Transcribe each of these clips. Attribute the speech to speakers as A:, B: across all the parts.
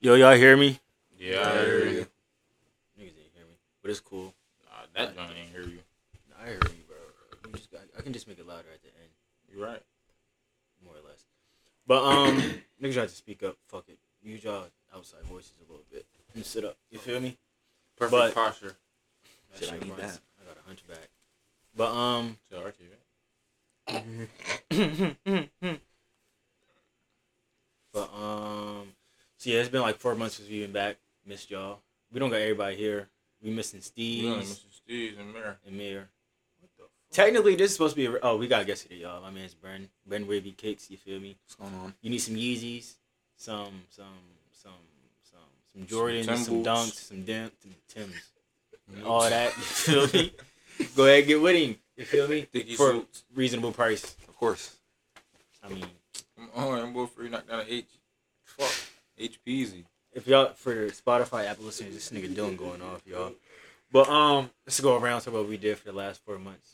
A: Yo, y'all hear me?
B: Yeah, I hear you.
A: Niggas didn't hear me, but it's cool.
B: Nah, that joint ain't hear you.
A: Nah, I hear you, bro. You just got- I can just make it louder at the end,
B: You right?
A: more or less. But um, niggas try to speak up. Fuck it. Use y'all outside voices a little bit and sit up. You feel me?
B: Perfect
A: But-
B: posture.
A: That
C: Shit, I need
A: runs.
C: that.
A: I got a hunchback. But um,
B: To argue it.
A: but um, so yeah, it's been like four months since we've been back. Missed y'all. We don't got everybody here. We missing Steve
B: You know, Mr. Steve's in there.
A: and Mir.
B: What the fuck?
A: Technically, this is supposed to be. A, oh, we got a guest today, y'all. My man's Bren. Bren Wavy Kicks. You feel me?
C: What's going on?
A: You need some Yeezys, some some some some some Jordans, some,
B: Tim boots.
A: Dunks, some Dim, some Tims, and all that. You feel me? Go ahead, and get with him. You feel me?
B: Sticky
A: For
B: suits.
A: reasonable price.
C: Of course.
A: I mean,
B: I'm on. I'm going for you. Knock down an H. Fuck. H Peasy.
A: if y'all for Spotify, Apple listeners, this nigga Dylan going off, y'all. But um, let's go around to what we did for the last four months.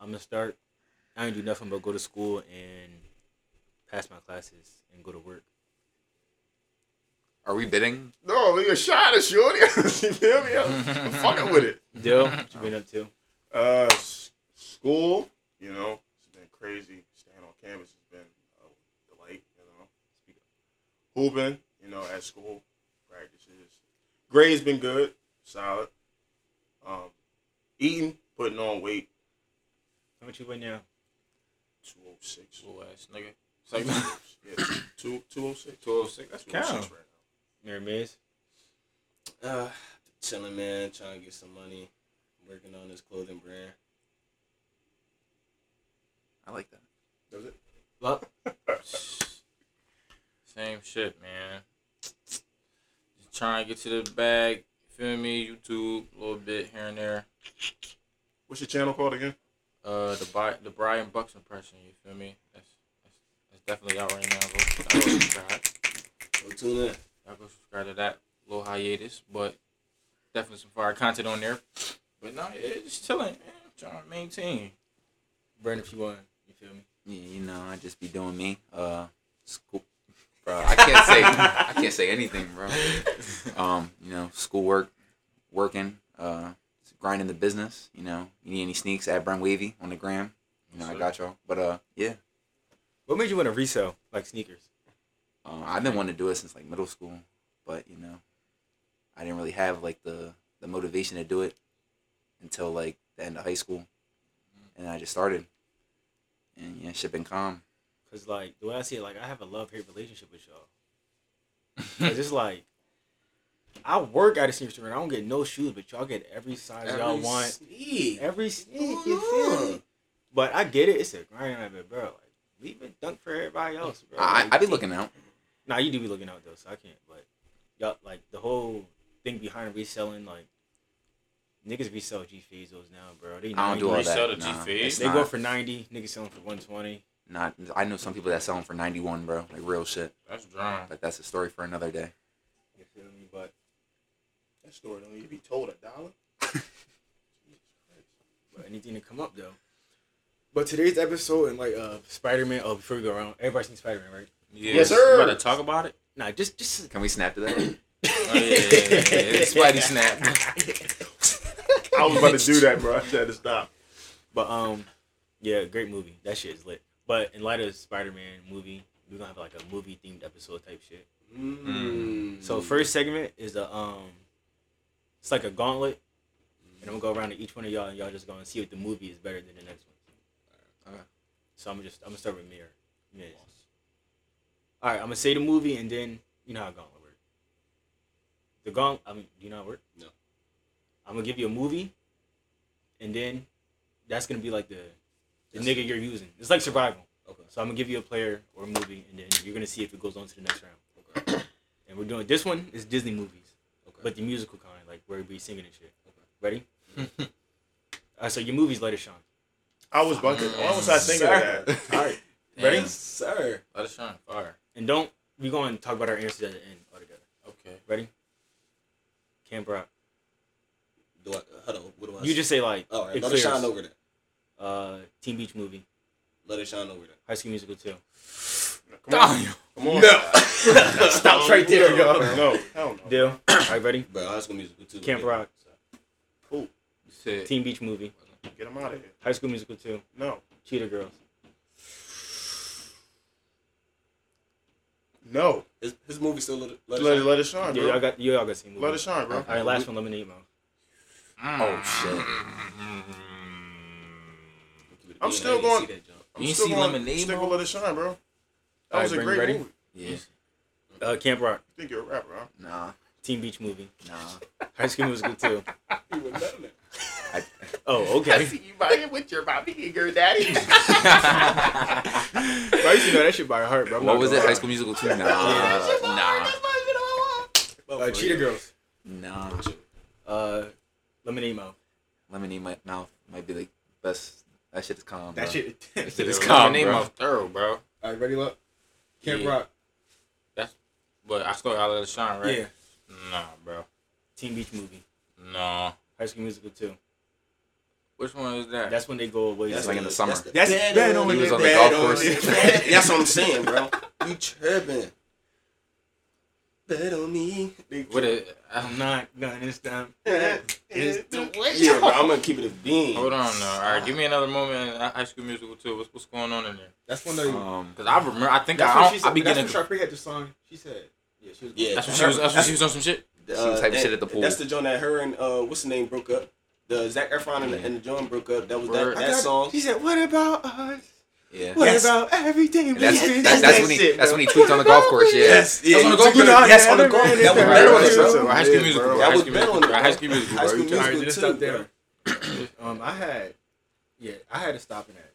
A: I'm gonna start. I didn't do nothing but go to school and pass my classes and go to work.
C: Are we bidding?
D: No, nigga, shot it, shorty. you feel me? I'm fucking with it.
A: Dill, what you been up to?
D: Uh, s- school, you know, it's been crazy. Staying on campus has been a delight, you know. Hooping, you know, at school, practices. Grades been good, solid. Um, eating, putting on weight,
A: How much you weigh now?
D: 206.
B: Little ass nigga. It's
D: Like,
B: like
D: yeah, two, 206.
B: 206. That's
D: 206
B: count.
D: right now.
A: Mary Mays?
E: Uh, chilling, man. Trying to get some money. Working on this clothing brand.
C: I like that.
D: Does it?
A: Well,
B: Same shit, man. Just trying to get to the bag. Feel me? YouTube a little bit here and there.
D: What's your channel called again?
B: Uh, the Bi- the Brian Bucks impression. You feel me? That's that's, that's definitely out right now. Go, go subscribe.
E: So tune in.
B: Y'all go subscribe to that little hiatus, but definitely some fire content on there. But no, yeah, just chilling, man. Trying to maintain.
A: Brent, if you want, you feel me?
C: Yeah, you know, I just be doing me. Uh, school, bro. I can't say I can't say anything, bro. Um, you know, school work, working, uh, grinding the business. You know, you need any sneaks at Brent Wavy on the gram. You know, I got y'all. But uh, yeah,
A: What made you want to resell like sneakers?
C: uh, I've been wanting to do it since like middle school, but you know, I didn't really have like the the motivation to do it until like the end of high school, and I just started. And yeah, shit been calm.
A: Cause like the way I see it, like I have a love hate relationship with y'all. Cause it's like I work at a sneaker store and I don't get no shoes, but y'all get every size y'all
E: Every
A: want.
E: sneak.
A: Every sneak,
E: What's
A: you
E: going
A: feel me?
E: on?
A: But I get it. It's a grind of it, bro. Like leave it dunk for everybody else, bro.
C: I
A: Like,
C: I be looking out.
A: Nah, you do be looking out though, so I can't. But y'all, like the whole thing behind reselling, like niggas resell G Fazos now, bro. They
C: I
A: 90.
C: don't do all
B: Resell the
C: that. Nah,
B: G-Fade?
C: it's
A: They
C: not,
A: go for ninety. Niggas selling for one twenty.
C: not. I know some people that sell them for ninety one, bro. Like real shit.
B: That's drawing.
C: But that's a story for another day.
A: You feel me? But
D: That story don't need to be told a dollar. Jesus Christ.
A: but anything to come up though. But today's episode and like uh Spider Man. Oh, before we go around, everybody seen Spider Man, right?
B: Yeah.
D: Yes, sir.
B: You about to talk about it?
A: Nah, just just.
C: Can we snap to that?
B: Oh, yeah, yeah, yeah, yeah. It's Spidey snap.
D: I was about to do that, bro. I had to stop.
A: But um, yeah, great movie. That shit is lit. But in light of Spider Man movie, we're gonna have like a movie themed episode type shit.
E: Mm.
A: So first segment is a um, it's like a gauntlet, and I'm gonna go around to each one of y'all, and y'all just gonna see if the movie is better than the next one.
B: Okay.
A: So I'm gonna just I'm gonna start with Mirror. All right, I'm gonna say the movie, and then you know how gauntlet works. The gaunt, I mean, do you know how it works?
E: No.
A: I'm gonna give you a movie, and then that's gonna be like the the nigga you're using. It's like survival.
E: Okay.
A: So I'm gonna give you a player or a movie, and then you're gonna see if it goes on to the next round.
E: Okay.
A: And we're doing this one is Disney movies,
E: Okay.
A: but the musical kind, like where we singing and shit.
E: Okay.
A: Ready? uh, so your movies later, Sean.
D: I was about to. Why was I thinking of that?
A: All right,
E: Ready?
A: ready?
E: sir.
B: Let it shine. Fire.
A: And don't we going to talk about our answers at the end altogether?
B: Okay.
A: Ready? Cam Brock,
E: Do I, hold on. What do I
A: you just say like
E: All right.
A: it
E: Let it
A: clears.
E: shine over there.
A: uh Teen Beach movie,
E: Let it shine over there.
A: High School Musical two.
D: Come on.
B: Damn.
D: Come on.
E: Stops right there, y'all.
D: No, hell no.
A: Deal. All right, ready?
E: Bro, high school musical too.
A: Camp Rock.
B: You said
A: Teen Beach Movie.
D: Get him out of here.
A: High School Musical 2.
D: No.
A: Cheetah Girls.
D: No.
E: His, his movie still let it, let
D: Let,
E: it
D: let,
E: shine.
D: it shine,
A: Yeah,
D: bro.
A: y'all got, yeah, y'all got seen
D: let it
A: movies.
D: shine, bro.
A: All right, last one, Lemonade Mouth.
C: Oh shit!
B: mm-hmm.
D: I'm still
E: I didn't
D: going-
E: see that jump.
D: I'm
B: You ain't
D: still
B: see
D: gonna
B: Lemonade,
D: Stick
B: bro?
D: with Let It Shine, bro. That
B: All
D: was
B: right,
D: a
B: Brady,
D: great
B: ready?
D: movie.
C: Yeah,
A: Uh, Camp Rock.
D: I think you're a rapper, huh?
C: nah,
A: Teen Beach Movie.
C: nah.
A: High School Musical 2.
E: He wouldn't let it.
A: Oh, okay.
C: you buying with your mommy and your daddy.
A: Bro, I used to know that shit by heart, bro. I'm
C: what
A: not
C: was
A: gonna
C: it? High
A: lie.
C: School Musical two? Nah, nah,
E: Oh,
A: Uh, Cheetah Girls.
C: nah.
A: Uh, Lemonade Mouth.
C: Lemonade my mouth might be the best. That shit is calm.
F: That
C: bro.
F: shit.
C: That shit is
B: Lemonade
C: calm, bro.
B: Mouth thorough, bro.
F: All right, ready, look. Camp
B: Yeah.
F: Rock.
B: But I still gotta let it shine, right?
A: Yeah.
B: Nah, bro.
A: Teen Beach Movie.
B: Nah.
A: High School Musical 2.
B: Which one is that?
A: That's when they go away.
C: That's like in the summer.
F: That's
E: bad
F: bad
E: on
F: on the
C: He was on the
F: bad on
C: golf course.
F: you.
E: That's what I'm saying, bro. You tripping. Bet on me.
B: what it,
A: I'm not done this time.
E: It's the way. Yeah, bro, I'm gonna keep it a bean.
B: Hold on, now. All right, give me another moment. in High School Musical too. What's what's going on in there?
F: That's when they.
C: Um,
B: Cause I remember. I think
F: that's
B: I
F: when she
B: don't, I
F: said.
B: be
F: That's
B: getting.
F: when Sharpay had the song. She said. Yeah, she was.
E: Yeah.
B: That's when she was. That's when she was on some shit.
C: she was typing
E: that-
C: shit at the pool.
E: That's the joint that her and uh, what's the name broke up. The Zach Efron and, the, and the joint broke up. That was that,
B: Word.
F: I
E: that
F: got-
E: song.
F: She said, "What about us?
C: yeah.
F: What
E: Yes.
F: about everything?"
C: And that's,
F: we did?"
C: that's, that's when he
F: shit,
C: that's
F: bro.
C: when he tweets on the golf course. Yeah.
E: yeah.
F: on the
E: you
F: golf
E: took it
F: course.
E: out. Yes,
F: Yeah,
E: on the
F: that
E: golf.
F: man
E: That
F: is
E: was
F: the
E: better on
F: man.
E: it, bro.
F: Bro,
B: High School Musical.
E: That
B: High School Musical.
E: was better on it,
B: High School Musical.
E: bro. High School
B: bro.
F: All right,
E: Musical
F: just
E: too,
F: stop
E: bro.
F: there.
A: Um, I had, yeah, I had to stop in that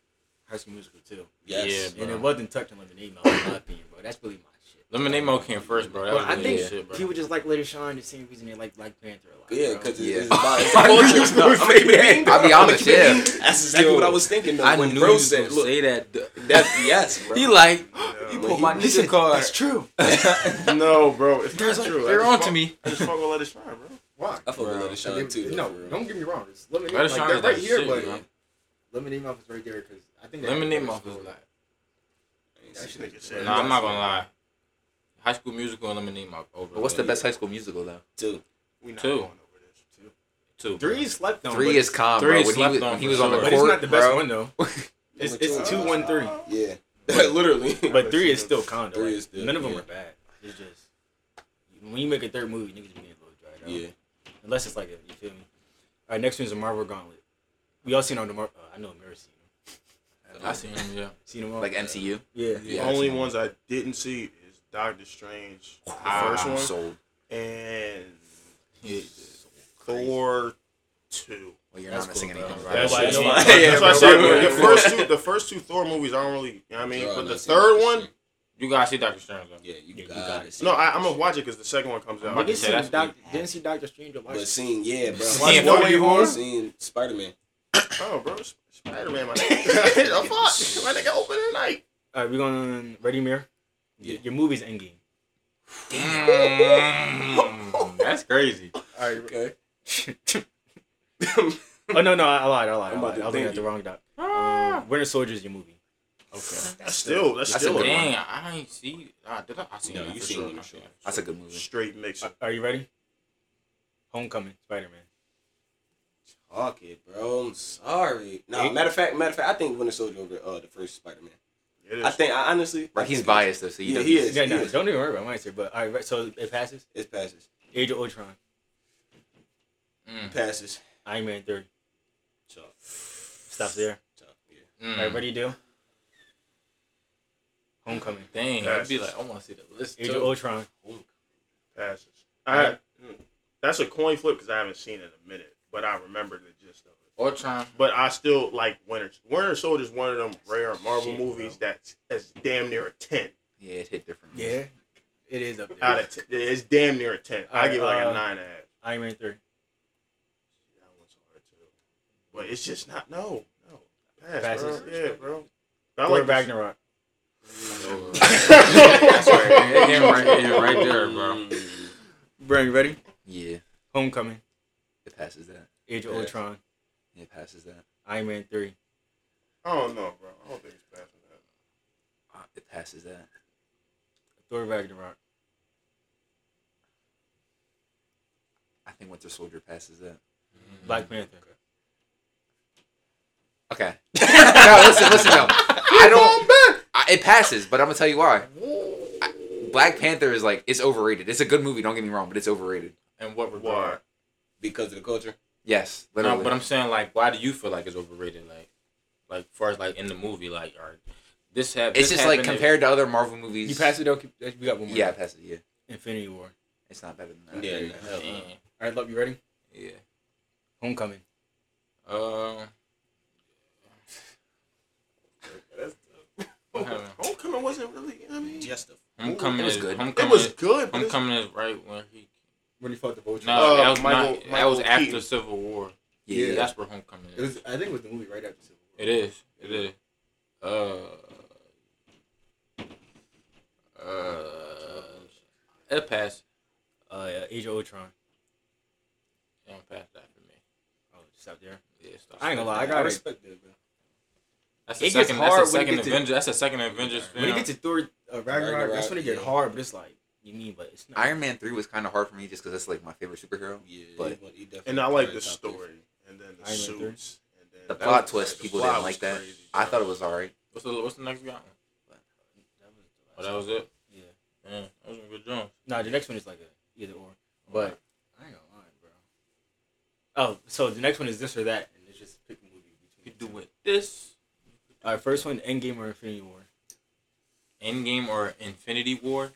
A: High School Musical too,
E: Yes.
B: Yeah,
A: and
B: bro.
A: it wasn't touching Lemonade Mouth, in my opinion, bro. That's really my shit.
B: Lemonade Mo came first, bro. That
A: Bro,
B: was
A: I
B: really
A: think
B: good shit, bro.
A: People just like Let It Shine the same reason they like Black Panther a lot.
E: Yeah,
A: bro.
E: because
C: Yeah.
E: it's about it's
C: I knew you
E: a
C: was
E: culture. No,
C: gonna
E: I'm gonna keep
C: say
E: it a bean,
C: that. I'll be
E: bro. I'ma
C: honest,
E: keep it a
C: yeah.
E: bean. That's exactly
B: Yo,
E: what I was thinking. Though,
B: I
E: when
B: knew
E: bro
B: you was
E: said,
B: gonna
E: "Look,
B: say that. duh.
E: that yes, bro."
B: He like you
E: When
B: pulled
E: he-
B: my
E: he
B: nigga
E: said,
B: card.
E: That's true.
D: No, bro. It's
B: There's
D: not
B: like-
D: true. I
B: You're
D: just
B: on to
D: fuck-
B: me.
D: I just fuck with Let It Shine, bro.
F: Why?
E: I fuck with Let It Shine too. though,
F: No,
E: for real.
F: don't get me wrong. It's lemonade.
B: Let It
F: Like
B: Shine
F: that
B: is
F: right
B: that
F: here,
B: shit,
F: but
B: man.
F: lemonade mouth is right there because I think that-
B: Lemonade Mouth is like.
F: That shit
D: Nigga
F: is-
D: said-
B: Nah, I'm not gonna lie. High School Musical and Lemonade Mouth over.
C: But what's the
B: Lemonade
C: best High School Musical though?
E: Too.
D: We not
B: Two.
D: going over this. Two.
B: Two.
A: Three is slept on.
C: Three
A: but-
C: is calm,
B: three
C: bro.
B: is
C: When he
B: slept
C: was,
B: on
C: when he
B: for
C: was on the
B: sure.
A: but
C: court,
A: it's not the best
C: bro.
A: one though. It's it's two one three,
E: Yeah, literally.
A: but three is still kind of.
E: Three
A: Like,
E: is still-
A: none of them
E: yeah.
A: are bad. It's just when you make a third movie, niggas be getting a little dried out.
E: Yeah.
A: Unless it's like that, you feel me? All right, next one's a Marvel Gauntlet. We all seen on the Mar- uh, I know Amira's seen them.
B: I seen him. Yeah.
A: Seen them all.
C: Like MCU.
A: yeah.
D: The
C: Yeah,
D: only
C: I've seen
D: ones I didn't see is Doctor Strange, the first
C: I'm
D: one,
C: sold.
D: and
B: Yeah.
D: Thor two.
C: Well, you're
A: That's
C: not missing
A: cool, bro.
C: anything, bro.
A: That's-
D: Nobody-
A: that's-
D: nobody-
E: yeah,
D: that's what I
E: bro,
D: said.
E: right,
D: The
E: right,
D: first
E: right.
D: two, the first two Thor movies, I don't really, you know what I mean.
E: Bro,
D: but
E: I'm
D: the
E: not seeing
D: third
E: that
D: one,
E: shit.
B: You gotta see Doctor Strange though.
E: Yeah,
A: Yeah,
E: you
A: you
E: got
A: gotta
E: it.
D: no, I, I'm gonna watch it because the second one comes out.
B: Nigga
A: Niggas
B: said
A: seen
B: that's
A: Doc-
B: weak.
A: didn't see Doctor Strange or
E: But
A: Doctor
E: seeing, yeah, bro.
B: Seeing
E: Watch
B: Nobody
E: Wonder
B: Born?
E: Woman, Seeing Spider Man.
D: Oh, bro, Spider Man, my nigga. Oh, fuck, my nigga, open at night.
A: All right, we're going Ready Mirror.
E: Yeah.
A: Your movie's Endgame.
B: Mm, that's crazy.
F: All right,
E: Okay.
A: oh no, no, I I lied, I lied. I,
E: I'm
A: lied. I
E: about to
A: was looking
E: think
A: at the wrong doc. Um, Winter Soldier is your movie.
D: That's still, that's,
C: That's a
D: still
C: good
D: a
B: Dang, I ain't see. Ah, did I? I seen.
E: No,
B: that
E: you
B: for
E: seen
B: sure.
E: it,
B: I
E: sure.
B: that.
C: That's a good movie.
D: straight mixer.
A: Are you ready? Homecoming, Spider Man.
E: Fuck it, bro. I'm sorry. No, matter of fact, matter of fact, I think Winter Soldier over uh, the first Spider Man.
D: It is.
E: I think I honestly.
C: Right,
E: I
C: he's
E: think
C: biased though, so you
E: Yeah,
C: know
E: he
C: he's-
E: is.
A: Yeah, no, don't even worry about my answer. But all right, right, so it passes.
E: It passes.
A: Age of Ultron,
E: It
B: Mm,
E: passes.
A: Iron Man three.
E: Chuck.
A: Stop there.
E: Chuck. Yeah.
A: All right,
B: mm.
A: ready to do? Homecoming.
B: Dang, I'd be like, I want to see the list.
A: Age
B: too.
A: of Ultron.
D: passes. I hmm, that's a coin flip because I haven't seen it in a minute, but I remember the gist of it.
B: Ultron.
D: But I still like Winter Winter Soldier is one of them rare Marvel
A: Shit,
D: movies that's that's damn near a ten
C: Yeah, it hit different.
A: it is up there.
D: out of ten. It's damn near a ten. I
A: Alright,
D: give it like
A: uh,
D: a nine and a half.
A: Iron Man three.
D: That one's hard too, but it's just not no no. Pass,
A: Passes.
D: bro. Yeah, bro.
A: I
D: I like this-
A: Ragnarok.
B: That's right. Hit him right, hit him right there, bro.
E: Mm.
A: Bring ready.
C: Yeah,
A: Homecoming.
C: it passes that.
A: Age of
E: Yeah.
A: Ultron.
C: It passes that.
A: Iron Man three.
D: I don't know, bro. I don't think it's passing that.
C: Uh, It passes that.
A: Go to Ragnarok.
C: I think Winter Soldier passes that.
A: Black Panther.
C: Okay. no, listen, listen though. I don't. I, it passes, but I'm gonna tell you why. I- Black Panther is like it's overrated. It's a good movie. Don't get me wrong, but it's overrated.
B: And what regard?
D: Why?
E: because of the culture.
C: Yes, literally.
B: No, but I'm saying like, why do you feel like it's overrated? Like, like far as like in the movie, like, all right, this happened.
C: it's just like compared to other Marvel movies.
A: You pass it though. Keep- We got one more.
C: Yeah, I pass it. Yeah,
A: Infinity War.
C: it's not better than that.
E: Yeah,
C: Yeah.
E: hell no.
A: All right, love you ready?
B: yeah.
A: Homecoming.
B: Um. What happened?
D: Homecoming wasn't really. You know what I mean,
E: Just a
B: Homecoming
C: It was
B: is
C: good.
D: it
B: Homecoming
D: was
B: is-
D: good. But it's,
B: Homecoming is right when he.
F: When he fought the vulture.
B: No,
D: Uh,
B: that was
D: Michael-
B: not. that was
D: Michael
B: after
D: Keaton.
B: Civil War.
C: Yeah.
B: that's where Homecoming
F: It
B: is.
F: was, I think it was the movie right after Civil War.
B: It is. It is. Uh. Uh. It passed.
A: Uh, yeah, Age of Ultron.
B: It don't pass that for me.
A: Oh, stop there.
B: Yeah, stop.
A: I ain't gonna lie. I
F: I
A: got it.
F: respect that, bro.
B: That's the
A: It gets
B: second.
A: hard
B: That's the
A: when it
B: second
A: gets to-
B: Avenger. That's the second Avengers
A: When
B: film.
A: it gets to Thor, uh, Ragnarok,
E: Ragnarok,
A: that's when it get
E: yeah.
A: hard. But it's like you mean, but it's not.
C: Iron Man three was kind of hard for me just because that's like my favorite superhero.
E: yeah.
C: But-
E: he- he definitely
D: and I like
E: tried
D: the
E: top
D: story, and then the
A: Iron Man three.
D: suits, and then
C: The
D: that
C: plot
D: was-
C: twist,
D: the
C: people
D: plot
C: didn't
D: was
C: like that.
D: crazy,
C: I
D: bro.
C: thought it was alright.
B: what's the what's the next one?
A: That was the
B: Oh, that
A: last
B: was it.
A: one. Yeah.
B: Yeah, that was a good jump.
A: Nah, the next one is like a either or. But I ain't gonna lie, bro. Oh, so the next one is this or that, and it's just pick a movie
B: You
A: between.
B: could
A: the
B: do
A: two.
B: it. This
A: All right, first one, Endgame or Infinity War.
B: Endgame or Infinity War.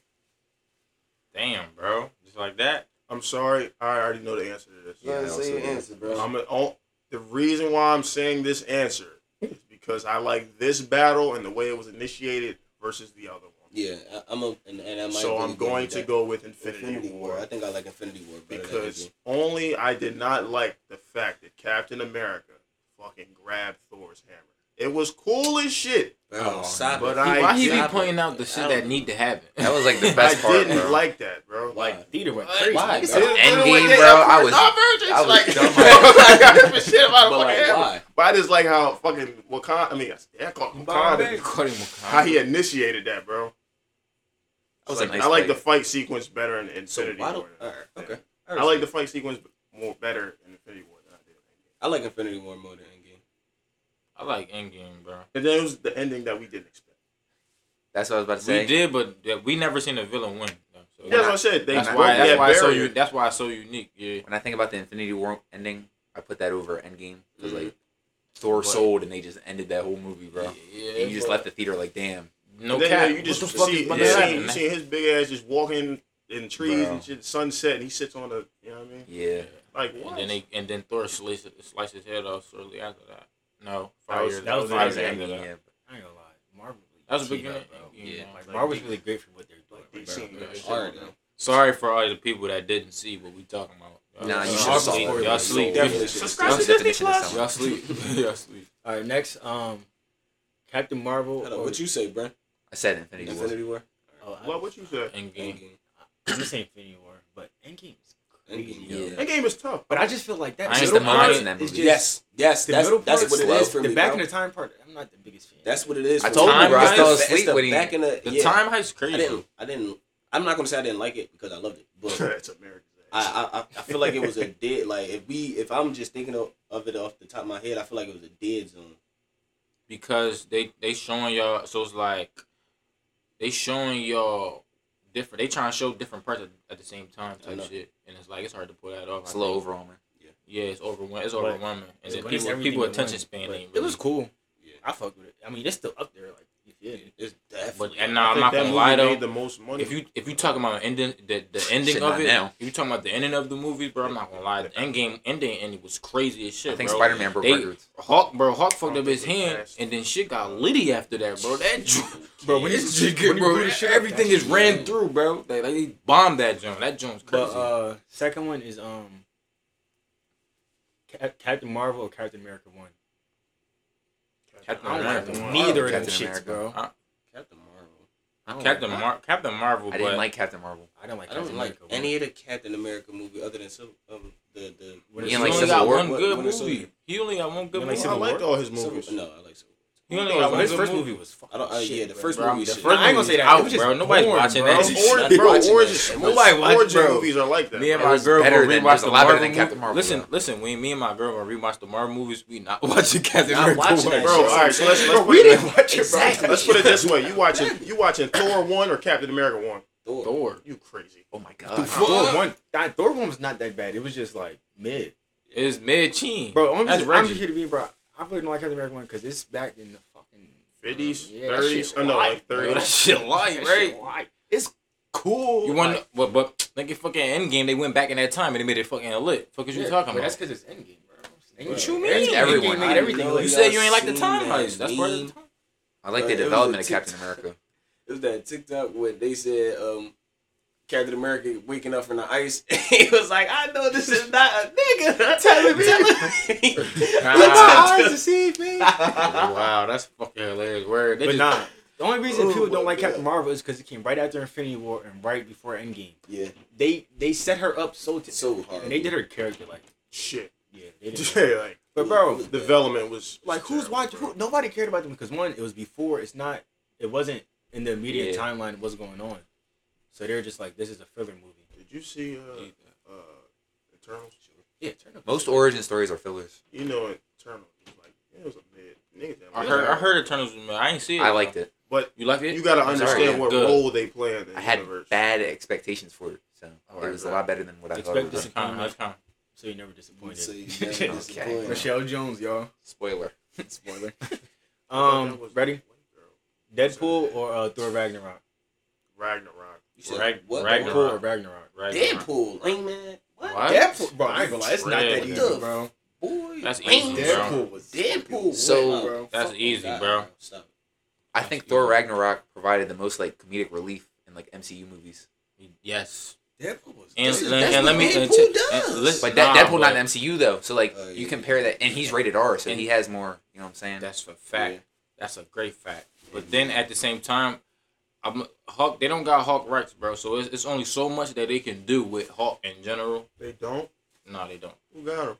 B: Damn, bro, just like that.
D: I'm sorry, I already know the answer to this.
C: Yeah,
E: Yeah,
C: I'll say
E: say your
C: that.
E: answer, bro.
D: I'm a, oh, the reason why I'm saying this answer is because I like this battle and the way it was initiated versus the other one.
E: yeah, I, I'm a, and, and I might
D: So
E: really
D: I'm going
E: with
D: to
E: that.
D: go with Infinity, War.
E: I think I like Infinity War better than
D: because
E: Endgame.
D: only I did not like the fact that Captain America fucking grabbed Thor's hammer. It was cool as shit.
E: Bro,
C: Oh,
E: stop
D: but
E: it.
D: I-
B: Why he be
E: Stop it.
B: pointing out the shit
E: I
B: that
E: don't-
B: need to happen?
C: That was like the best
D: I
C: part.
D: didn't
C: bro.
D: like that, bro.
E: Why?
D: Like
A: Theater went
B: Why?
A: crazy.
E: Why,
D: it's
E: bro?
D: literally
C: Endgame,
D: what they-
C: bro,
D: of
C: I
D: course,
C: was-
D: not virgins,
C: I was
D: like,
C: dumb.
D: I don't give a shit about
E: But
D: fucking
E: like,
D: hammer.
E: why?
D: But I just like how fucking Wakanda. I mean, yeah, call- Wakanda.
B: According to
D: How he
B: Wakanda.
D: initiated that, bro.
C: That was a
D: like,
C: nice
D: I like
C: play.
D: the fight sequence better in
E: So
D: Infinity
E: why
D: War.
E: don't? All right, okay.
D: I like the fight sequence more better in Infinity War than I did. in
E: I like Infinity War more than Endgame.
B: I like Endgame, bro.
D: Endgame. And then it was the ending that we didn't expect.
C: That's what I was about to
B: We
C: say.
B: did, but that- we never seen a villain win. though. So
D: Yeah, that's what I said. They
B: that's
D: broke
B: why. That's
D: that
B: why it's so.
D: barrier.
B: u- That's why it's so unique. Yeah.
C: When I think about the Infinity War ending, I put that over Endgame because like Thor
B: But-
C: sold and they just ended that whole movie, bro.
B: Yeah.
C: and you just
B: but-
C: left the theater like, damn.
B: No
D: then
B: cap.
D: yeah, you just
B: what the fuck
D: see,
B: is about
D: you
B: to
C: yeah.
D: see,
B: happen,
D: you
B: man?
D: see his big ass just walking in trees
C: Bro.
D: and shit, sunset, and he sits on the, you know what I mean?
C: Yeah,
D: Like,
B: And
D: what?
B: then they and then Thor slices slices his head off shortly after that. No,
D: That
B: five
D: was-
B: years.
A: that was
B: five years
A: the
B: after
C: Endgame,
B: that.
C: yeah.
A: I ain't gonna lie, Marvel. really
B: That was the
A: cheated
B: beginning.
A: up, bro.
B: Yeah.
A: Like,
B: Like,
A: Marvel's
B: they-
A: really great for what they're doing.
D: Like, they
A: bro.
D: seen that
B: It's
D: shit,
E: hard,
D: bro.
E: though.
B: Sorry for all the people that didn't see what we talking about. Y'all-
C: Nah, you
B: y'all
C: should've saw
B: sleep.
C: it.
B: Y'all sleep.
E: Definitely
B: Y'all
E: should've
C: That was the definition of
B: y'all
C: summer.
B: sleep. y'all sleep.
A: All right, next, um, Captain Marvel.
E: Hold on,
A: or-
E: what you say, bro?
C: I said Infinity War.
E: Infinity War.
A: Oh, I-
D: What would you say?
B: Endgame.
E: Endgame.
A: I'm just saying Infinity War, but Endgame is crazy.
E: Endgame.
C: Yeah.
E: Yeah.
D: That game is tough.
A: But I just feel like that
B: I ain't
A: middle
B: the
A: part
B: moments
A: is
B: in
C: that
A: just
C: movie.
E: Yes, yes,
A: the
E: that's
A: middle
E: that's
A: part
E: what it is
C: slow.
E: for
A: the
E: me.
A: back
E: bro.
A: in the time part. I'm not the biggest fan.
E: That's what it is.
C: I
E: for
C: told
E: me.
B: you, bro, I
E: It's
B: fell
E: the- it's
C: asleep
E: the
C: when he-
E: back in the,
B: The
E: yeah.
B: time heist
E: I
B: crazy.
E: didn't. I didn't. I'm not gonna say I didn't like it because I loved it, but I,
D: That's America's ass.
E: I I- I feel like it was a dead. Like if we if I'm just thinking of, of it off the top of my head, I feel like it was a dead zone.
B: because they they showing y'all so it's like they showing y'all different they trying to show different parts at, at the same time
E: I
B: type
E: know.
B: shit and it's like it's hard to pull that off I
C: Slow
B: think.
C: overall, man.
B: yeah it's overwhelming it's
A: But-
B: overwhelming and then
A: But it's
B: people
A: everything
B: people
A: in
B: attention
A: one.
B: span
A: But
B: ain't
A: It was
B: really-
A: cool.
E: Yeah.
A: I fucked with it. I mean, it's still up there. Like, you feel me?
E: It's definitely.
B: but and
D: I
B: nah, I'm
D: think
B: not
D: that
B: gonna
D: movie
B: lie though
D: made the most money.
B: if you if you talking about ending the, the ending
C: Shit,
B: of
C: not
B: it
C: now.
B: if you talking about the ending of the movie bro I'm not gonna lie the end game ending ending was crazy as shit
C: I think
B: bro.
C: Spider Man broke
B: They-
C: records.
B: Hawk bro Hawk fucked
D: don't
B: up his
D: think we
B: hand
D: passed.
B: and then shit got litty after that bro that.
A: Bro, when
B: It's just good, bro. Everything is ran through, bro. They, they bombed that joint. That joint's
A: But
B: crazy.
A: uh, second one is um, Cap- Captain Marvel or Captain America one.
B: Captain
A: I don't like
B: America.
D: one.
A: neither of them
C: Captain
A: shits,
C: America.
A: bro.
E: Captain Marvel.
C: I don't
B: Captain
C: like-
B: Mar- Captain Marvel.
C: I didn't
B: but
C: like Captain Marvel.
A: I don't like.
E: I
A: Captain
E: don't like
A: America
E: any of the Captain America movie other than Civil- um, the the.
A: One.
B: He
C: You didn't like
B: only
C: Civil
B: got
C: War?
B: one
E: What-
B: good
E: Winter
B: movie.
E: Soldier.
B: He only got one good
A: You didn't like
B: movie.
D: I
A: Civil
D: liked
A: War?
D: all his
E: Civil-
D: movies.
E: No, I like Civil. War.
B: He only
A: Well,
B: got one
A: his
B: good
A: first
B: movie.
A: movie was
E: I
A: fucking
E: don't, uh,
A: shit.
E: yeah, the
A: bro.
E: first
B: Bro,
E: movie.
B: the
E: is shit.
A: Nah, I ain't gonna say that.
B: Out,
A: it was just
B: bro. Nobody's
A: born,
B: watching
A: bro.
B: that
A: It was
B: shit.
A: born-
D: Origin, bro,
C: watching
D: origin,
C: that.
A: Nobody watch-
D: origin
A: bro.
D: movies are like that.
B: Me and
D: bro.
B: my
C: It's
B: girl
C: better
B: gonna
C: than-
B: rewatch
C: it's
B: the
C: a lot better
B: Marvel.
C: than Captain
B: movie.
C: Marvel,
B: Listen,
C: though.
B: listen. We, me and my girl gonna rewatch the Marvel movies. We not watching Captain
A: Not
B: America.
A: watching
B: one,
A: that
D: bro.
A: shit.
D: All right, so let's, let's
A: Bro,
D: put
A: we
D: it
A: didn't watch it, bro.
C: Exactly.
D: Let's put it this way: you watching you watching Thor one or Captain America one?
E: Thor.
B: Thor.
D: You crazy?
C: Oh my god.
A: Thor one, that- Thor one was not that bad. It was just like mid,
B: It's mid teen.
A: bro. I'm
B: That's
A: just, I'm
B: Reggie.
A: just here to be, bro. I really don't like Captain America one because it's back in the fucking
D: Fifties,
A: Yeah, that
D: thirties?
A: shit
D: Oh no,
A: light,
D: like
B: Bro, that
D: thirties.
B: shit light,
A: that
B: right?
A: shit, like, It's cool.
B: You want
A: like-
B: what? But like your fucking Endgame, they went back in that time and they made it fucking lit. Fuck is you
A: Yeah,
B: talking
A: but
B: about?
A: That's because it's Endgame, bro.
B: What you mean?
C: Everyone.
A: Endgame made everything.
E: I
A: lit.
E: know
B: You
E: y'all
B: said you ain't like the
E: seen
B: time
E: that
B: heist. That's part of the
E: meme.
B: time.
C: I like
E: It
C: the
E: was a
C: development of
E: TikTok.
C: Captain America.
E: It was that TikTok when they said um, Captain America waking up from the ice. he was like, I know this is not a nigga. Tell me, tell
B: Ah.
E: eyes
A: deceived me.
B: wow, that's fucking hilarious. Word. They
A: But
B: just,
A: nah, the only reason
E: Oh
A: people don't
E: my
A: like
E: God.
A: Captain Marvel is because it came right after Infinity War and right before Endgame.
E: yeah,
A: They they set her up so to
E: so hard.
A: and they did her character like
D: Shit,
A: yeah. They didn't
D: Yeah, like
A: but bro,
D: development was
A: like who's
D: terrible,
A: watching?
D: bro.
A: Who, nobody cared about them because one, it was before. It's not. It wasn't in the immediate
B: Yeah.
A: timeline. What's going on? So they're just like, this is a filler movie.
D: Did you see uh, uh, Eternals?
A: Yeah, turn up.
C: Most origin stories are fillers.
D: You know Eternals. was Like it was a mid. Niggas that
B: I
D: made
B: heard. I
D: that.
B: heard Eternals. Man, I ain't see it.
C: I liked it.
D: But
B: You liked it?
D: you gotta
C: I'm
D: understand
C: sorry, yeah,
D: what
B: good.
D: role they play in the
C: I had
D: universe.
C: bad expectations for it, so
B: Alright,
C: it was
B: bro.
C: a lot better than what I thought.
A: Oh, Expect
C: it was.
A: dis-
B: Kind of, that's kind of-
A: so you're never disappointed.
E: So you never disappointed.
A: Michelle Jones, y'all.
C: Spoiler.
A: Spoiler.
D: I thought that
A: um,
D: was
A: ready?
D: Girl.
A: Deadpool or uh, Thor Ragnarok?
D: Ragnarok.
E: You said
B: Rag-
E: what?
B: Ragnarok.
A: Deadpool or Ragnarok?
B: Ragnarok.
E: Deadpool, lame man. What?
B: What?
A: Deadpool, bro. I ain't gonna lie, it's not
B: Red.
A: that easy,
E: Dude.
A: bro.
E: Boy,
B: That's
E: lame.
B: easy, bro.
F: Deadpool was
E: Deadpool.
C: So-
E: bro.
B: That's
E: Fuck
B: easy,
E: that,
B: bro.
E: Stop it.
C: I think Thor Ragnarok provided the most like comedic relief in like MCU movies.
B: Yes.
E: Deadpool was.
B: And,
E: This is-
B: and,
E: that's
B: and
E: what
B: let me.
E: Deadpool
B: And t-
E: does.
B: and listen,
C: But that
B: nah, but
C: Deadpool not in MCU though, so like
E: Oh, yeah.
C: you compare that, and he's rated R, so
B: And-
C: he has more. You know what I'm saying?
B: That's a fact.
E: Yeah.
B: That's a great fact. But then at the same time, I'm Hawk. They don't got Hawk rights, bro. So it's, it's only so much that they can do with Hawk in general.
D: They don't.
B: No, they don't.
D: Who got him?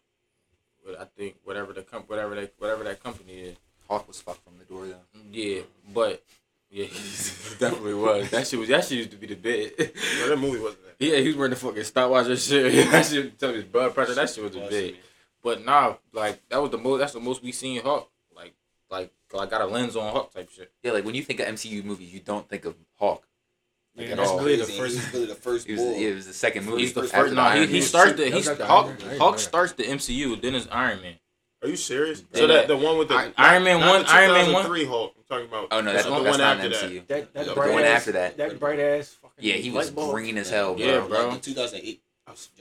B: But I think whatever the comp, whatever they, whatever that company is.
C: Hawk was fucked from the door though.
D: Mm-hmm.
B: Yeah, but yeah, he definitely was. That shit was that shit used to be the bit.
D: Well, that movie wasn't that.
B: yeah, he was wearing the fucking stopwatch and shit. that shit tell me his blood pressure. That shit was the bit. But nah, like that was the most. That's the most we seen Hawk. Like, like I got a lens on Hawk type shit.
C: Yeah, like when you think of MCU movies, you don't think of Hawk. Like
A: Yeah,
C: at
A: that's
C: all.
A: really the
E: Crazy.
A: first.
E: He's really the first
C: It was,
E: bull.
C: it was the second movie.
B: He's the
C: after
B: first.
C: the
B: Nah, he,
C: Iron
B: he
C: Man.
B: starts the
A: That
B: he
A: was after
B: Hawk,
A: Iron Man.
B: Hawk starts the MCU. Then it's Iron Man.
D: Are you serious?
B: Yeah.
D: So that the one with the
B: I- Iron Man
D: not
B: one,
D: the
B: Iron Man one.
D: 2003 Hulk. I'm talking about.
C: Oh no, that's,
D: the
C: that's
D: one
C: not
D: after
C: an
D: that.
C: MCU.
A: That that
D: The
A: bright
C: one
A: ass,
C: after that.
A: That bright ass. Fucking
C: Yeah, he was
A: light bulb.
C: green as hell, bro.
B: Yeah, bro.
E: Like the 2008.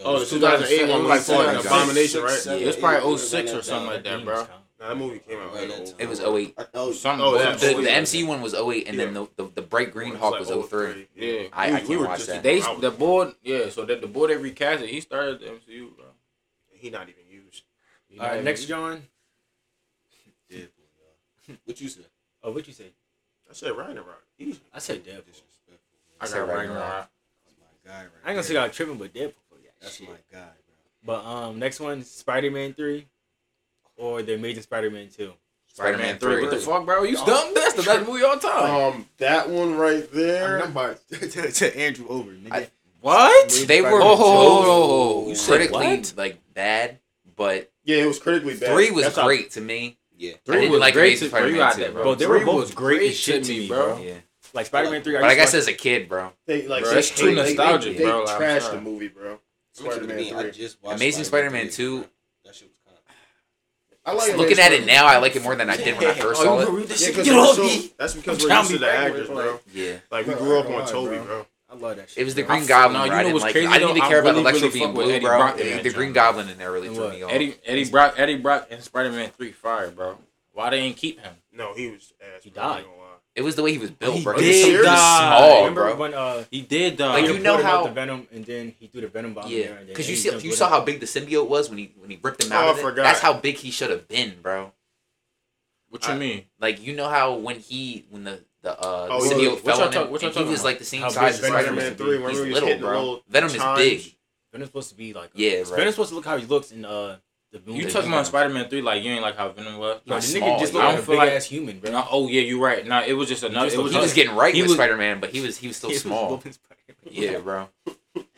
D: Oh, the
E: Jones.
D: 2008 one was like an
C: Six,
D: abomination, right? oh
E: seven,
C: Yeah.
B: It's
E: eight,
B: probably
E: whatever
B: 06 or
E: that
B: something like
E: time.
B: that, bro.
D: Nah, that movie came out.
E: Right,
D: like,
E: that's-
D: old.
C: It was 08.
E: Oh,
B: Something.
D: Oh,
C: The,
D: yeah.
C: the,
D: Oh,
C: the
D: yeah.
C: MCU one was 08, and then
D: Yeah.
C: the, the, the bright green
D: It was
C: Hawk
D: like
C: was
D: 03.
C: 03.
B: Yeah.
C: I- I
D: We-
C: can't
D: we were
C: watch
D: just-
C: that.
B: They
D: I was-
B: the boy, yeah. So that the boy that recast it, he started the MCU, bro.
D: He not even used.
B: You know
A: All
B: what I
A: right,
B: mean?
A: next John.
E: What you said?
A: Oh, what you say?
D: I said Ragnarok. Easy.
A: I said Deadpool.
B: I
C: Say
B: got Ragnarok.
C: Ragnarok.
E: That's my guy right
A: I ain't gonna say y'all tripping, but Deadpool. Yeah,
E: That's my guy, bro.
A: But um, next one, Spider Man three, or the Amazing Spider Man two.
C: Spider-Man 3.
B: What the fuck, bro? You dumb? That's the best movie of all time.
D: Um, that one right there.
F: to, to Andrew over, nigga.
C: I-
B: What?
C: They were
B: Oh,
C: both
B: oh, oh, oh. You said
C: critically
B: what?
C: like bad, but
D: Yeah, it was critically bad.
C: three was
D: That's how-
C: great to me.
E: Yeah.
C: I didn't like Amazing
B: to- bro, you
C: Spider-Man
B: got
C: too,
B: that,
C: bro.
A: Bro, they were
B: Three
A: both
B: was
A: great as shit to me, bro.
C: Yeah,
A: Like Spider Man three.
C: but I
A: used
C: guess
A: to
C: as a kid, bro,
D: They like
B: Bro,
D: they-
B: it's too
D: they- they-
B: nostalgic,
D: they
B: bro, I'm
D: trashed
B: sorry.
D: the movie, bro.
E: Look at me, I
D: Spider-Man three.
E: just watched
C: Amazing Spider-Man
E: 3,
C: 2.
E: bro. That shit was kind of.
D: I like
C: looking
D: Amazing
C: at it
D: Spider-Man.
C: now, I like it more than I did when I first saw
B: Oh,
C: it.
A: watch-
D: Yeah, 'cause
A: Get
D: we're
A: off
D: so-
A: me!
D: That's because
A: Don't
D: we're
A: tell
D: used
A: me
D: to the
A: Ragnarok,
D: actors, bro.
A: like-
C: Yeah,
D: Like we
F: Bro,
D: grew
F: I
D: up
F: ain't
D: on
F: gonna lie,
D: Toby,
F: bro.
D: bro.
A: I love that shit.
C: it was the
A: bro.
C: Green
B: I'm-
C: Goblin.
B: no, you
C: bro. I
B: know
C: didn't
B: what's
C: like.
B: crazy,
C: I didn't
B: though?
C: even
B: I
C: care about
B: really,
C: the Lex
B: really
C: Luthor
B: fuck
C: being
B: with
C: blue,
B: Eddie
C: bro.
B: Brock in
C: It-
B: that
C: The
B: joint,
C: Green
B: bro.
C: Goblin in there really
A: And
C: threw
A: what?
C: me off.
B: Eddie Eddie Brock Eddie Brock and Spider Man Three Fire, bro. Why they ain't keep him?
D: No, he was ass.
A: He
D: bro, I ain't
A: died.
D: gonna lie.
C: It was the way he was built,
A: He
C: bro.
D: did
C: He was so
B: die.
C: small,
A: Remember
C: Oh, bro.
A: when uh,
B: He did though.
C: Like,
A: Peter
C: you know
A: poured him out
C: how-
A: the venom, and then he threw the venom bomb. in
C: Yeah,
A: there, and then-
C: because you
A: and he
C: see,
A: just
C: you
A: lit
C: saw
A: up.
C: how big the symbiote was when he when he ripped him out.
D: Oh,
C: of
D: I
C: it.
D: forgot.
C: That's how big he should have been, bro.
B: what you
D: I-
B: mean?
C: Like you know how when he when the the, uh,
D: Oh,
C: the symbiote
B: what y'all
C: fell on
B: talk-
C: him,
B: what y'all
C: and he
B: talking
C: was
B: about?
C: like the same
A: How
C: size
A: big
C: as Spider
D: Spider-Man
C: Man.
D: three, remember
C: He's
D: he was
C: little,
D: hitting the
C: bro.
D: little
C: Venom is
D: chimes?
C: big.
A: Venom's supposed to be like
C: Yeah,
A: Venom's
C: right.
A: supposed to look how he looks in uh The Venom-
B: You talking about Spider Man three? Like you ain't like how Venom was.
A: Nah,
B: Like,
A: the
B: small,
A: nigga just looked
B: yeah. I
A: like
B: don't
A: a
B: feel
A: big
B: like.
A: ass human, bro.
B: No, oh yeah, you're right. Nah, it was just another.
A: just
B: It was.
C: He was
B: getting.
C: getting right
B: He
C: with
B: was-
C: Spider-Man, but he was he was still
A: He was
C: small.
A: Wolverine Spider-Man.
C: Yeah, bro.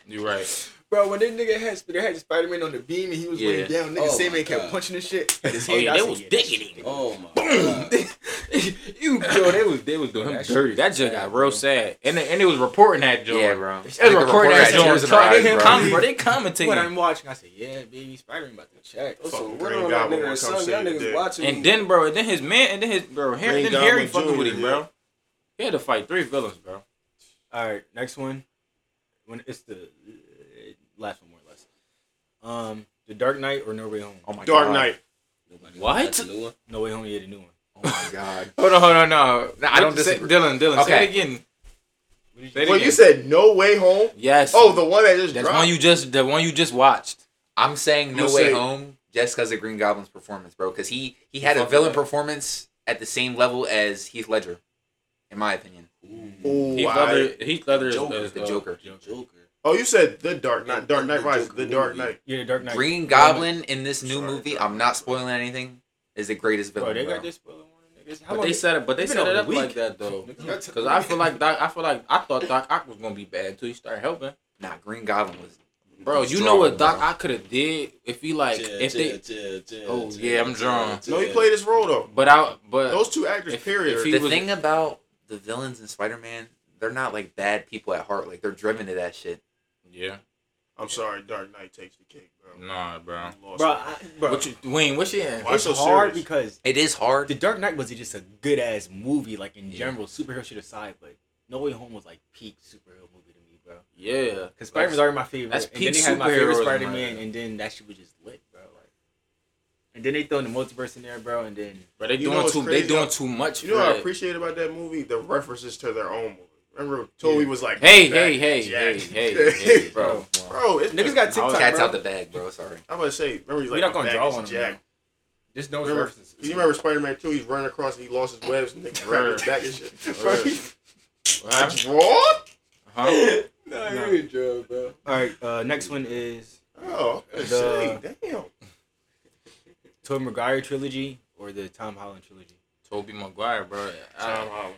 B: You're right.
F: Bro, when that nigga had they had Spider Man on the beam and he was
C: Yeah.
F: laying down, nigga
E: Oh
F: same
E: my
F: man kept
E: God.
F: punching his shit. His
B: Oh yeah,
F: hand
B: they
F: got
B: was
F: some-
B: digging him.
E: Oh my god.
B: you, yo, they was they was doing him
E: That shit
B: dirty. That joke got real sad, and they- and it was reporting that joke.
C: Yeah, bro.
B: It was
C: Like, the
B: reporting that
C: had tears
B: joke.
C: in her
B: They
C: eyes, bro.
B: comment, bro. They commentating.
A: When I'm watching, I said, "Yeah, baby, Spider-Man about to check."
E: So
D: Fucking
E: what
D: Green
E: on that
D: Goblin
E: nigga
D: will
E: or
D: come
E: something?
D: save
E: Y'all
D: the
E: niggas
D: day.
E: watching.
B: And then, bro, and then his man, and then his bro, Harry,
D: Green
B: then Harry
D: Goblin
B: fucking with him,
D: Jr.,
B: bro. He had to fight three villains, bro.
A: All right, next one. When it's the uh, last one, more or less. Um, The Dark Knight or No Way Home.
C: Oh my
D: Dark
C: God.
D: Knight.
B: What?
E: That's a new one.
A: No Way Home, yeah, the new one.
C: Oh my god.
B: Hold on, hold on, no,
C: No, I don't
B: Say-
C: disagree.
B: Dylan, Dylan, say
C: Okay.
B: it again.
A: What did
B: Say it
D: Well,
B: again.
D: you said no way home.
B: yes.
D: Oh, the one that just
B: that's
D: dropped.
B: one you just the one you just watched.
C: I'm saying No
D: I'ma
C: Way
D: say-
C: Home just because of Green Goblin's performance, bro. Because he he had a
B: fucking
C: villain
B: up.
C: performance at the same level as Heath Ledger, in my opinion.
D: Ooh,
B: Heath
D: I-
B: Ledger, Heath Ledger is
C: Joker,
B: is,
C: the
B: uh,
C: Joker.
E: Joker.
D: oh, you said the Dark Knight. Dark Knight
E: The
D: Rises.
E: Joker
D: The Dark
E: movie.
D: Knight.
A: Yeah, the Dark Knight.
C: Green
A: Bro, I'm-
C: Goblin in this new
D: Sorry,
C: movie,
D: Dark
C: I'm not spoiling anything, is the greatest
A: Bro,
C: villain.
A: they
C: bro.
A: got this spoiler warning, niggas. How
B: But they
A: long-
B: set it, but they
A: It's been
B: set it
A: over a
B: up like
A: week.
B: that though.
D: That's-
B: Cause I feel like Doc, I feel like I thought Doc Ock was gonna be bad too. He started helping,
C: Nah, Green Goblin was.
B: bro.
C: He's
B: You know what
C: strong,
B: Doc
C: bro.
B: Ock could have did if he like if they. Oh, yeah, I'm drawn.
D: No, he played his role though.
B: But I but
D: Those two actors,
B: If-
D: period.
B: if he
C: The
B: was-
C: thing about the villains in Spider-Man, they're not like bad people at heart. Like they're driven to that shit.
B: yeah,
D: I'm sorry, Dark Knight takes the cake, bro.
B: nah, bro.
D: You lost
A: bro,
D: me.
A: I, bro,
B: What you, Dwayne? What's your in?
D: Why
A: it's
D: so
A: hard
D: serious?
A: because
C: It is hard.
A: The Dark Knight was just a good ass movie, like in
C: Yeah.
A: general, superhero shit aside, but No Way Home was like peak superhero movie to me, bro.
B: Yeah,
A: Because Spider Man's already my favorite.
B: that's
A: and then they
B: peak
A: had my favorite
B: superheroism
A: Spider
B: right
A: Man,
B: there.
A: and then that shit was just lit, bro. Like, and then they throw in the multiverse in there, bro, and then
B: but they
D: You know
B: doing
D: what's
B: too. They
D: crazy?
B: doing too much.
D: You know
B: for
D: what I
B: that.
D: appreciate about that movie? The references to their own movie. Remember, Toby was like,
B: Hey,
D: Jack,
B: hey, hey, hey,
D: Jack,
B: hey, hey,
D: Jack.
B: bro.
D: bro, it's
A: niggas got TikTok.
C: Cat's
A: bro.
C: out the bag, bro. Sorry.
D: I'm about to say, remember he's
A: We're
D: like,
A: not gonna
D: "My
A: draw
D: back
A: on
D: is
A: him, man.
D: Jack.
A: Just no
D: Remember-
A: references.
D: You remember Spider-Man 2? He's running across and he lost his webs and niggas grabbed his back and
B: Word.
D: shit.
B: What happened?
D: What?
B: Huh?
E: No, you ain't drawn, bro.
A: All right, uh, next one is
D: Oh,
A: The-
D: shit, damn.
A: Tobey Maguire trilogy or the Tom Holland trilogy.
B: Toby Maguire, bro.
D: Tom
B: I,
D: Holland.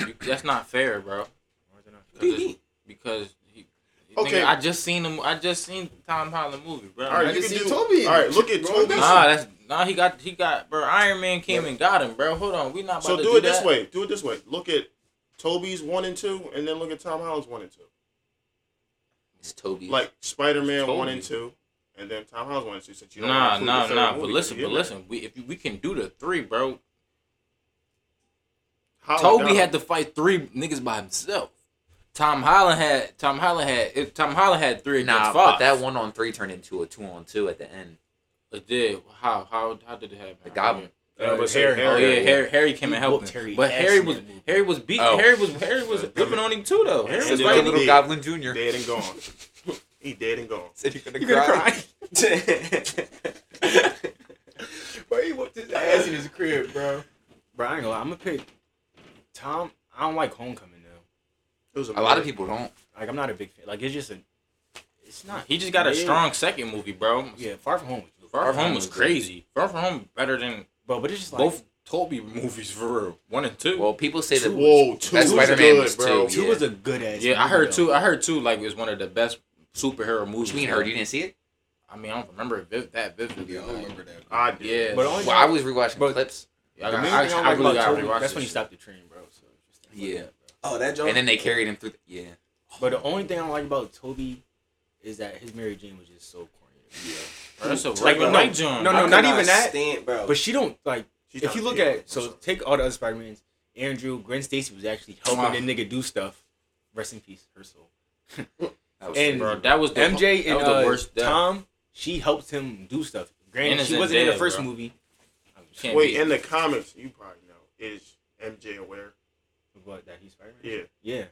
B: you- that's not fair, bro.
A: Why is it not?
B: 'Cause it's- Because he,
D: Okay.
B: nigga, I just seen him. I just seen Tom Holland movie, bro.
D: All right,
F: just
D: you can
F: see
D: do
F: Toby.
D: All right, look at Toby.
B: Nah, that's nah. He got he got bro. Iron Man came and got him, bro. Hold on, we not about
D: So
B: to
D: do it this
B: that.
D: way. Do it this way. Look at Toby's one and two, and then look at Tom Holland's one and two.
C: It's Toby.
D: Like Spider-Man one and
B: Toby.
D: two, and then Tom Holland's one and two. Since you don't
B: Nah,
D: include the
B: nah,
D: third
B: nah.
D: movie,
B: But
D: you
B: listen,
D: get
B: but
D: that.
B: listen. We if we can do the three, bro.
D: Holland
C: Oh,
B: Toby
D: down.
B: had to fight three niggas by himself. Tom Holland had Tom Holland had if Tom Holland had three against
C: nah,
B: five.
C: but that one on three turned into a two on two at the end.
B: It did. How how how did it happen?
C: The Goblin.
D: Yeah, but say
A: Uh, Harry.
D: Harry.
B: Oh yeah,
C: yeah.
B: Harry, Harry came
A: He
B: and helped
A: whooped
B: him.
A: Harry
B: but
A: ass
B: Harry
A: in
B: was
A: that movie.
B: Harry was beat.
C: Oh.
B: Harry was Harry was whipping on him too though. Harry was
D: It's
C: It's
D: like
C: like
D: a
B: fighting.
C: little
D: dick.
C: Goblin Junior.
D: dead and gone. he dead and gone.
C: Said you're gonna,
F: You gonna
C: cry.
F: cry. Bro, he whooped his ass in his crib, bro.
A: Bro, I ain't gonna lie. I'm gonna pick Tom. I don't like Homecoming though.
D: It was
C: A lot of people don't.
A: Like I'm not a big fan. Like it's just a. It's not.
B: He just got a
A: Yeah.
B: strong second movie, bro.
A: Yeah, Far From Home was good.
B: Far From Home was crazy. Far From Home better than
A: Bro, but it's just like
B: both Toby movies for real. One and two.
C: Well, people say that.
D: Whoa, two
C: That
D: was
C: Spider-Man
D: good,
C: was
D: bro.
C: two.
A: two
C: yeah.
A: was a good ass.
B: yeah, I
A: movie,
B: heard
A: though.
B: two. I heard two like is one of the best superhero movies.
C: What you mean, heard? You didn't see it?
B: I mean, I don't remember it viv- that vividly.
E: Yeah, I
B: Yeah,
E: don't remember that.
D: I did.
B: yeah.
A: But only-
C: Well, I was rewatching
A: But-
C: clips,
B: I,
A: The
B: got-
A: main
B: I,
A: thing I
B: I
A: don't
B: really
A: like about
B: got to
A: Toby,
B: rewatch.
A: that's when he
B: this
A: stopped the train, bro. So it's just like
C: Yeah.
A: that, bro.
E: Oh, that joke.
C: and then they carried him through. The, yeah,
A: But the only thing I don't like about Toby is that his Mary Jane was just so corny.
B: shit. Bro, that's a
A: like,
B: regular
A: no,
B: night John.
A: no, no, not even that.
E: Stand, bro.
A: But she don't like.
D: She's
A: if
D: not
A: you look
D: dead.
A: at so take all the other Spider Mans, Andrew, Gwen Stacy was actually helping the nigga do stuff. Rest in peace, her soul.
C: that was
A: And
B: Bro, that was the,
A: MJ
B: that
A: and
B: was the
A: uh,
B: worst death.
A: Tom, she helps him do stuff. Granted,
B: And
A: she
B: it's
A: wasn't in the
B: Zendaya,
A: first
B: bro.
A: movie.
B: Can't
D: Wait,
B: be-
D: in the comics, you probably know is MJ aware?
A: What that he's Spider Man.
D: Yeah.
A: Yeah.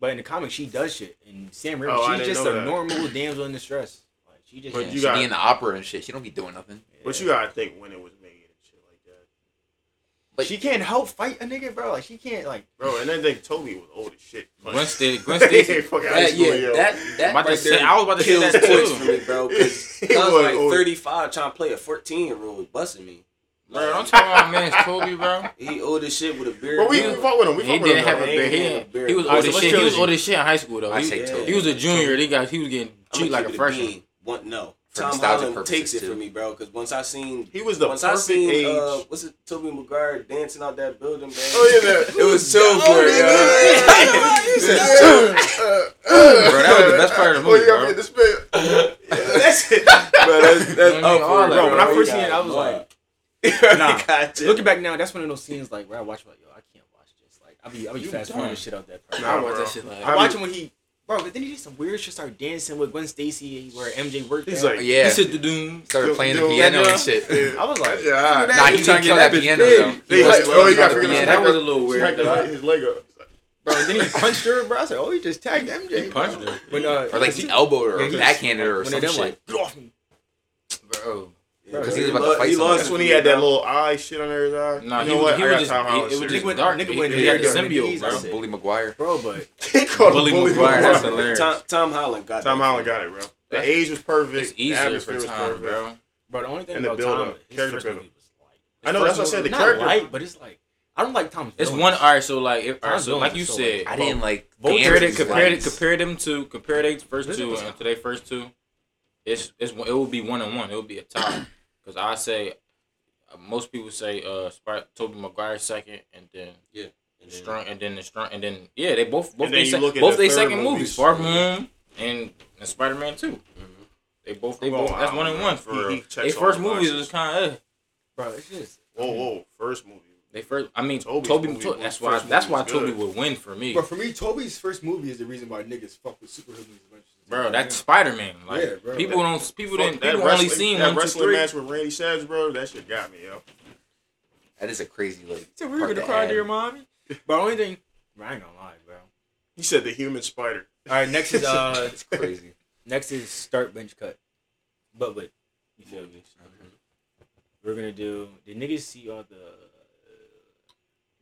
A: But in the comics, she does shit, and Sam Raimi,
D: Oh, I
A: she's
D: didn't
A: just
D: know
A: a
D: that.
A: normal damsel in distress. Like she just.
D: But
C: yeah,
D: you
C: she
D: got-
C: be in the opera and shit. She don't be doing nothing.
D: But you gotta think when it was made and shit like that.
C: But-
F: she can't help fight a nigga, bro. Like she can't like.
D: Bro, and then they told me it was old as shit.
B: Gwen Stacy. Gwen
D: Hey,
B: Stacy.
D: fuck out
E: That, yeah,
D: yo.
E: that
B: I'm
E: that
B: about to
E: right
B: say-
E: there
B: I was about to say
E: kills
B: that
E: points
B: too.
E: for me, bro. 'cause
D: It
E: I was
D: was
E: like
D: old.
E: 35 trying to play a 14 year old, busting me.
B: Bro, don't talk about my man's Kobe, bro.
E: He old as shit with a beard.
D: But we, we
E: bro.
D: fought with him. We
B: He
D: fought with him.
B: didn't have
D: though.
B: a beard. He,
E: Yeah, beard.
B: he was
A: Alright,
B: old
A: so
B: as
A: what's
B: shit. He was
A: trilogy?
B: old as shit in high school though.
C: I
B: He,
C: take Toby.
B: he was a junior. They got he was getting
E: I'ma
B: treated like a
E: keep it
B: freshman.
E: bean. One, no,
C: For
E: Tom
C: nostalgic
E: Holland
C: purposes,
E: takes it
C: too.
E: for me, bro. Because once I seen,
D: He was the
E: once I
D: perfect
E: seen,
D: age.
E: uh, what's it, Toby McGuire dancing out that building, man.
D: oh yeah, that,
E: it was so good,
D: You said, uh, uh,
B: Bro, that was the best part of the
D: Oh, you
B: movie,
D: got
B: bro.
D: me in the spit.
E: That's it,
D: Bro, that's, that's
B: You know what I mean?
D: up
B: All
D: for it,
B: that,
D: bro. When I
B: bro.
D: first seen
E: got
D: it, I was
E: mud.
D: like,
A: Nah.
E: Gotcha.
A: Looking back now, that's one of those scenes like where I watch like yo, I can't watch this. Like I be I be
B: You
A: fast
B: dumb.
A: forwarding shit out that part.
D: Nah,
B: I watched
D: bro.
B: that shit like.
A: I'm
D: I
A: watching when he bro, but then he did some weird shit. Start dancing with Gwen Stacy where MJ worked.
D: He's
A: at.
D: like,
C: Yeah.
B: He said the doom.
C: Started playing the
D: Yo,
C: piano
B: yeah.
C: and shit.
D: yeah.
A: I was like,
D: Yeah, all right.
C: Nah, he trying to get that piano though.
D: They
C: He
D: like,
C: was-
D: oh, you got
C: Yeah,
D: to
C: that
D: get
B: that was a
D: that
B: little weird.
D: Smacked his leg up.
A: bro. And then he punched her, bro. I was like, oh, he just tagged MJ.
B: He punched her.
A: When, uh,
C: Or like he elbowed her
A: Yeah,
C: or
A: he-
C: backhanded her or
A: when they
C: some
A: done
C: shit.
A: like, get off me.
B: Bro.
E: Yeah,
A: Cause
E: bro,
A: he was
E: he
C: about to
E: lo-
C: fight
E: he
C: somebody.
E: lost
D: That's when he had that little eye shit under his eye.
B: Nah,
D: you
B: he
D: know
B: was-
D: what?
B: he
D: I
B: was
D: got
B: just-
D: Tom
B: he-
D: Holland
B: it was
D: serious.
B: just-
A: Nigga went,
B: dark.
A: nigga
B: He-
A: went
B: he
A: there
B: got the
A: during
B: symbiote,
A: these,
B: bro.
A: I said,
C: Bully McGuire.
A: Bro, but
D: He called
B: Bully
D: him Bully
B: McGuire, that's
D: McGuire.
B: hilarious.
E: Tom, Tom Holland got
D: Tom
E: that.
D: Holland got it, bro. The
B: That's-
D: age was perfect.
B: It's
D: the
B: easier
D: atmosphere
B: for
D: was
B: Tom,
D: perfect.
B: bro.
A: bro, the only thing
D: And the
A: about
D: build-up,
A: Tom, his
D: character
A: first
D: build-up.
A: movie was light.
D: I know,
A: His
D: that's what I
A: first
D: said,
A: movie-
D: the
A: not
D: character-
A: light, but it's like I don't like Tom's.
B: It's
A: villains.
B: one art, so like, if, all right,
A: Tom's
B: so like
A: villains
B: you
A: so,
B: said,
A: like,
C: I didn't like
A: Both
B: compare,
A: Damn,
B: the,
A: it's
B: compare, the,
A: lights.
B: compare them to compare they first
A: This
B: two
A: was-
B: and to their first two. It's it's it will be one and one. It will be a tie because I say uh, most people say uh Spart- Toby Maguire second and then
E: And then-
B: strong and then the strong and then yeah they both both
D: then
B: they
D: you
B: se-
D: look at
B: both
D: the
B: they
D: third
B: second
D: movies.
B: movies Far From Home and, and Spider Man two.
D: Mm-hmm.
B: They both they
D: Come
B: both
D: on,
B: that's one
D: Alan,
B: and one
D: man.
B: for
D: He-
B: real.
D: he checks
B: They
D: all
B: first
D: the
B: movies
D: boxes.
B: was kind of.
A: bro. It's just
D: Whoa, whoa, first movie.
B: They first, I mean,
D: Toby's
B: Toby.
D: movie
B: To-
D: was-
B: that's why.
D: first
B: That's
D: movie
B: why
D: was
B: Toby
D: good.
B: would win for me,
F: But for me, Toby's first movie is the reason why niggas fuck with superhero movies. as much as-
B: bro. That's Spider Man. Like
F: Yeah, bro.
B: people don't. People
D: Fuck,
B: didn't.
D: that
B: People only
D: wrestling-
B: seen
D: that
B: one, two,
D: wrestling
B: three.
D: match with Randy Savage, bro. That shit got me, yo.
C: that is a crazy like.
A: so
C: part
A: we're
C: to
A: gonna cry
C: add.
A: to your mommy. But only thing, bro, I ain't gonna lie, bro.
D: He said the human spider.
A: All right, next is uh,
C: It's crazy.
A: next is start bench cut, but wait, you feel me? We're gonna do. Did niggas see all the?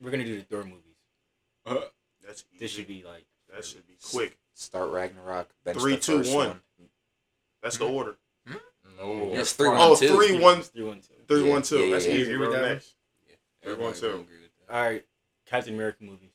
A: we're gonna do the Thor movies.
D: That's
A: This
D: easy.
A: should be like
D: That should be quick.
C: Start Ragnarok. Bench
D: Three,
C: the
D: two,
C: first
D: one. That's the order.
B: No,
C: It's three, one,
D: Oh,
C: two.
D: three, one,
A: it's three one two.
D: three,
C: Yeah,
D: one, two.
C: yeah,
D: That's
C: yeah, yeah.
D: easy.
F: You
D: Bro.
F: agree with that?
D: Next. Everyone too.
A: All right, Captain America movies.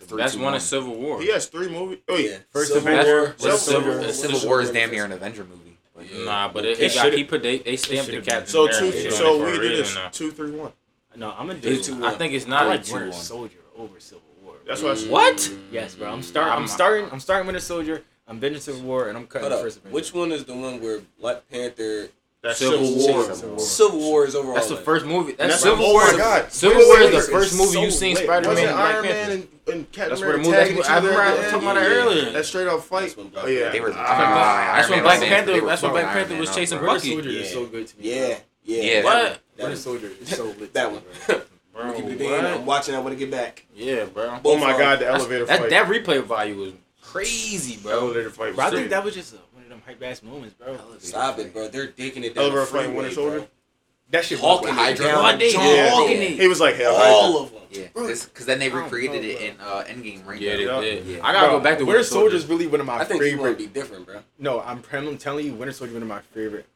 C: Three,
B: that's
C: two,
B: one of Civil War.
D: He has three movies. Oh, yeah.
E: Yeah.
A: First
E: Civil
A: Avenger,
E: War-
A: Civil
C: Well,
D: That's
C: Civil,
D: Civil
C: War-
D: War.
C: Civil War is damn near an Avenger movie. But
B: Nah, but
A: It
B: it, it got, he
A: should've-
B: put they they stamped the
A: should've
B: Captain
D: So
B: America.
D: two.
B: shit on it
D: So
B: for
D: we
B: a
D: did
B: reason
D: this
B: now.
D: two, three, one.
A: No, I'm gonna do.
B: It's-
E: two,
B: I
E: one.
B: think it's
A: I
B: not
A: like
C: two,
A: Winter
C: one.
A: Soldier over Civil War. bro.
D: That's what I said.
B: what.
A: Yes, bro. I'm starting. I'm
B: I'm-
A: starting. I'm starting Winter Soldier. I'm bending Civil War, and I'm cutting
E: Hold
A: the
E: up.
A: first. Avenger.
E: Which one is the one where Black Panther
D: That's
B: Civil War.
A: Civil War.
E: Civil War is overall?
B: That's the
E: like-
B: first movie.
D: And
B: That's,
D: why-
B: Civil
D: oh
B: War.
D: my God.
B: Civil
D: Winter
B: War is
D: Soldier
B: the first movie you seen
D: lit.
B: Spider Man
D: Wasn't
B: and Black
D: Iron Man
B: Panther.
D: and, and Captain
B: That's where the
D: America
B: movie. That's
D: tagged
B: what
D: each
B: I
D: other?
B: remember. I was
D: Yeah,
B: talking about that
D: yeah.
B: earlier.
D: That straight up fight.
E: That's when Black
D: Oh, yeah.
C: They were.
D: Ah.
C: Iron
B: That's when
C: Man
B: Black
C: was saying
B: Panther-
C: they were
B: that's when
C: fucking
B: Black
C: Iron
B: Panther
C: Man
B: was
C: up,
B: chasing
C: bro.
A: Winter
B: Bucky.
A: Soldier is
E: Yeah.
A: so good to me.
E: Yeah, yeah.
C: Yeah.
B: What?
E: That
F: Winter
E: is-
F: Soldier is so lit.
E: That one.
B: Bro,
E: Keep it in. I'm watching that when I get back.
B: Yeah, bro.
D: Oh my
E: Both, uh,
D: God, the elevator
B: That
D: fight.
B: that replay value was crazy,
D: The
B: bro.
D: elevator fight. was
A: Bro, I
D: sick.
A: think that was just a, one of them hype ass moments, bro.
E: Stop it, bro. They're digging it down.
D: Oliver
E: the
D: fighting
E: freeway,
D: Winter Soldier?
E: bro.
A: That shit
E: Hawking
C: Hawking
E: it
C: Hydra.
E: down.
B: God, they
E: John
D: Yeah.
E: Hawking
B: Hawking
E: it.
D: He was like hell.
E: All of them.
C: Yeah, because then they
A: don't
C: recreated
A: know,
C: it
A: bro.
C: in uh, Endgame, right?
B: Yeah, they
D: Yeah.
B: did.
C: Yeah.
B: I gotta
F: Bro,
B: go back to
F: Winter Soldier is really one of my
E: I think you want
F: favorite.
E: to be different, bro.
A: No, I'm, I'm telling you, Winter Soldier one of my favorite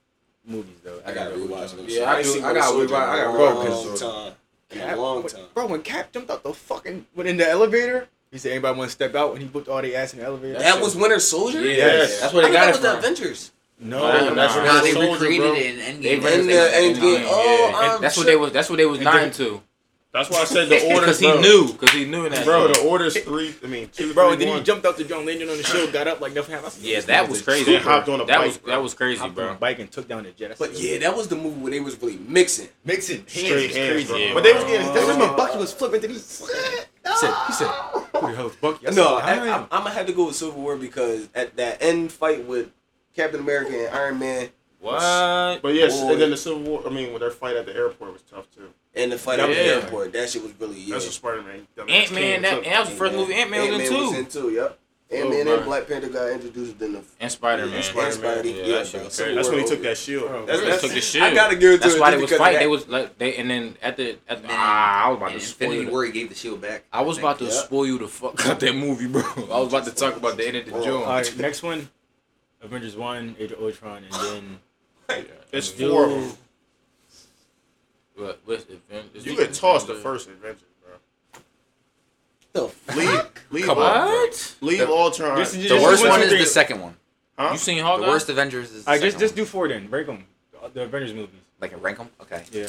A: movies though.
E: I gotta rewatch them.
B: Yeah, I
E: ain't
B: do-
E: seen
B: I gotta
E: Winter Soldier
B: rewatch-
E: in
B: I gotta
E: a
F: rewatch
E: long
F: Winter
E: time. In
A: Cap-
E: a long
A: when-
E: time.
A: Bro, when Cap jumped out the fucking went in the elevator, he said anybody want to step out, and he booked all their ass in the elevator.
E: That was Winter Soldier.
B: Yeah,
D: Yes.
B: that's
E: I
B: where they
E: thought
B: got
E: that
B: it
E: was the
B: from.
E: Avengers.
A: no,
B: Nah,
A: no,
B: nah.
C: Nah, they
D: Soldier,
C: recreated
D: bro.
C: it in Endgame.
B: They
E: ran
B: ran
E: the end game. Oh, I'm
B: That's what
E: sure-
B: they was. That's what they was
A: And then-
B: dying to.
D: That's why I said the order.
B: Because he
D: bro.
B: knew. Because he knew in that.
D: Bro,
B: shit.
D: the order's three. I mean, two,
A: bro,
D: three,
A: and then
D: one.
A: he jumped out the drone, landed on the shield, got up like nothing happened. I said,
B: Yeah,
A: this
B: that
A: nigga's
B: was
A: a
B: crazy.
D: He
B: bro.
D: hopped on a
B: that
D: bike,
B: was
D: bro.
B: that was crazy,
A: hopped on a
B: bro.
A: bike and took down the jet. I said,
E: But yeah, that was the movie where they was really mixing.
F: Mixing hands
D: straight
F: is
D: hands,
F: crazy.
D: bro.
B: Yeah,
D: but they was
B: bro.
D: getting.
A: I
D: They was
A: remember
D: getting
A: Bucky was flipping, then he, he said, he said, who the hell is Bucky? I said,
E: No, I,
A: "Iron
E: am
A: Man."
E: I'm gonna have to go with Civil War because at that end fight with Captain America and Iron Man
B: What?
D: But yes,
E: Boy.
D: and then the Civil War. I mean, when their fight at the airport was tough too.
E: and the fight at the
B: Yeah.
E: airport, that shit was really yeah.
D: That's what Spider Man.
B: Ant Man. That, and that was the first movie Ant Man was in
E: Ant-Man
B: too.
E: was in too. Yep. Ant Man and Black Panther got introduced in the
B: And Spider Man.
E: and
D: Spider-Man.
E: Spidey.
B: Yeah,
E: Yeah,
B: that shit
E: bro.
B: was
E: Civil
D: That's
E: War
D: when he
E: over.
D: took that shield.
E: That's, that's,
B: took the
E: I
B: shield.
E: gotta give it to
B: That's
E: him
B: why they
E: just
B: was
E: because of
B: fighting. They
E: that.
B: was like they, and then at the at the,
C: And then-
B: ah, I was about
C: And
B: to
C: Infinity
B: spoil.
C: War, he gave the shield back.
B: I was about to
E: Yeah.
B: spoil you the fuck out that movie, bro. I was about to talk about the end of the
E: Bro,
B: June.
A: All right, next one, Avengers One, Age of Ultron, and then
D: It's
A: Dude.
D: four of them.
B: But what's the event?
D: You could toss the first adventure, bro.
E: The
D: Leave, leave,
B: Come
D: all,
B: on, bro.
D: leave
B: The-
D: Ultron.
A: This is
C: The
A: Just
C: worst
A: one,
C: one
A: two,
C: is the
A: three.
C: second one.
D: Huh?
B: You seen
C: The
B: Hawkeye?
C: worst Avengers is the
A: all right, just
C: second
A: just do
C: one.
A: four then. Break them. The Avengers movies.
C: Like a rank them? Okay.
A: Yeah.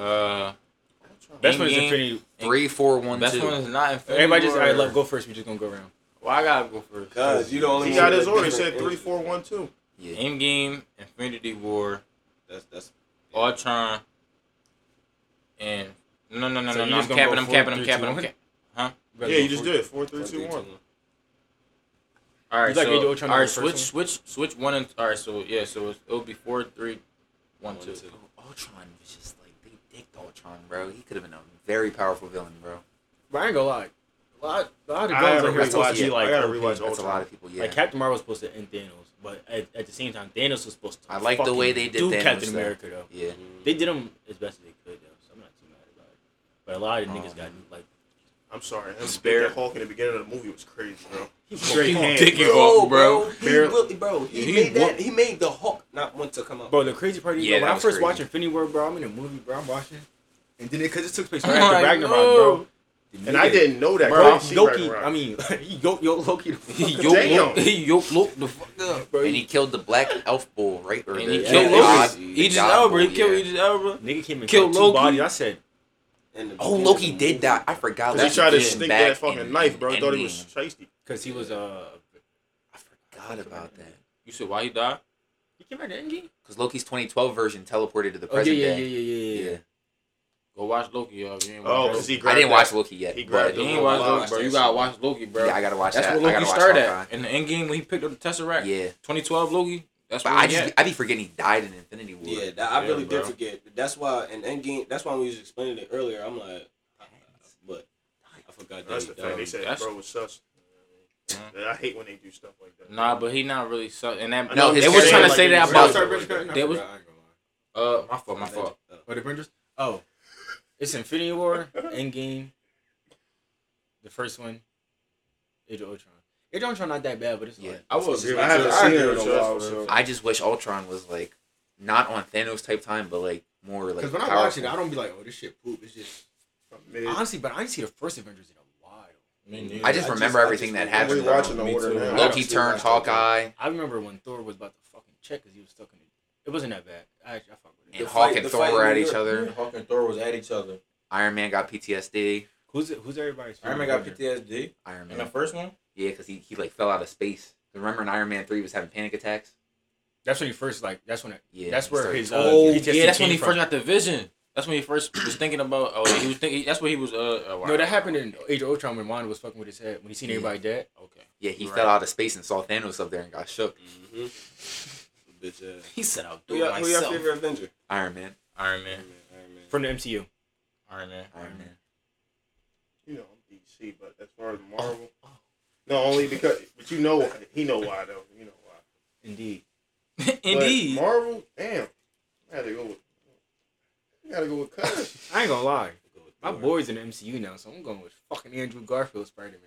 B: Uh,
A: Best one is
B: Endgame.
A: Infinity.
C: Three, four, one,
B: best
C: two.
B: one is not Infinity
A: Everybody just all
B: War.
A: right. Love go first. We just gonna go around.
B: Well, I gotta go first.
E: Cause you the only
D: He
E: one
D: got
E: that
D: his order. He
E: did
D: said
E: it.
D: three, four, one, two.
C: Yeah.
B: Endgame, Infinity War,
F: That's that's
B: Ultron, and no, no, no,
A: So
B: no,
A: you
B: no. I'm
A: just gonna go
B: capping. I'm
A: four,
B: capping. I'm
A: three,
B: capping.
A: two,
B: I'm
A: one?
B: capping.
D: Yeah, you just did four, three, two, one.
B: All right,
A: You like Age of
B: so
A: Ultron
B: all right,
A: over the
B: switch,
A: first
B: switch, switch one and all right. So yeah, so it's, it'll be four, three, one,
F: one
B: two.
F: two.
C: Ultron was just like, they dicked Ultron, bro. He could have been a very powerful villain, bro.
A: But I ain't gonna lie. A lot, a lot of guns
D: I gotta
A: are here
C: rewatch
A: supposed to be
D: it.
A: like.
D: I gotta
A: OP.
D: rewatch
C: That's a
D: Ultron.
C: lot of people, yeah.
A: Like Captain Marvel was supposed to end Thanos, but at, at the same time, Thanos was supposed to.
C: I like the way they
A: fucking
C: did
A: do
C: Thanos,
A: Captain
C: though.
A: America though.
C: yeah.
A: They did him as best as they could though, so I'm not too mad about it. But a lot of the niggas
C: Um,
A: got like
D: I'm sorry. Him
B: Spare.
D: Spare Hulk in the beginning of the movie was crazy, bro.
A: straight hand.
B: hand, digging off, bro.
E: He
D: Barely-
E: really, bro, he
B: He
E: made that.
B: whoop-
E: He made the Hulk not want to come out.
A: Bro, the crazy part is
C: Yeah,
A: bro, when
C: that
A: I
C: was
A: first
C: crazy.
A: watched Infinity War, bro, I'm in a movie, bro, I'm watching. And then because it, took place
B: I'm
A: right after
B: like,
A: Ragnarok,
B: no.
A: bro.
D: And I didn't know that.
A: Bro,
D: Bro,
A: Loki, I mean, he yo yo Loki. The fuck
B: He
A: up.
B: yoked,
D: Damn.
B: Loke- he yoked Loke the fuck up, bro.
C: And he killed the black elf bull, right? Or
B: And
C: the,
B: he
C: the
B: killed
C: god-
B: Loki.
C: the
B: He just
C: god
B: Elba. He
C: bull,
B: killed
C: yeah.
B: Idris Elba.
A: nigga came and
B: Kill
A: killed two
B: Loki.
A: bodies. I said,
E: In the
C: Oh,
E: beginning
C: Loki
E: of the
C: did die. I forgot.
D: Because he
C: that
D: tried to
C: was
D: sneak
C: back
D: that fucking
C: in-
D: knife, bro. I
C: in
D: thought he was
C: Endgame.
D: shiesty.
A: because he was uh,
C: I forgot about that.
B: You said why he died?
A: he came back to Endgame.
C: Because Loki's 2012 version teleported to the
A: Oh yeah,
C: present
A: yeah, yeah,
C: day.
A: yeah, yeah, yeah.
B: Go watch Loki, y'all. if You ain't
D: Oh,
B: watch
D: because
B: Loki.
D: he
C: I
D: grabbed
C: didn't
D: that.
C: watch Loki yet.
D: He
C: but-
D: grabbed
B: you
D: the
B: ain't
D: whole
B: watch
D: lot.
B: Loki, bro. You gotta watch Loki, bro.
C: Yeah, I gotta watch
B: That's
C: that.
B: where Loki
C: I gotta watch
B: started
C: Hawkeye.
B: at. In the end game when he picked up the Tesseract.
C: Yeah,
B: 2012 Loki. That's
C: but
B: where
C: I
B: he
C: just
B: at.
C: I be forgetting he died in Infinity War.
E: Yeah, that, I
B: Yeah,
E: really
B: bro.
E: did forget. That's why in Endgame. That's why when we was explaining it earlier, I'm like, I- I- but I forgot that.
D: That's
E: he
D: the thing. They
E: died.
D: said,
B: That's-
D: bro, was sus. I hate when they do stuff like that.
B: Nah, but he not really suck. And that
D: I
C: No,
D: know
C: his
B: they was
C: character-
B: trying to say that
D: like,
B: about.
D: sorry,
B: They was uh my fault, my fault.
A: Or the Avengers? Oh, it's Infinity War, Endgame, the first one, Age of Ultron. Age of Ultron not that bad, but it's
C: Yeah.
A: like
B: I would agree.
D: I haven't
B: I
D: seen
B: agree
D: it
B: with
D: in a
B: you.
D: while, bro.
C: I just wish Ultron was like not on Thanos type time, but like more like.
F: because when I
C: powerful.
F: watch it, I don't be like, oh, this shit poop. It's just
D: Mid-
A: honestly, but I didn't see the first Avengers in a while.
C: I just remember everything that
F: I just-
C: happened.
D: We're
F: I just-
D: watching
C: bro.
D: the
F: Me
D: order
F: too.
D: now.
F: I don't
C: Loki
F: see
C: turned
F: much of it.
C: Hawkeye,
A: I remember when Thor was about to fucking check because he was stuck in it. It wasn't that bad. I actually I fuck with it.
C: and
E: The
C: Hawk
E: fight-
C: and
E: the
C: Thor
E: fight
C: were
E: in
C: at
E: New
C: each
E: York-
C: other.
F: Hawk and Thor was at each other.
C: Iron Man got PTSD.
A: Who's who's everybody's?
F: Iron Man
A: favorite
F: got
A: Avenger?
F: PTSD.
C: Iron
F: And the
C: Man,
F: first one,
C: yeah, because he, he like fell out of space. Remember in Iron Man three, he was having panic attacks.
A: That's when he first like. That's when. It,
C: Yeah,
A: that's
C: he
A: where
C: started-
A: his. Uh,
B: Oh
A: PTSD
B: yeah, that's when
A: came
B: he
A: from.
B: first got the vision. That's when he first was thinking about. Oh, he was thinking. That's what he was. Uh, oh, wow.
A: No, that happened in Age of Ultron when Wanda was fucking with his head when he seen
C: Yeah.
A: everybody dead.
B: Okay.
C: Yeah, he
B: Right.
C: fell out of space and saw Thanos up there and got shook.
E: Mm-hmm. Bitch ass.
B: He said, "I'll
E: Who
B: do it
E: y'all, who y'all
B: myself."
E: favorite Avenger?
C: Iron Man,
B: Iron Man.
E: Iron Man.
A: From the MCU.
B: Iron Man.
C: Iron Man.
D: You know, I'm DC, but as far as
C: Oh.
D: Marvel, no, only because, but you know, he know why though. You know why.
A: Indeed.
D: But
B: Indeed.
D: Marvel, damn. I gotta go with. I gotta go with Cuz.
A: I ain't gonna lie. My
E: Thor.
A: boy's in the MCU now, so I'm going with fucking Andrew Garfield Spider Man.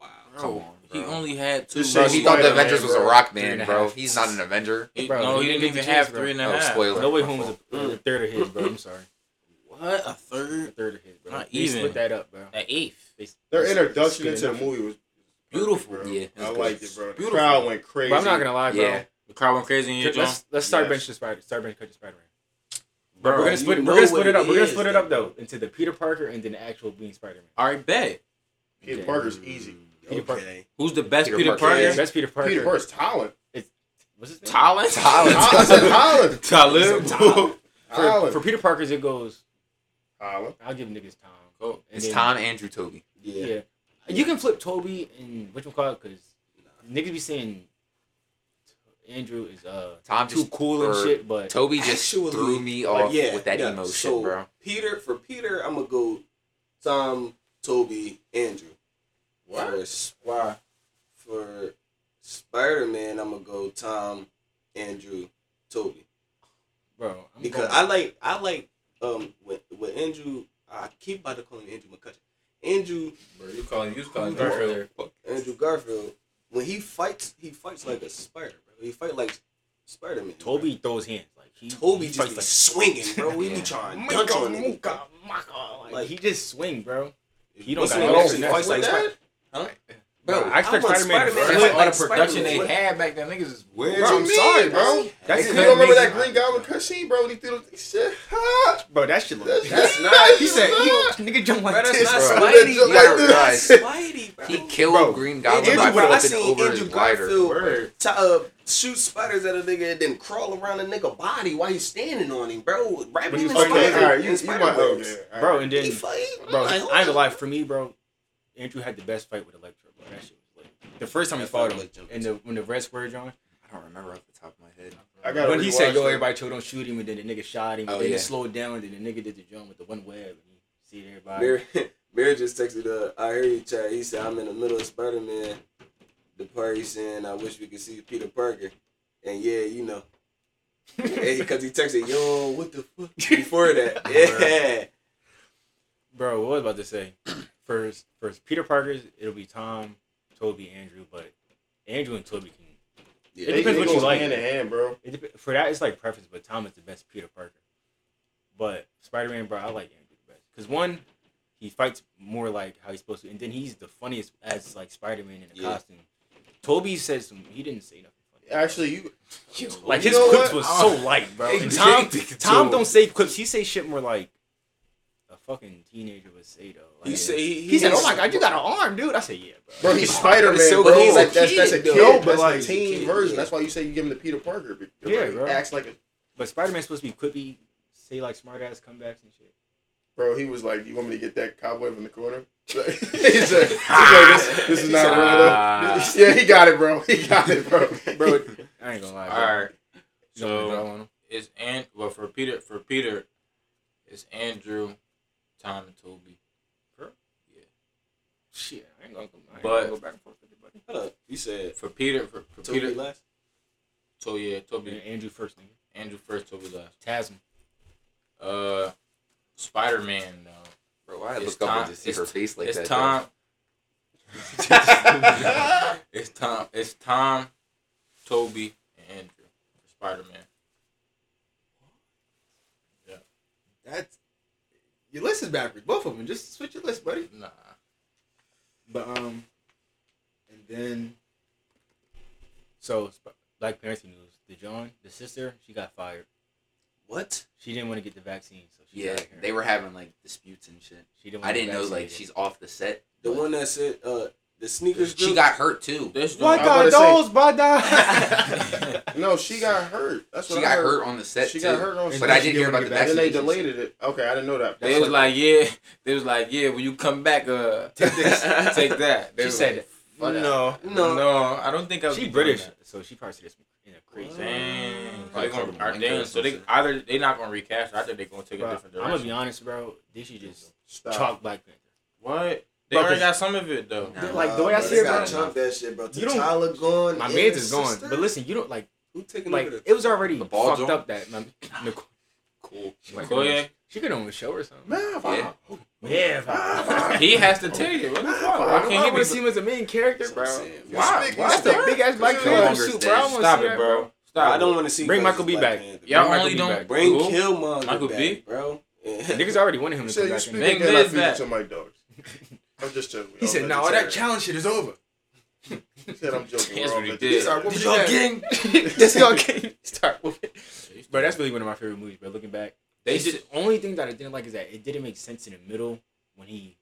E: Wow.
C: Come on, bro.
B: He only had two.
D: This
C: Bro,
D: shit
C: he thought the
D: Spider-Man,
C: Avengers was a
D: bro.
C: rock
A: Three and
C: band,
A: a
C: bro.
A: half.
C: He's not an Avenger.
B: He-
A: Bro,
B: no,
A: he
B: he
A: didn't
B: didn't
A: get
B: even
A: the
B: have
A: chance, bro.
B: three and a
C: Oh,
B: half.
C: spoiler.
A: No Way
C: My
A: Home was
C: fault.
A: a, was a third of his, bro. I'm sorry.
B: What a
A: A
B: third,
A: third of his, bro.
B: Not
A: they
B: even.
A: split that up, bro.
B: an eighth.
A: They-
D: Their
A: they
D: introduction
A: split it
D: into the
A: up.
D: movie was
B: Beautiful.
D: bro.
C: Yeah, it was
D: I
C: good.
D: liked it, bro. The
B: Beautiful.
D: crowd went crazy.
A: But I'm not gonna lie, bro.
C: Yeah.
B: The crowd went crazy in your joint.
A: Let's let's start
D: Yes.
A: benching Spider. Start benching Spider Man.
B: Bro,
A: We're gonna
E: you
A: split. We're
E: know
A: gonna split
E: what
A: it up.
E: it
A: We're gonna
E: is,
A: split it up though into the Peter Parker and then the actual being Spider Man.
B: All right, bet.
D: Peter Parker's easy.
A: Peter Parker.
E: Okay.
B: Who's the best
C: Peter
B: Peter,
C: Parker.
B: Parker?
D: Yeah.
A: That's Peter Parker.
D: Peter Parker's Talent.
A: What's his name?
B: Talent.
C: Talent.
D: I said Holland.
B: Talent.
D: Holland.
A: For, for Peter Parker's, it goes.
D: Holland.
A: I'll give niggas Tom.
B: Cool.
A: And
C: It's
A: then-
C: Tom, Andrew, Toby.
A: Yeah.
E: Yeah.
A: You can flip Toby and which one call it because niggas be saying Andrew is uh
C: Tom
A: too
C: just
A: cool and
C: or
A: shit, but
C: Toby just
E: Actually,
C: threw me
E: like,
C: off
E: yeah,
C: with that
E: yeah.
C: emo
E: So-
C: shit, bro.
E: Peter for Peter, I'm gonna go Tom, Toby, Andrew.
F: What?
E: First.
F: Why?
E: for Spider Man, I'm gonna go Tom, Andrew, Toby
A: bro. I'm
E: because
A: going-
E: I like I like um with with Andrew. I keep about to call him Andrew McCutcheon. Andrew
B: Bro, you calling you was calling
E: Who the
B: Garfield.
E: Andrew Garfield when he fights he fights like a spider, bro. He fight like Spider Man.
A: Toby throws hands like he
E: Toby
A: he
E: just
A: fights
E: be swinging, bro. We be
C: Yeah.
E: trying to
A: like,
E: dunk on him.
A: like, he just swing, bro. He don't
E: What's
A: got
E: the name
A: no
E: actually
A: finesse
E: fights like
A: like
E: Spider-
B: Bro, I expect
E: I want
B: Spider-Man to
E: Spider-Man
B: flip
E: to fight
B: all
E: like
B: the production
E: Spider-Man.
B: they had back then. Niggas is weird.
D: Bro, I'm sorry,
B: That's
D: bro. you
B: crazy.
D: don't remember that green goblin cutscene, bro? When he threw the shit.
A: bro. That shit
D: That's,
A: look.
D: that's not.
A: He said, he, "Nigga, jump like
E: Bro, that's
A: this,
E: not
A: bro."
E: Spider-
D: Spidey,
C: You gotta realize,
E: Spidey, bro.
C: he killed
A: Bro,
C: Green Goblin
E: Andrew,
C: by
E: bro, I
C: flipping
E: seen
C: over
E: Andrew
C: his lighter.
E: Garfield
A: Word.
E: to, uh, shoot spiders at a nigga and then crawl around a nigga body while he's standing on him, bro. Right
A: When
E: when
A: he
E: he's
A: fucking-
E: Spider,
A: Alright,
E: in Spider Verse.
A: bro. And
E: He
A: then,
E: fight,
A: bro, I
E: like,
A: ain't
E: hold
A: gonna
E: on.
A: lie. For me, bro, Andrew had the best fight with Electro. Bro, that shit was lit. The first time he
E: That
A: fought
E: fight
A: him,
E: was jumping.
A: and the when the red squared on,
C: I don't remember off the top of my head.
D: I gotta
A: when he said,
D: rewatch
A: "Yo,
D: that.
A: everybody, chill, don't shoot him," and then the nigga shot him,
C: Oh,
A: and then
C: yeah.
A: he slowed down, and then the nigga did the jump with the one web, and you see everybody.
E: Mary, Mary just texted, uh, I hear you, Chad. He said, I'm in the middle of Spider Man. The party saying, I wish we could see Peter Parker. And yeah, you know. Because he texted, yo, what the fuck? Before that. Yeah.
A: Bro, what I was about to say. First, first Peter Parker's, it'll be Tom, Toby, Andrew, but Andrew and Toby can.
E: yeah
A: It depends
D: They
A: what
D: go
A: you like.
D: Hand in hand, bro.
A: It dep- for that, it's like preference, but Tom is the best Peter Parker. But Spider Man, bro, I like Andrew the best because one, he fights more like how he's supposed to, and then he's the funniest as like Spider Man in a
E: Yeah.
A: costume. Toby said some. He didn't say nothing. funny.
D: Actually, you.
A: Like
D: You
A: his
D: know
A: clips
D: what?
A: was
B: Oh,
A: so light, bro. And Tom, Tom don't say clips. He say shit more like a fucking teenager would say though. Like,
E: He said, he,
A: He said, "Oh my god, you got an arm, dude." I said, "Yeah, bro."
D: Bro, he's Spider Man,
E: so
D: bro.
E: cool.
D: Like, that's, that's a
E: Kid, though.
D: kid.
E: Yeah,
D: but
E: that's
D: like
E: a
D: teen
E: kid,
D: version.
E: yeah.
D: That's why you say you give him the Peter Parker. But
A: Yeah,
D: bro, he
A: bro.
D: Acts like a
A: But Spider Man's supposed to be quippy, say like smart ass comebacks and shit.
D: bro. He was like, "You want me to get that cobweb in the corner?" He's like, he's like, this, this is not real. though.
C: Ah.
D: yeah, he got it, bro. He got it, bro.
A: Bro, I ain't gonna lie.
B: All
A: Bro.
B: right.
A: You want me to
B: So-
A: draw on him?
B: It's and well for Peter for Peter, it's Andrew, Tom and Toby.
A: shit, I ain't gonna, I ain't
B: But-
A: gonna go back and forth with anybody.
E: Hold up. You said,
B: For Peter for, for
E: Toby
B: Peter
E: last?
B: To yeah,
A: And
B: Toby
A: Andrew first, nigga.
B: Andrew first, Toby last.
A: Tasm.
B: Uh Spider Man though.
C: Bro, I
B: It's
C: look up
B: Tom-
C: and just see
B: it's-
C: her face like
B: it's
C: that.
B: Tom. it's Tom. It's Tom, Toby, and Andrew for Spider Man.
F: That's your list is backwards. Both of them. Just switch your list, buddy.
B: Nah.
A: But um, and then so Sp- Black Panther news. The John, the sister, she got fired.
E: What?
A: She didn't want to get the vaccine, so she
C: Yeah,
A: got her.
C: they were having like disputes and shit.
A: She didn't.
C: I
A: wanna get
C: didn't know like
A: vaccinated.
C: she's off the set.
E: The
C: but
E: one that said, uh, the sneakers.
C: she
E: dude?
C: got hurt too.
B: This dude,
D: What
B: I
D: the-
B: wanna-
D: say- those,
A: brother?
D: No, she got hurt. That's
C: She
D: what
C: got
D: I
C: hurt on the set
D: She
C: too.
D: got hurt on
C: but
D: set.
C: I
D: She
C: didn't hear about the
D: And then
C: vaccination.
D: they deleted it. Okay, I didn't know that.
B: They was like, yeah. They was like, yeah. When you come back, uh, take this, take that. They
A: she
B: was
A: said,
B: like,
D: no.
B: "Fuck that." no, I don't think I. would
A: "She
B: be
A: uh, British,
B: doing that.
A: so she probably said this in a crazy."
B: Damn.
C: Probably
B: Probably
C: called
B: gonna,
C: them
B: are
C: wankers
B: damn.
C: or
B: So they
C: something.
B: either they not gonna recast. Her. I think they gonna take a
A: Bro,
B: different
A: I'm
B: direction.
A: gonna be honest, bro. They should just
D: Stop.
A: chalk Black Panther.
B: what? They
A: Bro,
B: already
A: cause-
B: got some of it though.
C: Nah,
A: Like, the way I
E: bro,
A: see
E: they
A: it,
E: gotta
A: bro.
E: chop that shit, bro.
A: You don't-
E: T'Challa gone.
A: My
E: and
A: man's
E: his
A: is gone,
E: sister?
A: but listen, you don't like
E: who taking
A: like
E: over the-
A: it was already
C: The ball
A: fucked
C: jump?
A: up that my, Nicole,
C: cool.
A: she, might
B: Nicole,
A: get on-
B: yeah.
A: she could only show or something.
C: Yeah.
A: Yeah, bro.
B: He has to tell you. What the fuck?
A: I
B: Why
A: don't
B: can't he
A: want
B: be
A: to see him as a main character,
E: That's what
A: bro.
E: I'm saying.
B: Wow,
D: Speak-
B: wow.
A: That's the
D: speak-
A: big ass Black
D: Yeah.
A: Panther suit, bro. I wanna
B: Stop
A: see
B: it,
A: that,
B: bro. Stop.
E: I don't want to see.
A: Bring
E: Guardians
A: Michael B.
E: of the Black
A: back.
E: Panther.
B: Y'all
A: Michael
B: only
A: B.
B: don't
A: back.
E: Bring
B: Who?
E: Killmonger
B: Michael
E: back,
B: B?
E: bro.
A: Niggas already wanted him
D: You
A: to
D: said
A: come
D: you
A: back. in.
D: speak
B: Bang
D: again. I
B: Liz
D: feed it
B: back.
D: to my dogs. I'm just joking.
F: He said, "No, that challenge shit is over."
D: He said, "I'm
B: That's
D: joking." We're all
B: what he
D: vegetarians.
B: did.
F: Did
A: y'all Just y'all can't start with it. Bro, that's really one of my favorite movies, bro. Looking back,
B: They
A: It's the
B: did.
A: only thing that I didn't like is that it didn't make sense in the middle when he,